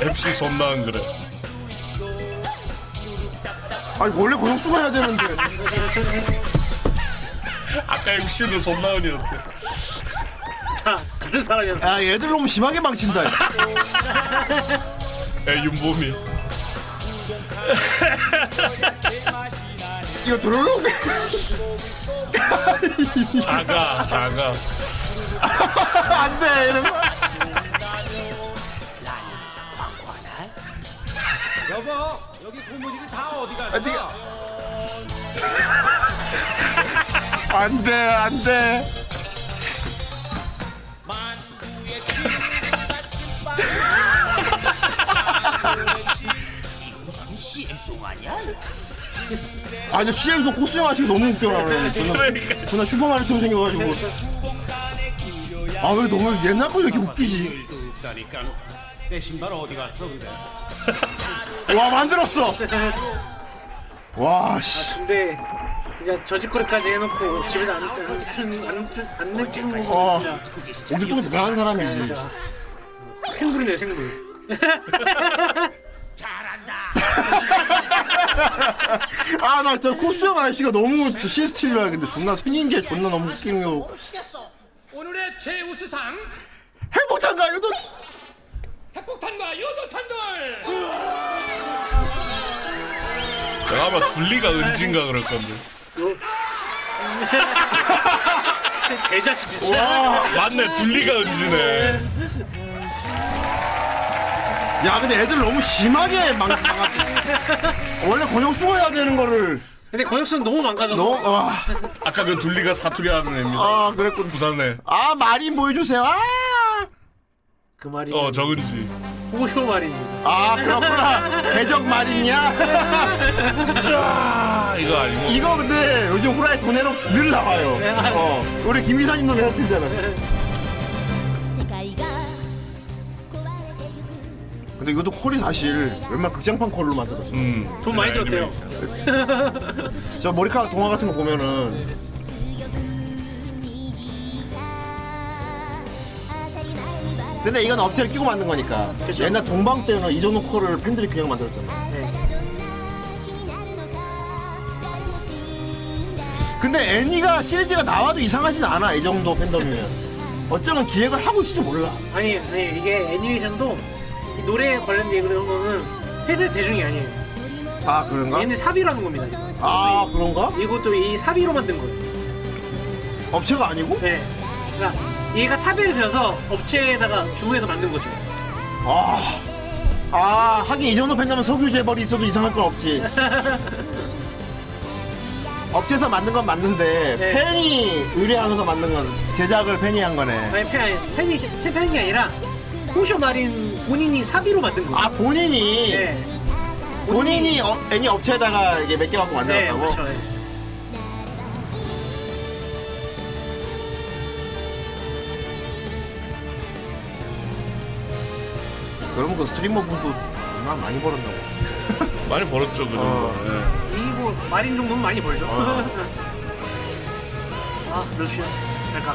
Speaker 3: MC 손나은 그래.
Speaker 4: 아니 원래 고영수가 해야 되는데
Speaker 3: 아까 MC는 손나은이었대.
Speaker 5: 다 같은 사람이야.
Speaker 4: 아 얘들 너무 심하게 망친다
Speaker 3: 에 윤보미.
Speaker 4: 이거 들어오는 거
Speaker 3: 자가 자가.
Speaker 4: 안돼 이런 거
Speaker 16: 여보 여기 고무줄이 다 어디 갔어?
Speaker 4: 안돼 안돼
Speaker 11: 이거 무슨 CM송 아니야?
Speaker 4: 아니 CM소 코스형 아저씨 너무 웃겨라 [LAUGHS] 그래. 존나- 존나 슈퍼마리처럼 생겨가지고 아 왜 너무 옛날 거 이렇게 웃기지
Speaker 16: 없다니까. 내 신발 어디 갔어 근데?
Speaker 4: [LAUGHS] 와 만들었어 와 씨.
Speaker 5: 아, 근데 이제 저짓거리까지 해놓고 집에서 안 훔치는 안 훔치 안 훔치는 거
Speaker 15: 어.
Speaker 5: 진짜
Speaker 4: 오늘 좀 대단한 사람이지
Speaker 5: 생물이네 생물.
Speaker 4: 아 나 저 코스형 아저씨가 너무 시스틸이라 근데 존나 생긴 게 존나 너무 웃기는 거
Speaker 14: 시켰어. 오늘의 최우수상
Speaker 4: 행복한가 요도
Speaker 14: 핵폭탄과 요도탄돌.
Speaker 3: 내가 아마 둘리가 은진가 그럴 건데.
Speaker 5: 개자식
Speaker 3: 와,
Speaker 4: 아,
Speaker 3: 맞네 둘리가 은지네.
Speaker 4: 야 근데 애들 너무 심하게 망, 망았대 원래 권영수가 해야 되는 거를
Speaker 5: 근데 권혁수는 너무 망가져서
Speaker 4: 너무 와.
Speaker 3: 아까 그 둘리가 사투리 하는 애입니다.
Speaker 4: 아 그랬군.
Speaker 3: 부산에.
Speaker 4: 아 마린 보여주세요 아!
Speaker 5: 그 말이
Speaker 3: 어 정은지.
Speaker 5: 호쇼 말입니다.
Speaker 4: 아 그렇구나 대적 마린이야
Speaker 3: 아 이거 아니고.
Speaker 4: 이거 근데 요즘 후라이 돈에로 늘 나와요 어. 우리 김미사님 노래 해주잖아
Speaker 2: 世界が
Speaker 4: 근데 이것도 콜이 사실 웬만 극장판 콜로 만들었어
Speaker 3: 음.
Speaker 5: 돈 많이 들었대요.
Speaker 4: 저 머리카락 동화 같은 거 보면은 근데 이건 업체를 끼고 만든 거니까 옛날 동방 때는 이전호 콜을 팬들이 그냥 만들었잖아 근데 애니가 시리즈가 나와도 이상하진 않아 이 정도 팬덤이면 어쩌면 기획을 하고 있을지 몰라
Speaker 5: 아니 아니 이게 애니메이션도 이 노래에 관련된 그런 거는 회사의 대중이 아니에요.
Speaker 4: 아
Speaker 15: 어?
Speaker 4: 그런가?
Speaker 5: 얘는 사비라는 겁니다.
Speaker 4: 아 그런가?
Speaker 5: 이것도 이 사비로 만든 거예요.
Speaker 4: 업체가 아니고?
Speaker 5: 네. 그러니까 얘가 사비를 들여서 업체에다가 주문해서 만든 거죠.
Speaker 4: 아, 아 하긴 이 정도 팬덤은 석유 재벌이 있어도 이상할 건
Speaker 5: [LAUGHS]
Speaker 4: 없지 업체에서 만든 건 맞는데
Speaker 5: 네.
Speaker 4: 팬이 의뢰하면서 만든 건 제작을 팬이 한 거네
Speaker 5: 아니 팬 아니 팬이 제 팬이 아니라 호쇼 마린 본인이 사비로 만든 거예요.
Speaker 4: 아 본인이
Speaker 5: 네.
Speaker 4: 본인이 어, 애니 업체에다가 이게 몇개 갖고
Speaker 5: 네,
Speaker 4: 만들었다고?
Speaker 5: 그렇죠. 네.
Speaker 4: 그러면 그 스트리머 분도 정말 많이 벌었나 봐
Speaker 3: 많이 벌었죠 그 정도.
Speaker 5: 이뭐 마린 정도는 많이 벌죠.
Speaker 3: 어.
Speaker 5: [LAUGHS] 아 루시아 잘 가.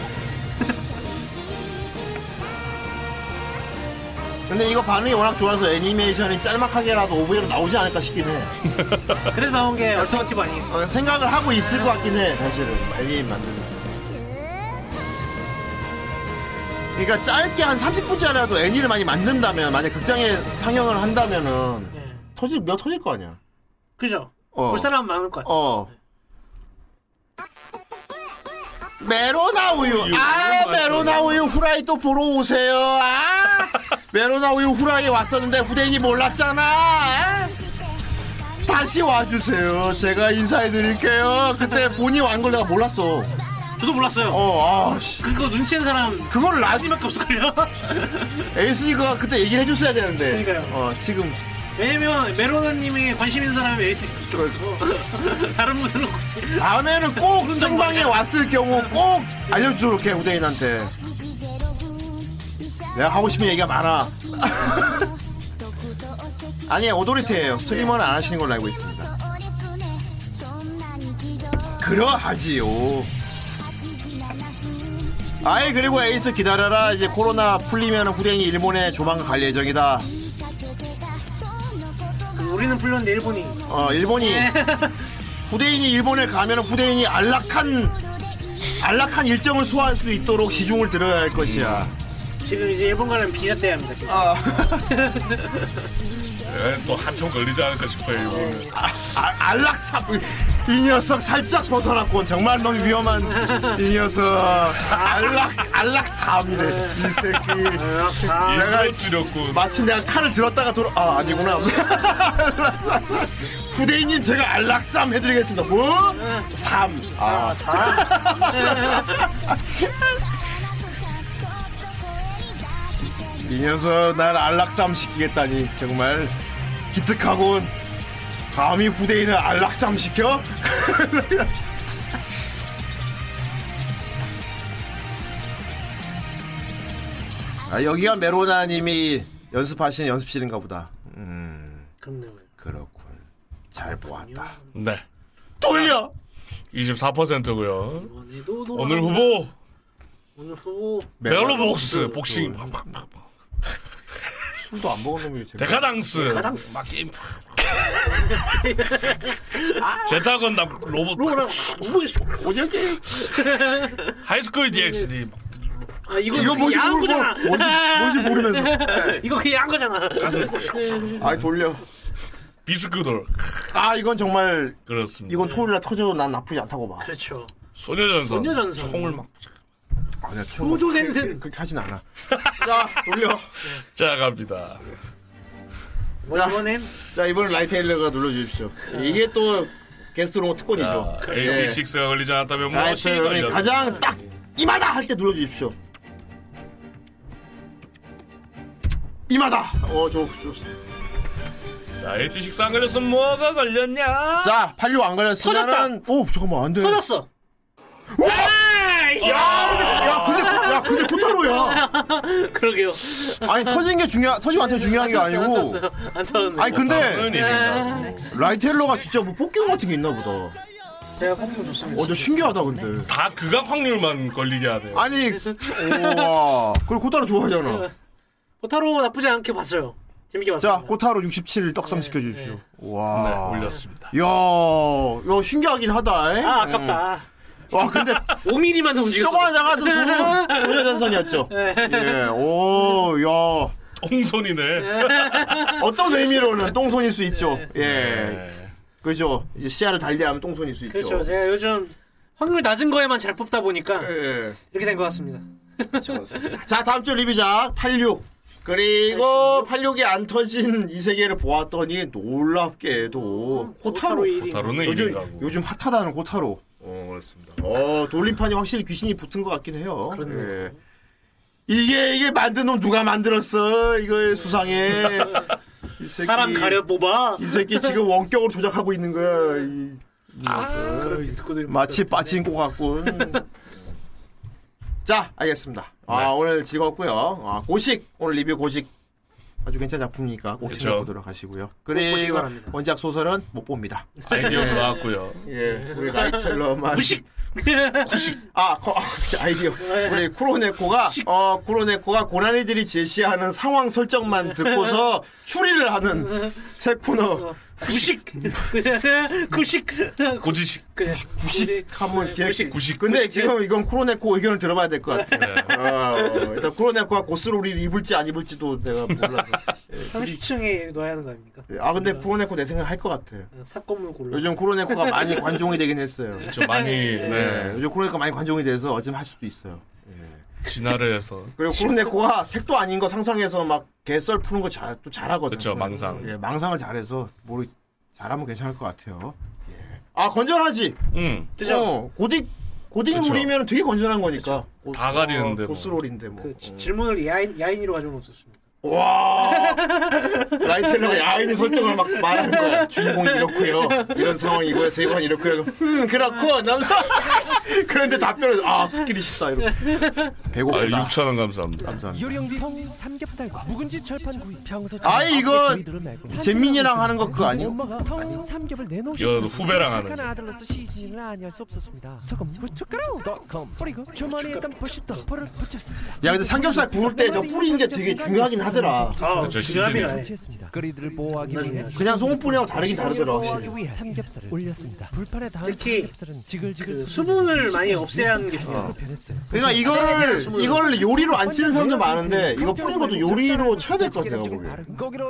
Speaker 4: 근데 이거 반응이 워낙 좋아서 애니메이션이 짤막하게라도 오브에로 나오지 않을까 싶긴 해
Speaker 5: 그래서 나온 게 어서티브 아니겠어?
Speaker 4: 어, 생각을 하고 있을 것 같긴 해 사실은 애니 만드는 그러니까 짧게 한 30분짜리라도 애니를 많이 만든다면 만약 극장에 상영을 한다면은 터질 몇 터질 거 아니야
Speaker 5: 예. 그죠?
Speaker 4: 어.
Speaker 5: 볼 사람 많을 것 같아.
Speaker 4: 어 메로나 우유 아 메로나 우유 후라이 또 보러 오세요 아 메로나 우유 후라이 왔었는데 후대인이 몰랐잖아 아! 다시 와주세요 제가 인사해드릴게요 그때 본이 왔걸 내가 몰랐어
Speaker 5: 저도 몰랐어요
Speaker 4: 어, 아, 씨.
Speaker 5: 그거 눈치챈 사람
Speaker 4: 그걸
Speaker 5: 라디밖에 없을걸요?
Speaker 4: 에이스니가 그때 얘기를 해줬어야 되는데
Speaker 5: 그러니까요.
Speaker 4: 어 지금
Speaker 5: 왜냐면 메로나님이 관심 있는 사람이 에이스 들어있고 다른 분들은
Speaker 4: 다음에는 꼭 생방에 왔을 경우 꼭 알려주도록 해 후대인한테 내가 하고 싶은 얘기가 많아 아니 오도리티예요 스트리머는 안 하시는 걸로 알고 있습니다 그러하지요 아예 그리고 에이스 기다려라 이제 코로나 풀리면 후대인이 일본에 조만간 갈 예정이다
Speaker 5: 우리는 불렀는데 일본이. 예.
Speaker 4: 어, 일본이
Speaker 5: 네.
Speaker 4: 후대인이 일본에 가면 후대인이 안락한 안락한 일정을 소화할 수 있도록 시중을 들어야 할 것이야.
Speaker 5: [LAUGHS] 지금 이제 일본 가면 비자 떼야 합니다. 지금.
Speaker 3: 예, 또 한참 걸리지 않을까 싶어요 이거는.
Speaker 4: 아, 안락사 이 녀석 살짝 벗어났군. 정말 넌 위험한 이 녀석. 안락 안락사입니다. 이 새끼. 내가
Speaker 3: 줄였군.
Speaker 4: 마침 내가 칼을 들었다가 돌아 아 아니구나. [LAUGHS] 후대인님 제가 안락삼 해드리겠습니다. 뭐? 삼. [LAUGHS] 아 이 녀석 날 안락삼 시키겠다니 정말 기특하군 감히 후대인을 안락삼 시켜? 아, 여기가 메로나님이 연습하시는 연습실인가 보다 음
Speaker 5: 그렇네요
Speaker 4: 그렇군 잘 보았다
Speaker 3: 네.
Speaker 4: 돌려.
Speaker 3: 24%고요.
Speaker 5: 이번에도 돌아왔네.
Speaker 3: 오늘 후보
Speaker 5: 오늘 후보
Speaker 3: 멜로복스 복싱
Speaker 4: 술도 안 먹은 놈이 재밌-
Speaker 3: 데카당스
Speaker 4: 데카당스.
Speaker 3: 막 게임 제타건 나 로봇
Speaker 5: 오징어 게임
Speaker 3: 하이스쿨 DxD 막
Speaker 5: 아 이거
Speaker 3: 이거 뭔지
Speaker 5: 야한
Speaker 3: 모르고,
Speaker 4: 뭐,
Speaker 5: 거잖아.
Speaker 3: 뭔지- 뭔지 모르면서.
Speaker 5: 이거 그 야한 거잖아.
Speaker 4: 아이 돌려
Speaker 3: 비스크돌
Speaker 4: 아 이건 정말
Speaker 3: 그렇습니다.
Speaker 4: 이건 토요일날 터져도 난 나쁘지 않다고 봐
Speaker 5: 그렇죠
Speaker 3: 소녀전선
Speaker 5: 소녀전선.
Speaker 3: 총을 막
Speaker 4: 아니야
Speaker 5: 소조센센.
Speaker 4: 그렇게 하진 않아 [LAUGHS] 자 돌려
Speaker 3: 자 갑니다
Speaker 4: 자, 자 이번엔 라이테일러가 눌러주십시오 이게 또 게스트로 특권이죠
Speaker 3: 그렇죠.
Speaker 4: 예.
Speaker 3: AB6가 아, 걸리지 않았다면 무엇이
Speaker 4: 라이테일러는
Speaker 3: 걸렸
Speaker 4: 가장 딱 이마다 할 때 눌러주십시오 이마다 어저
Speaker 3: 자, AB6 아, 안 걸렸으면 뭐가 걸렸냐
Speaker 4: 자, 86 안 걸렸으면은 오 잠깐만 안 돼.
Speaker 5: 터졌어. [LAUGHS]
Speaker 4: 야, 야, 근데 코- 야, 근데 코타로야.
Speaker 5: 그러게요. [LAUGHS]
Speaker 4: 아니 터진 게 중요, 터진 한테 중요한 게 아니고.
Speaker 5: 안 네, 터졌네.
Speaker 4: 아니 근데 라이텔러가 진짜 뭐 뽑기운 같은 게 있나 보다.
Speaker 5: 내가 뽑기로 좋습니다.
Speaker 4: 어저 신기하다 근데.
Speaker 3: 다 극악 확률만 걸리게 하네요
Speaker 4: 아니, 우와. 그리고 코타로 좋아하잖아.
Speaker 5: 호타로 나쁘지 않게 봤어요. 재밌게 봤어요.
Speaker 4: 자, 코타로 67 떡상
Speaker 5: 네,
Speaker 4: 시켜주십시오. 와.
Speaker 3: 네, 올렸습니다.
Speaker 4: 야, 야 신기하긴 하다. 에?
Speaker 5: 아 아깝다.
Speaker 4: 와 근데
Speaker 5: 5mm만 더 움직였어.
Speaker 4: 저거 하다가 또
Speaker 5: [LAUGHS] 네.
Speaker 4: 소녀- 소녀전선이었죠. 예, 오, 야.
Speaker 3: 똥손이네.
Speaker 4: 어떤 의미로는 똥손일 수 있죠.
Speaker 5: 네.
Speaker 4: 예. 그죠. 이제 시야를 달리하면 똥손일 수 있죠.
Speaker 5: 그렇죠. 제가 요즘 확률 낮은 거에만 잘 뽑다 보니까
Speaker 4: 네. 예.
Speaker 5: 이렇게 된 것 같습니다.
Speaker 4: 자, 다음 주 리뷰작 86. 그리고 86이 안 터진 이 세계를 보았더니 놀랍게도
Speaker 5: 그
Speaker 4: 코타로.
Speaker 3: 코타로는
Speaker 4: 요즘,
Speaker 3: 일인가고.
Speaker 4: 요즘 핫하다는 코타로.
Speaker 3: 어 그렇습니다
Speaker 4: 어, 돌림판이 확실히 귀신이 붙은 것 같긴 해요. 예. 이게, 이게 만든 놈 누가 만들었어? 이거 수상해. 이 새끼-
Speaker 5: 사람 가려 뽑아.
Speaker 4: 이 새끼 지금 원격으로 조작하고 있는 거야. 이 녀석. 마치 빠진코 같군. 자, 알겠습니다.
Speaker 3: 네.
Speaker 4: 아, 오늘 즐거웠고요. 아, 고식 오늘 리뷰 고식 아주 괜찮은 작품이니까 꼭
Speaker 3: 그쵸.
Speaker 4: 챙겨보도록 하시고요.
Speaker 3: 보시기
Speaker 4: 그리고
Speaker 3: 바랍니다.
Speaker 4: 원작 소설은 못 봅니다.
Speaker 3: 아이디어
Speaker 4: 예.
Speaker 3: 나왔고요
Speaker 4: 예, 우리 [LAUGHS] 라이텔러만 구식 구식 아 거- 아, 아이디어 우리 쿠로네코가 어 쿠로네코가 고라니들이 제시하는 상황 설정만 듣고서 추리를 하는 새 코너
Speaker 5: 구식 구식
Speaker 3: 고지식
Speaker 4: 구식 한번 기획 네, 구식 근데 지금 이건 쿠로네코 의견을 들어봐야 될 것
Speaker 3: 네.
Speaker 4: 같아요 어, 어, 일단 쿠로네코가 고스로리를 입을지 안 입을지도 내가 몰라서
Speaker 5: 30층에 넣어야 하는 거 아닙니까?
Speaker 4: 아 근데 쿠로네코 내 생각 할 것 같아
Speaker 5: 사건물 골라.
Speaker 4: 요즘 쿠로네코가 많이 관종이 되긴 했어요
Speaker 3: 좀 많이
Speaker 4: 예,
Speaker 3: 네.
Speaker 4: 요즘 쿠로네코가 많이 관종이 돼서 어쩌면 할 수도 있어요
Speaker 3: 진화를 해서
Speaker 4: 그리고 코로네코가 택도 아닌 거 상상해서 막 개썰 푸는 거 잘 또 잘하거든요.
Speaker 3: 그쵸, 망상.
Speaker 4: 예, 망상을 잘해서 모르 잘하면 괜찮을 것 같아요. 예. 아 건전하지.
Speaker 3: 응.
Speaker 5: 그죠?
Speaker 4: 어, 고딕 고딕
Speaker 3: 그쵸.
Speaker 4: 룰이면 되게 건전한 거니까. 고스-
Speaker 3: 다 가리는데
Speaker 4: 어,
Speaker 3: 뭐.
Speaker 4: 고스롤인데 뭐.
Speaker 5: 그 지- 질문을 야인 야인으로 가져온 없었습니다.
Speaker 4: 와 [LAUGHS] 라이텔러가 야인의 설정을 막 말하는 거야. 주인공이 이렇고요. 이런 상황이고요. 세관 이렇고요. 음 그렇고 난 사- [LAUGHS] 그런데 답변을 아 스킬이 쉽다 이렇게. 배고프다.
Speaker 3: 아, 6천 원 감사합니다.
Speaker 4: 네. 감사합니다.
Speaker 17: 요령비 삼겹살과 묵은지 철판 구이 평소
Speaker 4: 아 이거
Speaker 17: 아이들이 들은 말고.
Speaker 4: 재민이랑 하는 거 그거 아니에요?
Speaker 17: 엄마가 통 삼겹을 내놓으신
Speaker 3: 이거 후배랑 하는
Speaker 17: 착한
Speaker 3: 거.
Speaker 17: 아들로서 시신을 아니할 수 없었습니다. 소금 고춧가루 그리고 주머니에 일단 부시터 불을 붙였습니다.
Speaker 4: 야 근데 삼겹살 구울 때 저 뿌리는 게 되게 중요하긴 다르더라.
Speaker 17: 아, 그쵸, 시즈닝은.
Speaker 18: 거리들을 보호하기 위해
Speaker 4: 그냥 소금뿐이하고 다르긴 다르더라 확실히.
Speaker 17: 삼겹살을 올렸습니다. 불판에 닿은
Speaker 5: 특히
Speaker 17: 삼겹살은 지글지글
Speaker 5: 그 수분을 많이 없애야 하는 게
Speaker 4: 어.
Speaker 5: 중요해요.
Speaker 4: 그러니까 이거를 이걸 요리로 안 치는 사람도 많은데 이거 뿌린 것도 요리로 쳐야 될 것 같아요 고기.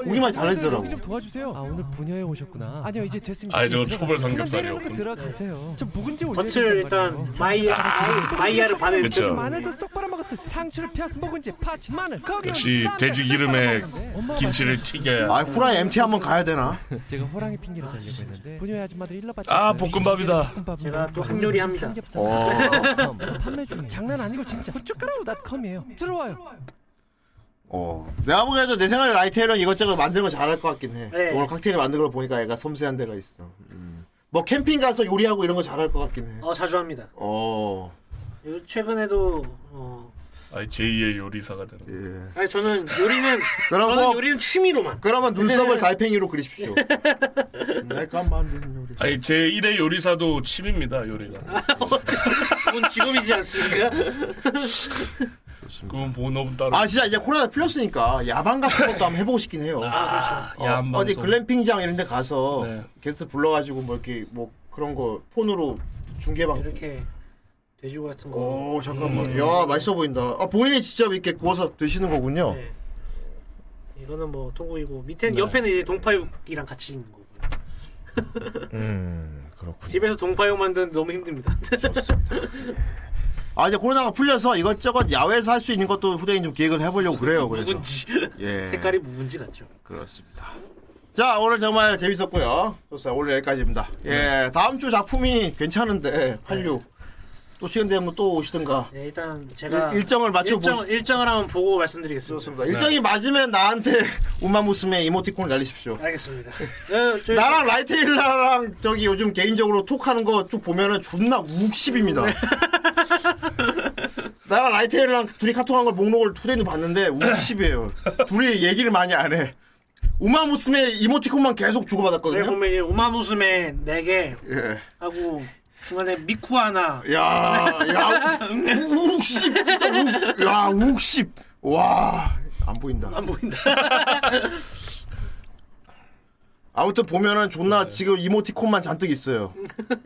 Speaker 4: 고기 맛이 달라지더라고.
Speaker 17: 좀 도와주세요. 아 오늘 분녀에 오셨구나. 아니요 이제 됐습니다.
Speaker 3: 아, 저거
Speaker 17: 그냥
Speaker 3: 초벌
Speaker 17: 내려놓고
Speaker 3: 삼겹살이었군.
Speaker 17: 들어가세요. 좀 묵은지 올려.
Speaker 5: 겉을 일단 마이 마이야를 받은
Speaker 3: 아, 그쵸.
Speaker 17: 마늘도 쏙 빨아먹었어. 상추를 피어서 묵은지 파츠 마늘 거기
Speaker 3: 역시 돼지 기름에 김치를 튀겨야.
Speaker 4: 아 후라이 MT 한번 가야 되나?
Speaker 5: 음.
Speaker 17: 제가 호랑이
Speaker 5: 아,
Speaker 17: 핑계를 대려고 했는데 분녀의 아줌마들 일러 봤죠.
Speaker 3: 아 볶음밥이다.
Speaker 5: 제가 또 학요리 합니다.
Speaker 4: 어.
Speaker 17: 그래서 판매 중이에요. 장난 아니고 진짜. 고춧가루 닷컴이에요. 들어와요.
Speaker 4: 어. 내가 보기에도 내 생각에 라이테일은 이것저것 만드는 거 잘할 것 같긴 해.
Speaker 5: 네.
Speaker 4: 오늘 칵테일 만드는 걸 보니까 애가 섬세한 데가 있어. 음. 뭐 캠핑 가서 요리하고 이런 거 잘할 것 같긴 해.
Speaker 5: 어 자주 합니다.
Speaker 4: 어.
Speaker 5: 요- 최근에도 어,
Speaker 3: 아니 제2의 요리사가 되는.
Speaker 4: 예.
Speaker 5: 아니 저는 요리는
Speaker 4: 그럼
Speaker 5: 저는
Speaker 4: 뭐-
Speaker 5: 요리는 취미로만.
Speaker 4: 그러면 눈썹을 달팽이로 그리십시오. 내가 만든 요리.
Speaker 3: 아니 제1의 요리사도 침입니다
Speaker 4: 아,
Speaker 3: 요리가.
Speaker 5: 그건 직업이지 않습니까?
Speaker 3: 그건 본업은 따로.
Speaker 4: 아 진짜 이제 코로나 풀렸으니까 야방 같은 것도 한번 해보고 싶긴 해요.
Speaker 3: 아,
Speaker 4: 어,
Speaker 3: 야한
Speaker 4: 어디
Speaker 3: 방송.
Speaker 4: 글램핑장 이런 데 가서
Speaker 3: 네.
Speaker 4: 게스트 불러가지고 뭐 이렇게 뭐 그런 거 폰으로 중계방.
Speaker 5: 이렇게 돼지고 같은 거.
Speaker 4: 오 잠깐만. 야 맛있어 보인다. 아 본인이 직접 이렇게 구워서 드시는 거군요.
Speaker 5: 네. 이거는 뭐 통구이고 밑에
Speaker 4: 네.
Speaker 5: 옆에는 이제 동파육이랑 같이 있는 거고.
Speaker 4: [LAUGHS] 음 그렇군.
Speaker 5: 집에서 동파육 만드는데 너무 힘듭니다.
Speaker 4: 아 이제 코로나가 풀려서 이것저것 야외에서 할 수 있는 것도 후대인 좀 기획을 해보려고 그래요. 그래서.
Speaker 5: 묵은지.
Speaker 4: 예.
Speaker 5: [LAUGHS] [LAUGHS] 색깔이 묵은지 같죠.
Speaker 4: 그렇습니다. 자 오늘 정말 재밌었고요. 좋습니다. 오늘 여기까지입니다. 예 다음 주 작품이 괜찮은데 한류 또 시간 되면 또 오시든가.
Speaker 5: 네, 일단 제가
Speaker 4: 일- 아, 일정을 맞춰
Speaker 5: 일정,
Speaker 4: 보시-
Speaker 5: 일정을 한번 보고 말씀드리겠습니다.
Speaker 4: 일정이 네. 맞으면 나한테 [LAUGHS] 운만 웃음에 이모티콘을 날리십시오.
Speaker 5: 알겠습니다. 네, 저희-
Speaker 4: 나랑 라이테일라랑 저기 요즘 개인적으로 톡하는 거 쭉 보면은 존나 [LAUGHS] 욱십입니다. 나랑 라이테일랑 둘이 카톡한 걸 목록을 투데이도 봤는데 욱십이에요. 둘이 얘기를 많이 안 해. 우마 무스메 이모티콘만 계속
Speaker 5: 저희
Speaker 4: 주고받았거든요.
Speaker 5: 보면 이제 우마무스메 4개
Speaker 4: 예.
Speaker 5: 하고 중간에 미쿠 하나.
Speaker 4: 야, 야, 우- 욱십 진짜 욱, 야, 욱십. 와, 안 보인다. 안
Speaker 5: 보인다.
Speaker 4: 아무튼 보면은 존나 지금 이모티콘만 잔뜩 있어요.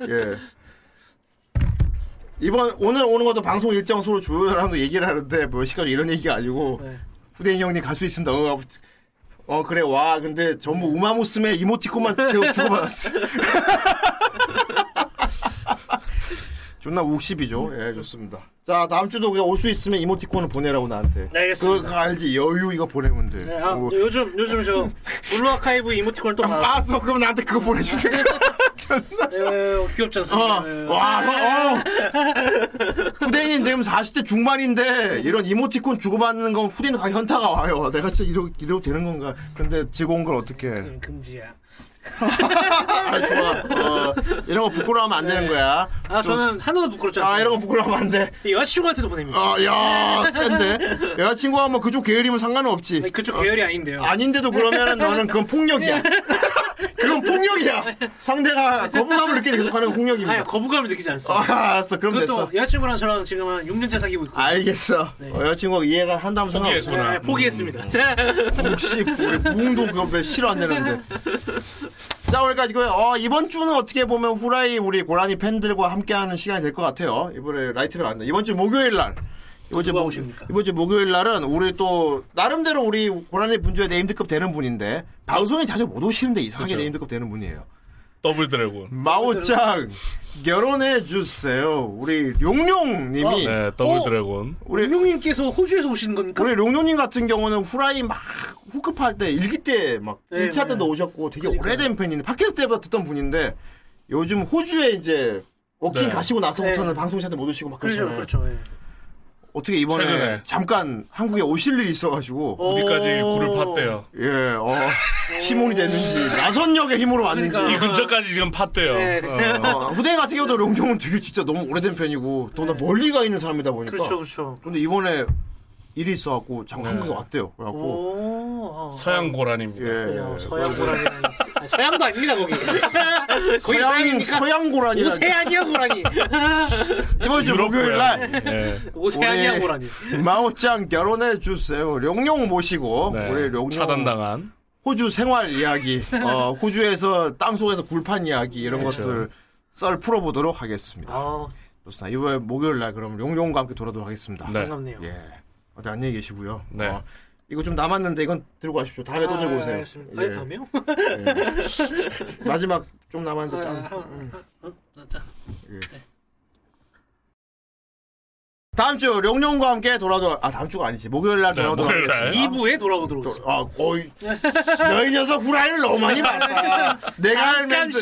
Speaker 4: 예. 이번 오늘 오는 것도 방송 일정 서로 조율하고 얘기를 하는데 뭐 시간 이런 얘기가 아니고 후대인 형님 갈 수 있습니다. 어, 아무- 어, 그래 와 근데 전부 우마무스메 이모티콘만 계속 주고받았어. [LAUGHS] 존나 욱십이죠. 예 좋습니다. 자 다음 주도 그냥 올 수 있으면 이모티콘을 보내라고 나한테.
Speaker 5: 네, 알겠습니다.
Speaker 4: 그거 알지 여유 이거 보내면 돼.
Speaker 5: 네, 아,
Speaker 4: 어.
Speaker 5: 요즘 요즘 저 블루 아카이브 이모티콘을 또 받았어요.
Speaker 4: 알았어 그럼 나한테 그거 보내주세요.
Speaker 5: 네, 귀엽지 않습니까?
Speaker 4: 어,
Speaker 5: 네.
Speaker 4: 와, 어, 어. 후대인 지금 40대 중반인데 이런 이모티콘 주고받는 건 후대인 가 현타가 와요. 내가 진짜 이러 이러고 되는 건가? 근데 지고 온 걸 어떻게?
Speaker 5: 음, 금지야.
Speaker 4: 아, 좋아. 어, 이런 거 부끄러워하면 안 되는 거야.
Speaker 5: 아
Speaker 4: 좀-
Speaker 5: 저는 하나도 부끄럽지 않습니다.
Speaker 4: 아 이런 거 부끄러워하면 안 돼.
Speaker 5: 제 여자친구한테도 보냅니다.
Speaker 4: 아, 야, 센데. 여자친구가 뭐 그쪽 계열이면 상관은 없지.
Speaker 5: 아니, 그쪽 계열이 아닌데요.
Speaker 4: 아닌데도 그러면은 너는 그건 폭력이야. 그건 폭력이야. 상대가 거부감을 느끼게 계속하는 건 폭력입니다.
Speaker 5: 아니, 거부감을 느끼지 않습니다.
Speaker 4: 아, 알았어. 그럼
Speaker 5: 그것도
Speaker 4: 됐어. 아,
Speaker 5: 여자친구랑 저랑 지금 한 6년째 사귀고 있고.
Speaker 4: 알겠어.
Speaker 3: 네.
Speaker 4: 어, 여자친구가 이해가 한다면 상관없어.
Speaker 5: 포기했구나. 네, 포기했습니다.
Speaker 4: 음.
Speaker 5: [LAUGHS]
Speaker 4: 혹시 우리 무웅도 그거 왜 싫어 안 되는데. 자, 오늘까지고요. 어, 이번 주는 어떻게 보면 후라이 우리 고라니 팬들과 함께하는 시간이 될 것 같아요. 이번에 라이트를 왔네. 이번 주 목요일 날. 이번 주, 목, 이번 주 목요일 날은 우리 또 나름대로 우리 고라니 분주에 네임드급 되는 분인데 방송에 자주 못 오시는데 이상하게
Speaker 3: 그렇죠.
Speaker 4: 네임드급 되는 분이에요.
Speaker 3: 더블 드래곤. 그렇죠.
Speaker 4: 마오짱 결혼해 주세요. 우리 용룡님이
Speaker 3: 네 더블 드래곤.
Speaker 4: 우리
Speaker 5: 용룡님께서 호주에서 오시는 겁니까?
Speaker 4: 우리 용룡님 같은 경우는 후라이 막 후급 할때 일기 때 막
Speaker 5: 네,
Speaker 4: 일 1차
Speaker 5: 네.
Speaker 4: 때도 오셨고 되게 오래된 팬인데 팟캐스트 때부터 듣던 분인데 요즘 호주에 이제 워킹
Speaker 5: 네.
Speaker 4: 가시고 나서부터는
Speaker 5: 네.
Speaker 4: 방송샷에 못 오시고 막
Speaker 5: 그렇죠,
Speaker 4: 그러잖아요.
Speaker 5: 그렇죠. 예.
Speaker 4: 어떻게 이번에
Speaker 3: 최근에.
Speaker 4: 잠깐 한국에 오실 일이 있어가지고
Speaker 3: 어디까지 굴을 팠대요.
Speaker 4: 예, 어, 시몬이 됐는지 나선역의 힘으로 왔는지
Speaker 3: 이 근처까지 지금 팠대요. 어.
Speaker 4: 어, 후대 같은 경우도 용종은 되게 진짜 너무 오래된 편이고 더나 멀리 가 있는 사람이다 보니까
Speaker 5: 네. 그렇죠, 그렇죠.
Speaker 4: 근데 이번에 일이
Speaker 3: 네.
Speaker 4: 있어갖고 잠깐 한국에 왔대요. 그래갖고
Speaker 5: 오, 어.
Speaker 3: 서양 고란입니다.
Speaker 4: 예,
Speaker 5: 서양 고라니. 서양도 아닙니다
Speaker 4: [LAUGHS]
Speaker 5: 거기. 거기
Speaker 4: 서양
Speaker 5: 서양이니까
Speaker 4: 서양 고라니
Speaker 5: 오세아니아 고라니.
Speaker 4: 이번 주
Speaker 5: 유럽
Speaker 4: 목요일 날
Speaker 5: 고라니. 예.
Speaker 3: 네,
Speaker 5: 오세아니아
Speaker 4: 우리
Speaker 5: 고라니.
Speaker 4: [LAUGHS] 마오짱 결혼해 주세요. 룡룡 모시고 우리 룡룡
Speaker 3: 네. 차단당한
Speaker 4: 호주 생활 이야기, 어, 호주에서 땅 속에서 굴판 이야기 이런
Speaker 3: 그렇죠.
Speaker 4: 것들 썰 풀어보도록 하겠습니다. 좋습니다. 이번 이번 날 그럼 용용과 함께 돌아오도록 하겠습니다.
Speaker 3: 네.
Speaker 5: 반갑네요.
Speaker 4: 예. 어디 안녕히 계시고요. 어, 이거 좀 남았는데 이건 들고 가십시오. 다음에 또 들고 오세요.
Speaker 5: 아, 예, 알겠습니다. 아니, 다음에요?
Speaker 4: 예. 마지막 좀
Speaker 5: 아,
Speaker 4: 남았는데 짠. 예. 다음 주 용용과 함께 돌아도 아 다음 주가 아니지 목요일 날
Speaker 5: 네,
Speaker 4: 돌아오도록
Speaker 5: 목요일 날.
Speaker 4: 하겠습니다.
Speaker 5: 2부에 돌아오도록
Speaker 4: 하겠습니다. 아 거의 너희 녀석 후라이를 너무 많이 봤다. 내가 할 멘트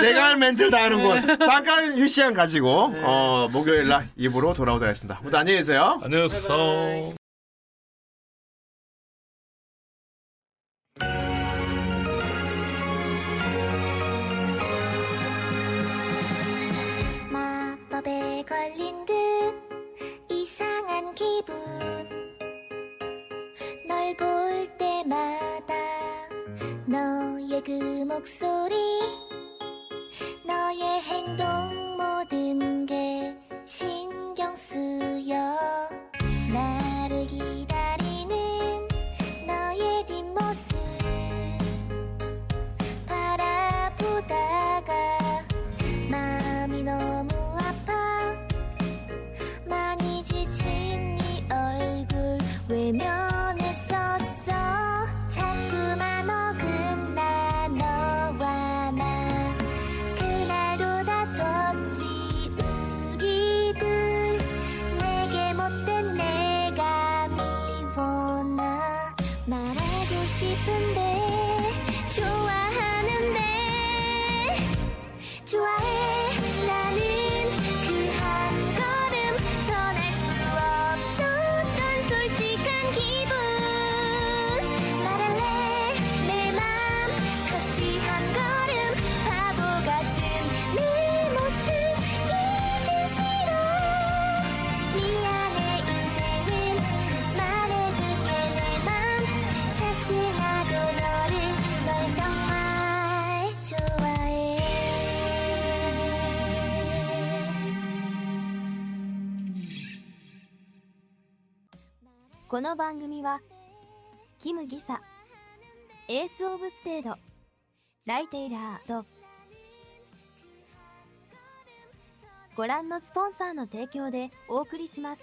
Speaker 4: 내가 할 멘트를 다 하는 건 잠깐 휴 시간 가지고 어 목요일 날 입으로 돌아오도록 하겠습니다. 모두 안녕히 계세요.
Speaker 3: 안녕히 계세요.
Speaker 7: 마법에 걸린 듯 이상한 기분 널 볼 때마다 너의 그 목소리 너의 행동 모든 게 신경 쓰여 나를 기다리는 너의 뒷모습 바라보다가 마음이 너무 아파 많이 지친 네 얼굴 외면했었어 자꾸만 어긋나 너와 나 그날도 다퉜지 우리들 내게 못된 내가 미워 나 말하고 싶은데 좋아하는데 좋아해 나는 그 한 걸음 전할 수 없었던 솔직한 기분 말할래 내 맘 다시 한 걸음 바보 같은 내 모습 이제 싫어 미안해 이제는 말해줄게 내 맘 사실나도 너를 널 정말 좋아해
Speaker 19: この番組は、キムギサ、エースオブステード、ライテイラーと、ご覧のスポンサーの提供でお送りします。